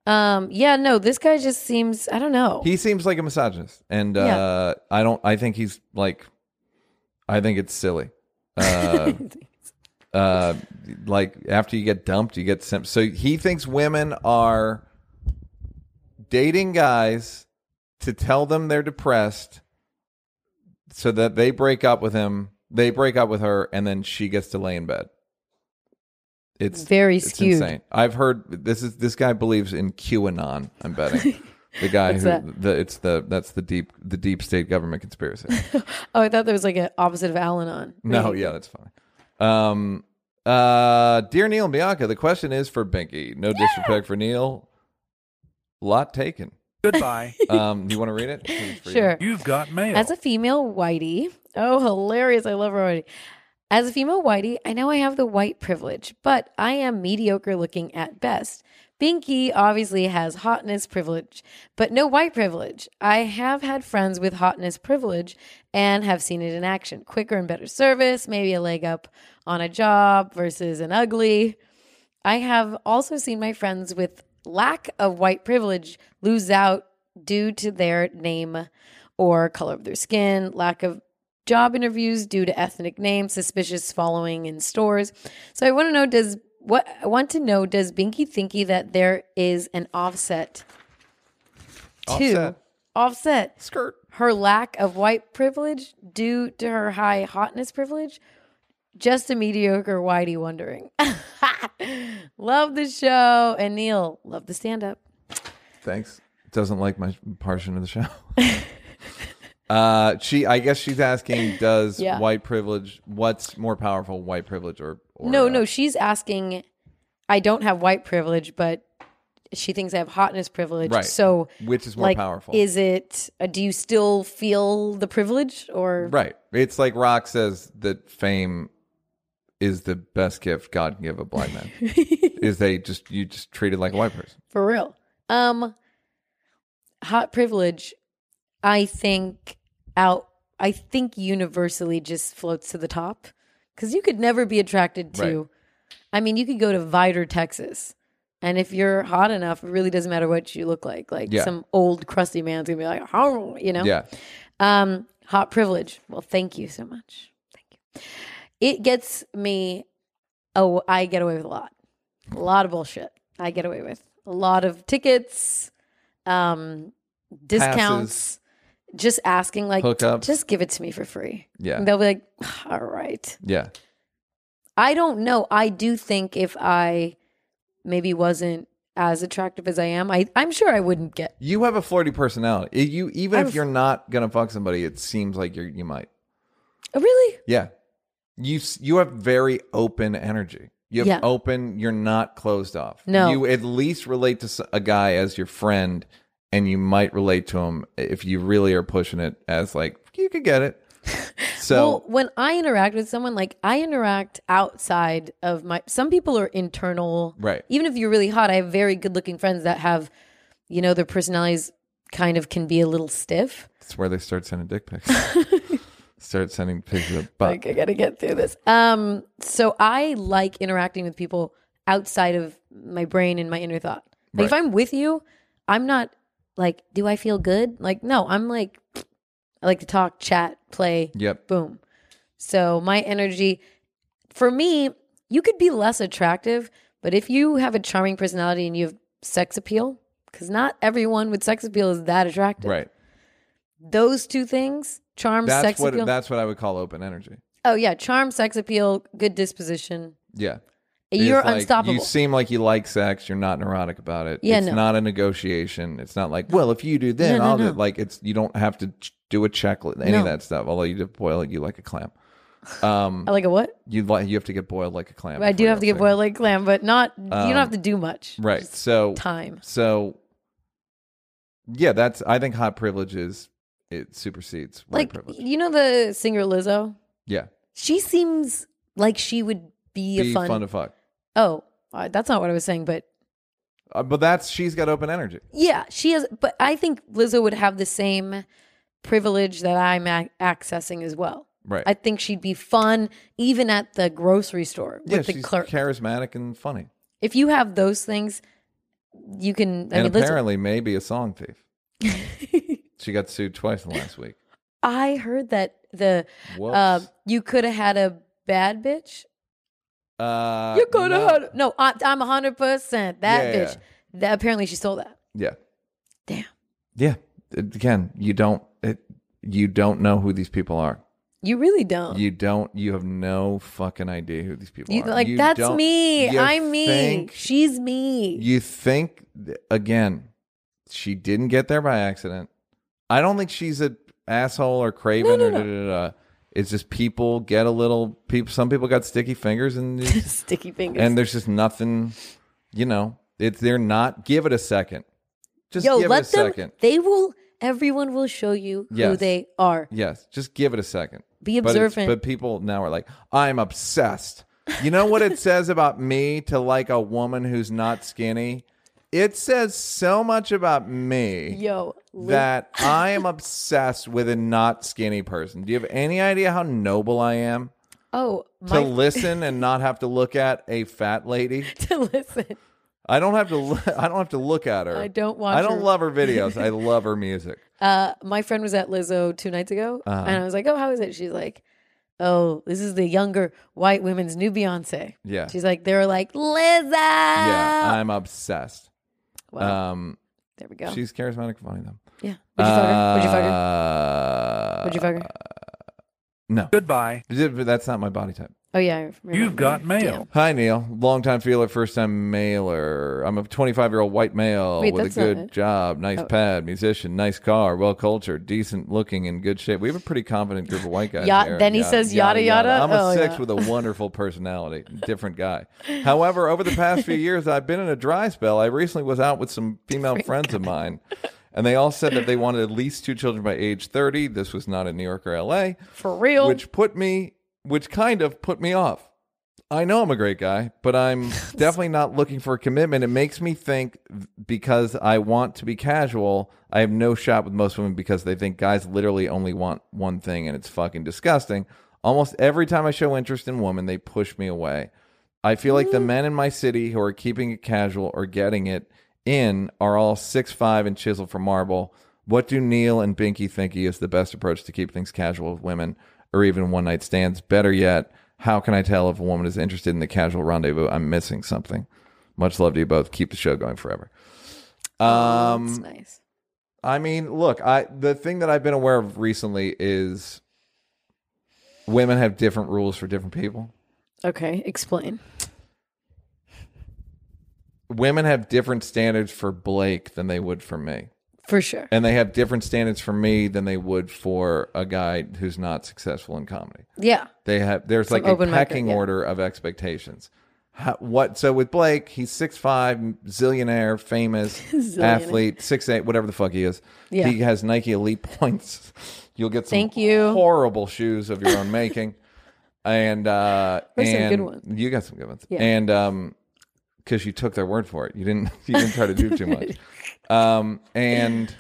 Um, yeah, no, this guy just seems I don't know. (laughs) He seems like a misogynist, and Yeah. uh, I don't. I think he's like, I think it's silly. Uh, uh, like after you get dumped, you get simp. So he thinks women are dating guys to tell them they're depressed, so that they break up with him. They break up with her, and then she gets to lay in bed. It's Very it's skewed. (laughs) insane. I've heard this is this guy believes in QAnon. I'm betting The guy What's who that? the it's the that's the deep the deep state government conspiracy. Oh, I thought there was like an opposite of Al-Anon. No, Right. yeah, that's fine. Um, uh, dear Neil and Bianca, the question is for Binky. No disrespect for Neil. Lot (laughs) taken. Goodbye. Um, you want to read it? Please read it. Sure. You've got mail. As a female whitey, oh, hilarious. I love her already. As a female whitey, I know I have the white privilege, but I am mediocre looking at best. Binky obviously has hotness privilege, but no white privilege. I have had friends with hotness privilege and have seen it in action. Quicker and better service, maybe a leg up on a job versus an ugly. I have also seen my friends with lack of white privilege lose out due to their name or color of their skin, lack of job interviews due to ethnic names, suspicious following in stores. So I want to know does what I want to know does Binky thinky that there is an offset to Offset. offset Skirt. her lack of white privilege due to her high hotness privilege? Just a mediocre whitey wondering. (laughs) love the show. And Neil, love the stand up. Thanks. Doesn't like my portion of the (laughs) show. (laughs) uh, she. I guess she's asking: Does Yeah. white privilege? What's more powerful, white privilege or? or No, uh, no, she's asking, I don't have white privilege, but she thinks I have hotness privilege. Right. So, Which is more like, powerful? Is it, uh, do you still feel the privilege or? Right. It's like Rock says that fame is the best gift God can give a black (laughs) man. is they just you just treated like a white person. For real. Um hot privilege I think out I think universally just floats to the top cuz you could never be attracted to Right. I mean you could go to Vider, Texas and if you're hot enough it really doesn't matter what you look like like Yeah. some old crusty man's going to be like oh, you know. Yeah. Um, hot privilege. Well, thank you so much. Thank you. It gets me. Oh, I get away with a lot, a lot of bullshit. I get away with a lot of tickets, um, discounts, just asking like, Hookups. just give it to me for free. Yeah. And they'll be like, all right. Yeah. I don't know. I do think if I maybe wasn't as attractive as I am, I I'm sure I wouldn't get. You have a flirty personality. You even I'm if you're not gonna fuck somebody, it seems like you are you might. Oh, really? Yeah. You s- you have very open energy. You have Yeah. open. You're not closed off. No. You at least relate to s- a guy as your friend, and you might relate to him if you really are pushing it as like you could get (laughs) it. So well, when I interact with someone, like I interact outside of my. Some people are internal, Right. Even if you're really hot, I have very good-looking friends that have, you know, their personalities kind of can be a little stiff. It's where they start sending dick (laughs) pics. start sending pictures of butt. Like I gotta get through this. Um, so I like interacting with people outside of my brain and my inner thought. Like if Right. I'm with you, I'm not like, do I feel good? Like no, I'm like, I like to talk, chat, play. Yep. boom. So my energy, for me, you could be less attractive, but if you have a charming personality and you have sex appeal, because not everyone with sex appeal is that attractive. Right. Those two things, charm, That's sex what appeal. that's what I would call open energy. oh yeah, charm, sex appeal, good disposition. Yeah. It's You're like, unstoppable. You seem like you like sex. You're not neurotic about it. Yeah, It's no. not a negotiation. It's not like, well, if you do then No, no, I'll do no. like it's you don't have to ch- do a checklist any No. of that stuff. Although you did boil you like a clam. Um I like a what? you like you have to get boiled like a clam. Oh. I before do you have to get sex. boiled like glam, but not. you don't have to do much. Um, Right. Just So time. so yeah, that's I think hot privilege is it supersedes white Like privilege. you know the singer Lizzo. Yeah. She seems like she would be, Be a fun to fuck. Oh, uh, that's not what I was saying, but Uh, but that's she's got open energy. yeah, she has. But I think Lizzo would have the same privilege that I'm ac accessing as well. Right. I think she'd be fun even at the grocery store with yeah, the she's clerk. charismatic and funny. if you have those things, you can. I and mean, Lizzo, apparently maybe a song (laughs) thief. she got sued twice in the last week. I heard that the Whoops. uh, you could have had a bad bitch. Uh, you could have no. had no. I, I'm 100 percent that Yeah, bitch. yeah. That apparently she stole that. Yeah. Damn. Yeah. It- Again, you don't it, you don't know who these people are. You really don't. You don't you have no fucking idea who these people You- are. like You that's don't- me. you I'm me. think- She's me. you think again she didn't get there by accident. I don't think she's a asshole or craven No, or no, da, da, da, da. It's just people get a little people. Some people got sticky fingers (laughs) and Sticky fingers. and there's just nothing. You know, it's they're not. Give it a second. Just Yo, give let it a them. second. They will. Everyone will show you who Yes. they are. Yes, just give it a second. Be But it's- observant. But, people now are like, I'm obsessed. You know what it says about me to like a woman who's not skinny? It says so much about me Yo, li- that I am obsessed with a not skinny person. Do you have any idea how noble I am oh, to my, (laughs) listen and not have to look at a fat lady? to listen. I don't have to. Look, (laughs) I don't have to look at her. I don't watch I don't her. love her videos. (laughs) I love her music. Uh, my friend was at Lizzo two nights ago, Uh-huh. and I was like, "Oh, how is it?" She's like, "Oh, this is the younger white women's new Beyonce." Yeah. She's like, "They were like Lizzo." Uh, yeah, I'm obsessed. Wow, Um, there we go. she's charismatic, and funny though. yeah. Would you fuck her? Would you fuck her? Uh, Would you fuck her? No, Goodbye. But that's not my body type. Oh yeah. I remember. You've got mail. Hi, Neil. Longtime feeler, first time mailer. I'm a 25 year old white male Wait, with a that's not good it. Oh. job, nice pad, musician, nice car, well cultured, decent looking, in good shape. We have a pretty confident group of white guys. Ya- here. then he says yada, yada. I'm a Oh, six yeah. with a (laughs) wonderful personality, different guy. However, over the past few years, I've been in a dry spell. I recently was out with some female friends of mine. And they all said that they wanted at least two children by age 30. This was not in New York or LA For real. which put me which kind of put me off i know i'm a great guy but i'm definitely not looking for a commitment it makes me think because i want to be casual i have no shot with most women because they think guys literally only want one thing and it's fucking disgusting almost every time i show interest in women they push me away i feel like the men in my city who are keeping it casual or getting it in are all six five and chiseled for marble what do Neil and Binky thinky is the best approach to keep things casual with women or even one night stands? Better yet, how can I tell if a woman is interested in the casual rendezvous? I'm missing something. Much love to you both. Keep the show going forever. Oh, that's Um, nice. I mean, look, I the thing that I've been aware of recently is women have different rules for different people. Okay, explain. Women have different standards for Blake than they would for me. For sure. And they have different standards for me than they would for a guy who's not successful in comedy. Yeah. They have there's Some like a open micer, pecking yeah. order of expectations. How, what so with Blake, he's six five, zillionaire, famous (laughs) athlete, six eight, whatever the fuck he is. Yeah. He has Nike Elite (laughs) points. You'll get some Thank you. horrible shoes of your own (laughs) making. And uh There's some and good ones. you got some good ones. Yeah. And um because you took their word for it. You didn't (laughs) you didn't try to do too (laughs) much. Um and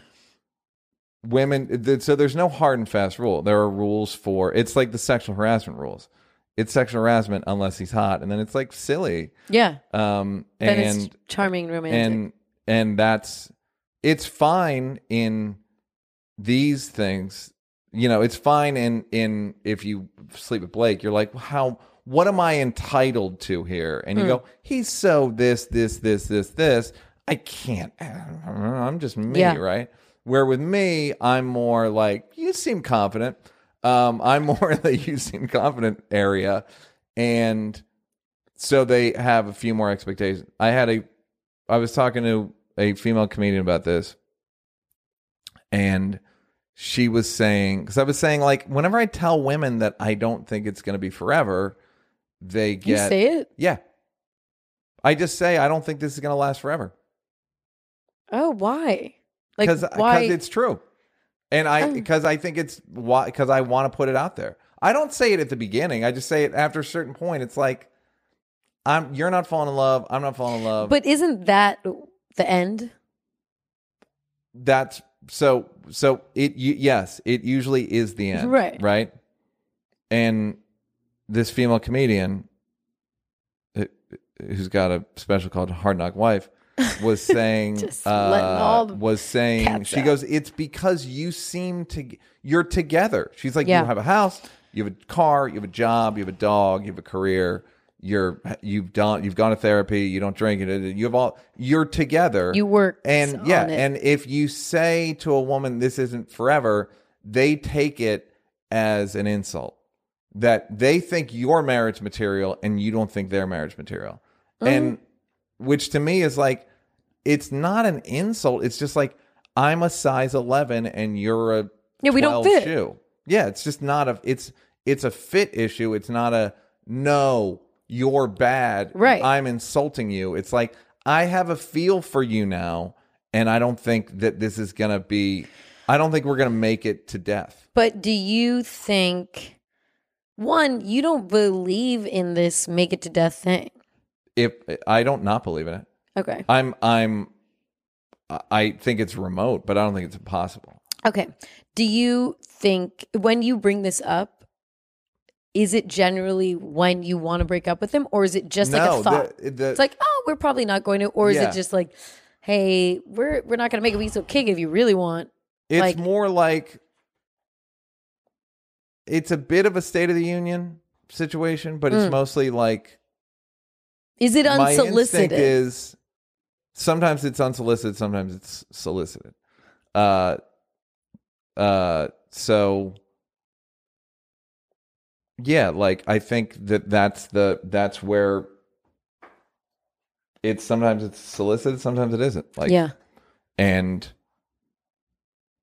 women th- so there's no hard and fast rule there are rules for it's like the sexual harassment rules it's sexual harassment unless he's hot and then it's like silly Yeah. um Then and it's charming and romantic. and and that's it's fine in these things you know it's fine in in if you sleep with blake you're like how what am i entitled to here Hmm. and you go he's so this this this this this i can't i'm just me Yeah. right where with me i'm more like you seem confident um i'm (laughs) more in the you seem confident area and so they have a few more expectations. I had a, I was talking to a female comedian about this, and she was saying, because I was saying, like, whenever I tell women that I don't think it's going to be forever, they you get, say it? yeah. I just say, I don't think this is going to last forever Oh, why? Like because why? it's true and i Oh. because i think it's why because i want to put it out there i don't say it at the beginning i just say it after a certain point it's like i'm you're not falling in love i'm not falling in love but isn't that the end? that's so so it you, yes it usually is the end Right. right and this female comedian uh, who's got a special called hard knock wife (laughs) was saying Just uh, letting all the was saying cats she out. goes it's because you seem to you're together she's like Yeah. you have a house you have a car you have a job you have a dog you have a career you're you've done you've gone to therapy you don't drink it you have all you're together You work and on yeah it. and if you say to a woman this isn't forever they take it as an insult that they think your marriage Mm-hmm. material and you don't think their marriage material and which to me is like it's not an insult. It's just like I'm a size 11 and you're a Yeah, we don't 12 fit. shoe. Yeah, it's just not a it's it's a fit issue. It's not a no, you're bad. Right. I'm insulting you. It's like I have a feel for you now and I don't think that this is going to be I don't think we're going to make it to death. But do you think one, you don't believe in this make it to death thing? If I don't not believe in it. Okay. I'm I'm I- I think it's remote, but I don't think it's impossible. Okay. Do you think when you bring this up, is it generally when you want to break up with them or is it just like a no, thought? the, the, it's like, oh, we're probably not going to, or is Yeah. it just like, hey, we're we're not gonna make a piece of cake if you really want. It's Like- more like it's a bit of a State of the Union situation, but it's Mm. mostly like Is it my instinct unsolicited? is sometimes it's unsolicited, sometimes it's solicited. Uh, uh, so yeah, like I think that that's the that's where it's sometimes it's solicited, sometimes it isn't. Like yeah. and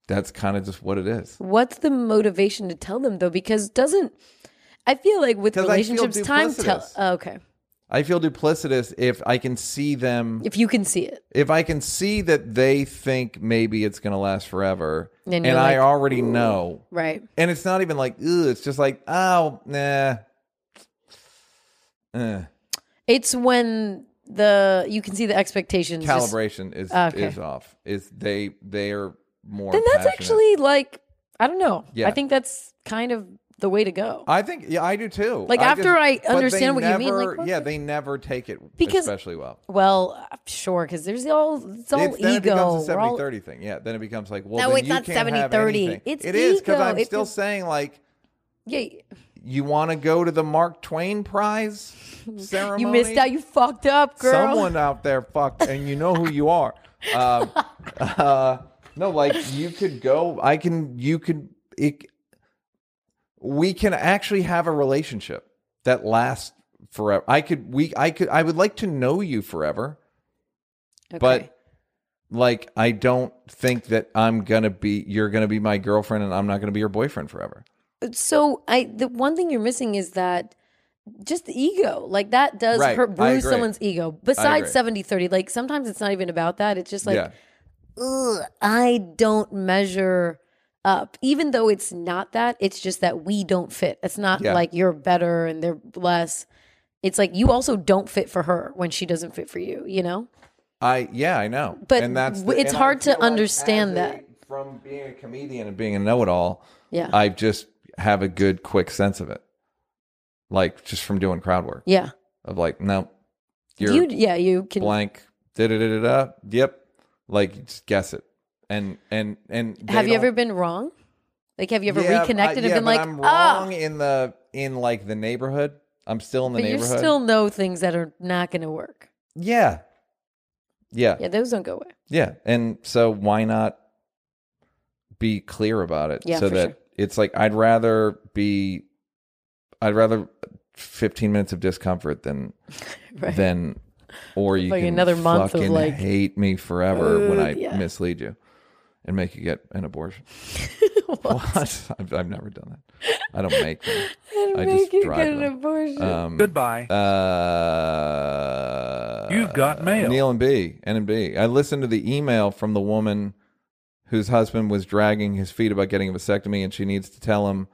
that's kind of just what it is. What's the motivation to tell them though? Because doesn't I feel like with 'Cause I feel relationships, time tell. duplicitous. Oh, okay, I feel duplicitous if I can see them, if you can see it, if I can see that they think maybe it's going to last forever, Then and, you're I like, already know. right? And it's not even like, ooh, it's just like, oh, nah. Eh. It's when the you can see the expectations. just- Calibration is Okay. is off. Is they they are more. then that's passionate. actually like I don't know. Yeah. I think that's kind of the way to go. I think yeah, I do too. Like, I after I but they understand what you mean, never- like, what yeah, the- they never take it Because- especially well. well, I'm sure, because there's all it's all It's- then it ego. becomes a We're 70 all- 30 thing. Yeah. Then it becomes like, well, No, then it's you not can't have 70-30. anything. It's it is because ego. I'm It still feels- saying, like, yeah, you want to go to the Mark Twain Prize ceremony? (laughs) you missed out. You fucked up, girl. Someone out there fucked, and you know who you are. (laughs) Um, uh, no, like you could go. I can. You could. It, we can actually have a relationship that lasts forever. I could. We. I could. I would like to know you forever Okay. but like I don't think that I'm gonna be you're gonna be my girlfriend and I'm not gonna be your boyfriend forever. so I the one thing you're missing is that just the ego like that does Right, hurt I bruise agree. someone's ego besides agree. 70 30 like sometimes it's not even about that it's just like yeah, ugh, I don't measure up. Even though it's not that, it's just that we don't fit. It's not Yeah. like you're better and they're less. It's like you also don't fit for her when she doesn't fit for you, you know? I yeah I know. But and that's w- it's and I hard to feel like as understand a- that. from being a comedian and being a know-it-all. Yeah. I just have a good quick sense of it, like just from doing crowd work yeah. of like no, you're You yeah, you can blank da da da da da. Yep, like just guess it. And and and they have you don't- ever been wrong? Like have you ever Yeah, reconnected I, and yeah, been but like, I'm ah, wrong in the in like the neighborhood. I'm still in the but you neighborhood. still know things that are not gonna work. yeah. yeah, Yeah, those don't go away. (laughs) yeah, and so why not be clear about it Yeah, so for that sure. it's like I'd rather be, I'd rather 15 minutes of discomfort (laughs) than Right. than or you Like can another month of, fucking like- hate me forever when Ugh, I yeah. mislead you and make you get an abortion. (laughs) What? What? I've, I've never done that. I don't make them. And I just make (laughs) you drive get an them. abortion. Um, Goodbye. Uh, You've got mail. Neil and B. N and B. I listened to the email from the woman whose husband was dragging his feet about getting a vasectomy, and she needs to tell him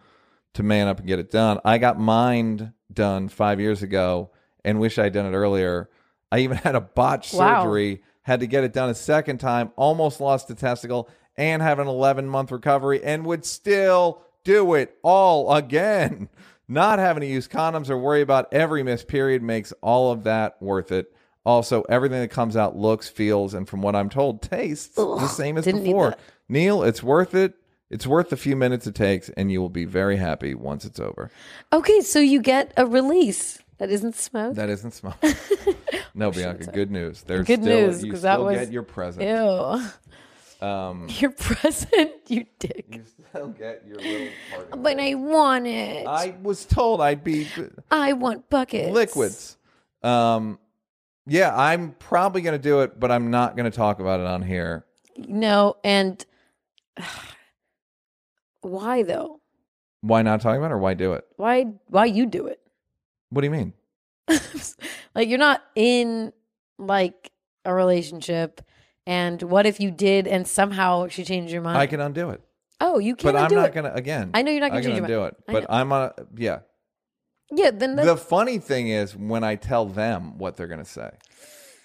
to man up and get it done. I got mine done five years ago, and wish I'd done it earlier. I even (laughs) had a botched Wow. surgery, had to get it done a second time, almost lost a testicle, and have an 11 month recovery, and would still do it all again. (laughs) Not having to use condoms or worry about every missed period makes all of that worth it. Also, everything that comes out looks, feels, and from what I'm told, tastes the same as didn't need before. that. Neil, it's worth it. It's worth the few minutes it takes, and you will be very happy once it's over. Okay, so you get a release that isn't smoke. That isn't (laughs) small. no, Bianca. Good news. There's Good still, news, You 'cause still that was- get your present. Ew. (laughs) Um, Your present, (laughs) you dick. you still get your little party. But I want it. I, (sighs) I was told I'd be want buckets. liquids. Um, Yeah, I'm probably going to do it, but I'm not going to talk about it on here. No, and (sighs) why though? Why not talk about it or why do it? Why why you do it? What do you mean? like you're not in like a relationship and what if you did and somehow she changed your mind? I can undo it. oh, Uh, you can't But I'm do not it. going to, again. I know you're not I going to can change undo your it. mind. I But know. I'm on a, yeah. yeah, then that's, The funny thing is when I tell them what they're going to say.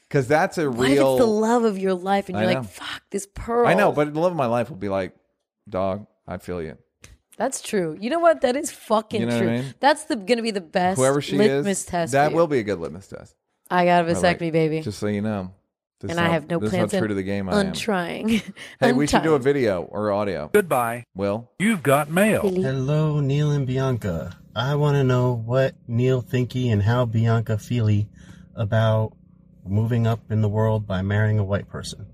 Because that's a what real. if it's the love of your life and I you're know. like, fuck this pearl. I know, but the love of my life will be like, dog, I feel you. that's true. You know what? That is fucking You know what true. I mean? That's the gonna be the best Whoever she litmus is, test. that for you. will be a good litmus test. I got a Or like, vasectomy, baby. Just so you know. This is and I how- have no this is plans how on true to the game I am. untrying. (laughs) Hey, we should do a video or audio. Goodbye. Will? You've got Mm. mail. Hello, Neil and Bianca. I want to know what Neil thinky and how Bianca feely about moving up in the world by marrying a white person.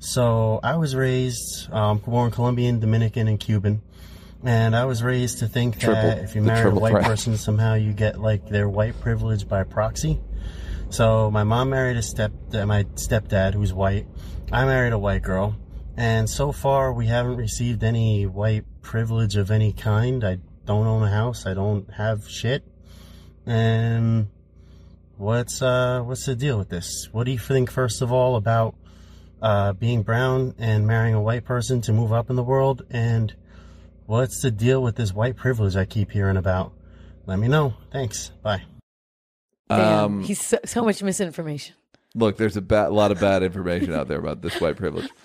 So I was raised, um, born Colombian, Dominican, and Cuban, and I was raised to think that Triple- if you the marry a triple white threat. person, somehow you get like their white privilege by proxy. So my mom married a step uh, my stepdad who's white. I married a white girl, and so far we haven't received any white privilege of any kind. I don't own a house. I don't have shit. And what's uh what's the deal with this? What do you think first of all about uh, being brown and marrying a white person to move up in the world? And what's the deal with this white privilege I keep hearing about? Let me know. Thanks. Bye. Damn, Um, he's so, so much misinformation. Look, there's a ba- lot of bad information out there about this white privilege. (laughs)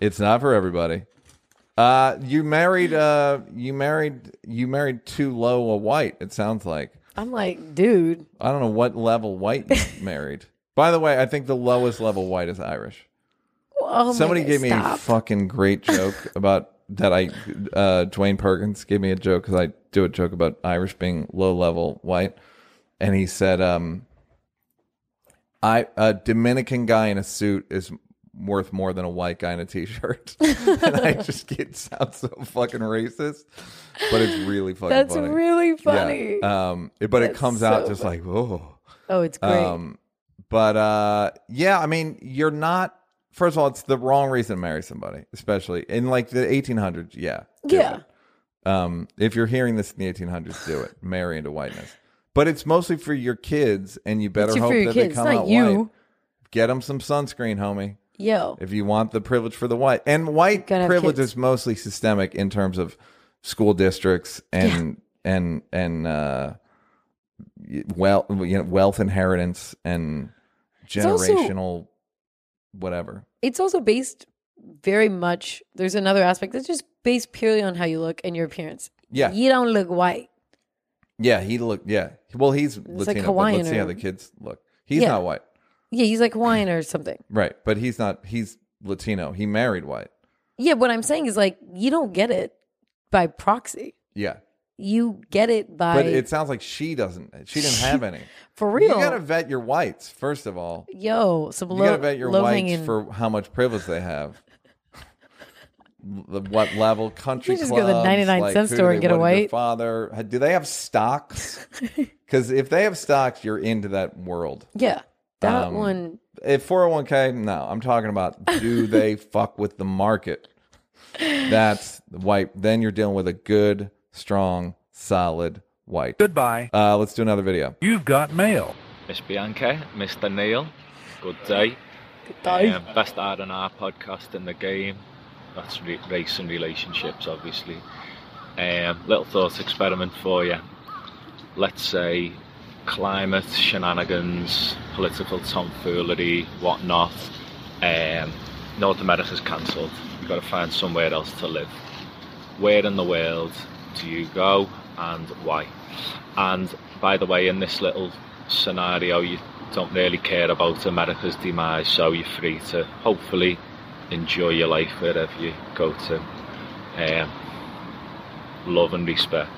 It's not for everybody. Uh, you married, uh, you married, you married too low a white. It sounds like I'm like, dude, I don't know what level (laughs) white you married. By the way, I think the lowest level white is Irish. oh my Somebody God, gave me a stop. fucking great joke (laughs) about that. I uh, Dwayne Perkins gave me a joke because I do a joke about Irish being low level white, and he said, um, "I a Dominican guy in a suit is worth more than a white guy in a t-shirt." (laughs) and (laughs) I just get sounds so fucking racist, but it's really fucking That's funny. really Yeah. funny. Um, it- but it That's comes out so just funny. like oh. oh, it's great. Um, but uh, yeah, I mean, you're not. First of all, it's the wrong reason to marry somebody, especially in like the 1800s. Yeah, do Yeah. it. Um, if you're hearing this in the 1800s, do it. Marry into whiteness. But it's mostly for your kids, and you better it's hope for your that kids, they it's come not out you. white. Get them some sunscreen, homie, Yo, if you want the privilege for the white. And white gotta have privilege kids. is mostly systemic in terms of school districts and and and uh, well, you know, wealth inheritance and also- generational whatever. it's also based very much. There's another aspect that's just based purely on how you look and your appearance. Yeah, You don't look white. yeah. He looked. Yeah. Well, he's like Latino. but Hawaiian let's see how or- the kids look. He's Yeah. not white, Yeah, he's like Hawaiian or something. right? But he's not. He's Latino. He married white. Yeah, what I'm saying is like you don't get it by proxy. Yeah. You get it by But it sounds like she doesn't. She didn't have any. for real. You gotta vet your whites first of all. Yo, some You low, gotta vet your low whites hanging. for how much privilege they have. The- what level country You just go to the clubs, 99 like, cent who store do and they get a want as their white. father do they have (laughs) stocks because if they have stocks you're into that world yeah, that Um, one. if 401k no i'm talking about do (laughs) they fuck with the market that's white then you're dealing with a good strong solid white Goodbye. uh, let's do another video You've got mail. Miss Bianca, Mr. Neil, good day. Good day. Um, best R and R podcast in the game. That's re- race and relationships, obviously. Um, little thought experiment for you. Let's say climate shenanigans, political tomfoolery, whatnot. Um, North America's cancelled. You've got to find somewhere else to live. Where in the world do you go and why? And by the way, in this little scenario, you don't really care about America's demise, so you're free to hopefully enjoy your life wherever you go to. Um, love and respect.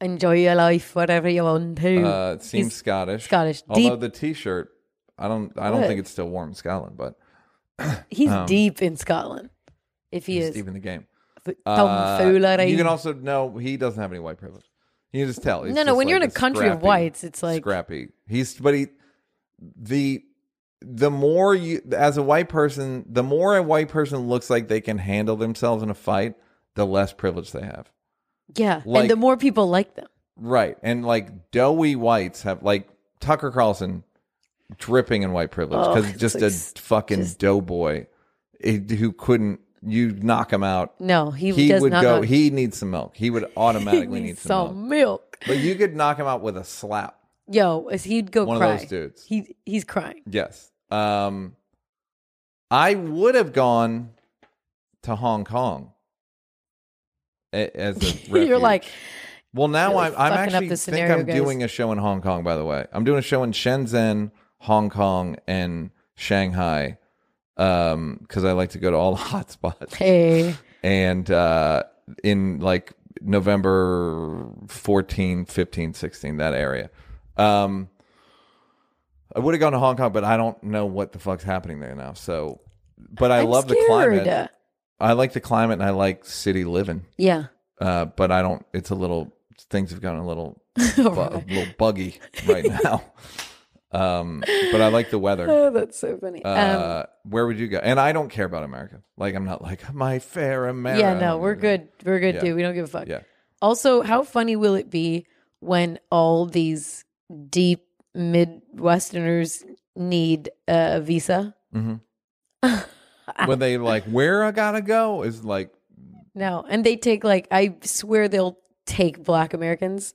Enjoy your life wherever you want to. uh, it seems He's- scottish Scottish. although Deep- the t-shirt i don't i don't What? think it's still warm in scotland but He's um, deep in Scotland. If he he's is, deep in the game Th- Uh, tomfoolery. You can also know he doesn't have any white privilege. You can just tell. He's No, no, just when you're like in a country of scrappy- whites, it's like- scrappy. He's but he the the more you as a white person, the more a white person looks like they can handle themselves in a fight, the less privilege they have. Yeah. Like- and the more people like them. Right. And like doughy whites have like Tucker Carlson dripping in white privilege Oh, because it's just like a s- fucking just- doughboy eh, who couldn't you knock him out. No, he, He does would not go. know- He needs some milk. He would (laughs) he automatically need needs some milk. some milk. But you could knock him out with a slap. Yo, as he'd go One of Oh, cry. those dudes. He he's crying. (laughs) Yes. Um, I would have gone to Hong Kong a- as a (laughs) You're refuge. like, Well, now Really I'm, I'm fucking up actually the think scenario, I'm guys. doing a show in Hong Kong. By the way, I'm doing a show in Shenzhen, Hong Kong, and Shanghai because I like to go to all (laughs) the hot spots. hey, And uh, in like November 14, 15, 16, that area. Um, I would have gone to Hong Kong, but I don't know what the fuck's happening there now. So, but I I'm love the scared. climate. I like the climate, and I like city living Yeah. (laughs) uh, but I don't. It's a little. Things have gotten a little, bu- Alright. a little buggy (laughs) right now. um, but I like the weather. Oh, that's so funny. um, Uh, where would you go? And I don't care about America. Like I'm not like my fair America. yeah, no, we're good. We're good, uh, Yeah. dude. We don't give a fuck. Yeah. Also, how funny will it be when all these deep Midwesterners need a visa? hmm (laughs) when they like where I gotta go is like No, and they take like I swear they'll take Black Americans,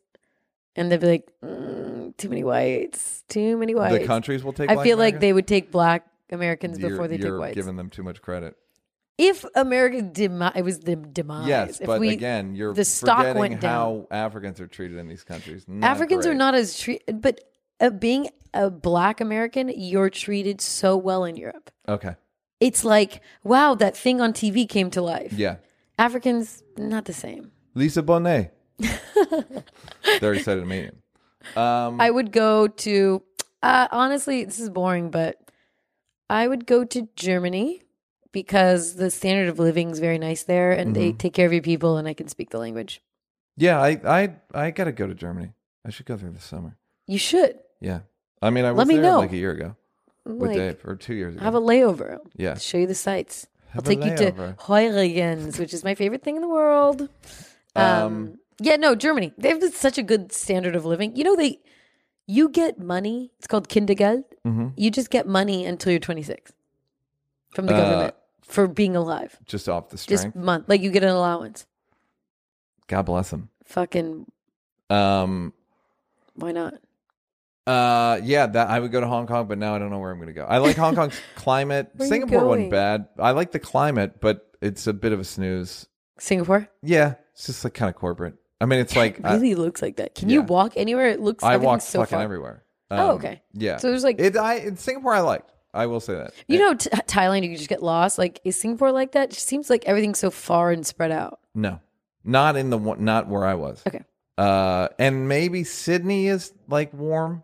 and they'll be like, mm, too many whites, too many whites. the countries will take. I Black feel like America? they would take Black Americans before You're- they you're take whites. giving them too much credit. if America demi- it was the demise. yes, if but we, again, you're the stock forgetting went how Africans are treated in these countries. Not Africans are great. not as treated, but uh, being a Black American, you're treated so well in Europe. okay. It's like wow, that thing on TV came to life. Yeah, Africans not the same. (laughs) Lisa Bonet. They're excited to meet him. Um, I would go to uh, honestly, this is boring, but I would go to Germany because the standard of living is very nice there, and Mm-hmm. they take care of your people, and I can speak the language. yeah, I, I, I gotta go to Germany. I should go there this summer. You should Yeah, I mean, I was me there know. like a year ago with like Dave, or two years ago. have a layover. yeah, Show you the sights. Have a I'll take you to layover. Heurigens, which is my favorite thing in the world. Um, Um, yeah, no, Germany. They have such a good standard of living. You know, they you get money. It's called Kindergeld. Mhm. You just get money until you're 26 from the Uh, government for being alive. just off the Just strength. month, like you get an allowance. God bless him. Fucking Um, why not? uh, yeah, that I would go to Hong Kong, but now I don't know where I'm gonna go. I like Hong (laughs) Kong's climate. Where you Singapore going? wasn't bad. I like the climate, but it's a bit of a snooze. Singapore Yeah, it's just like kind of corporate. I mean, (laughs) it's like It I- really looks like that. Can you Uh, yeah. walk anywhere? It looks. I everything's walked so fucking far. everywhere. Oh, Um, okay. Yeah. So there's, like- it. I in Singapore, I liked. I will say that. Eh, You It- know, Th- Thailand, you could just get lost. Like, is Singapore like that? It just seems like everything's so far and spread out. no, not in the one, not where I was. Okay. Uh, and maybe Sydney is like warm.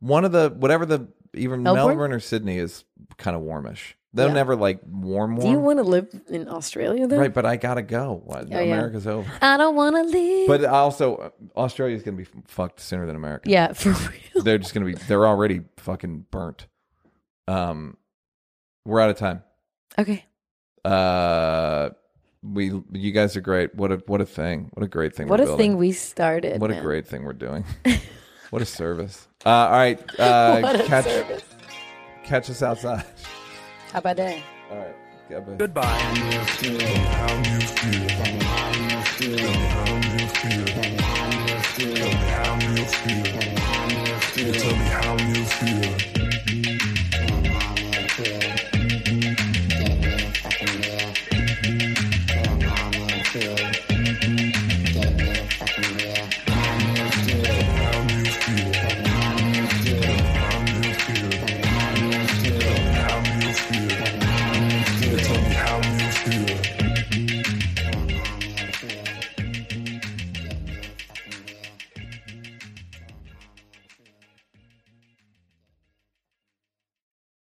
One of the whatever the even Melbourne? Melbourne, or Sydney is kind of warmish. They're Yeah. never like warm, warm. Do you want to live in Australia then? right, but I gotta go. What- Oh, yeah. America's over. I don't want to live. But also, uh, Australia's gonna be f- fucked sooner than America. yeah, for (laughs) real. they're just gonna be. They're already fucking burnt. Um, we're out of time. Okay. uh we you guys are great what a what a thing what a great thing What we're a building. thing we started. what a man. great thing we're (laughs) doing what a service uh all right uh What a catch service. catch us outside How about that? all right Goodbye. Goodbye. Tell me how you feel.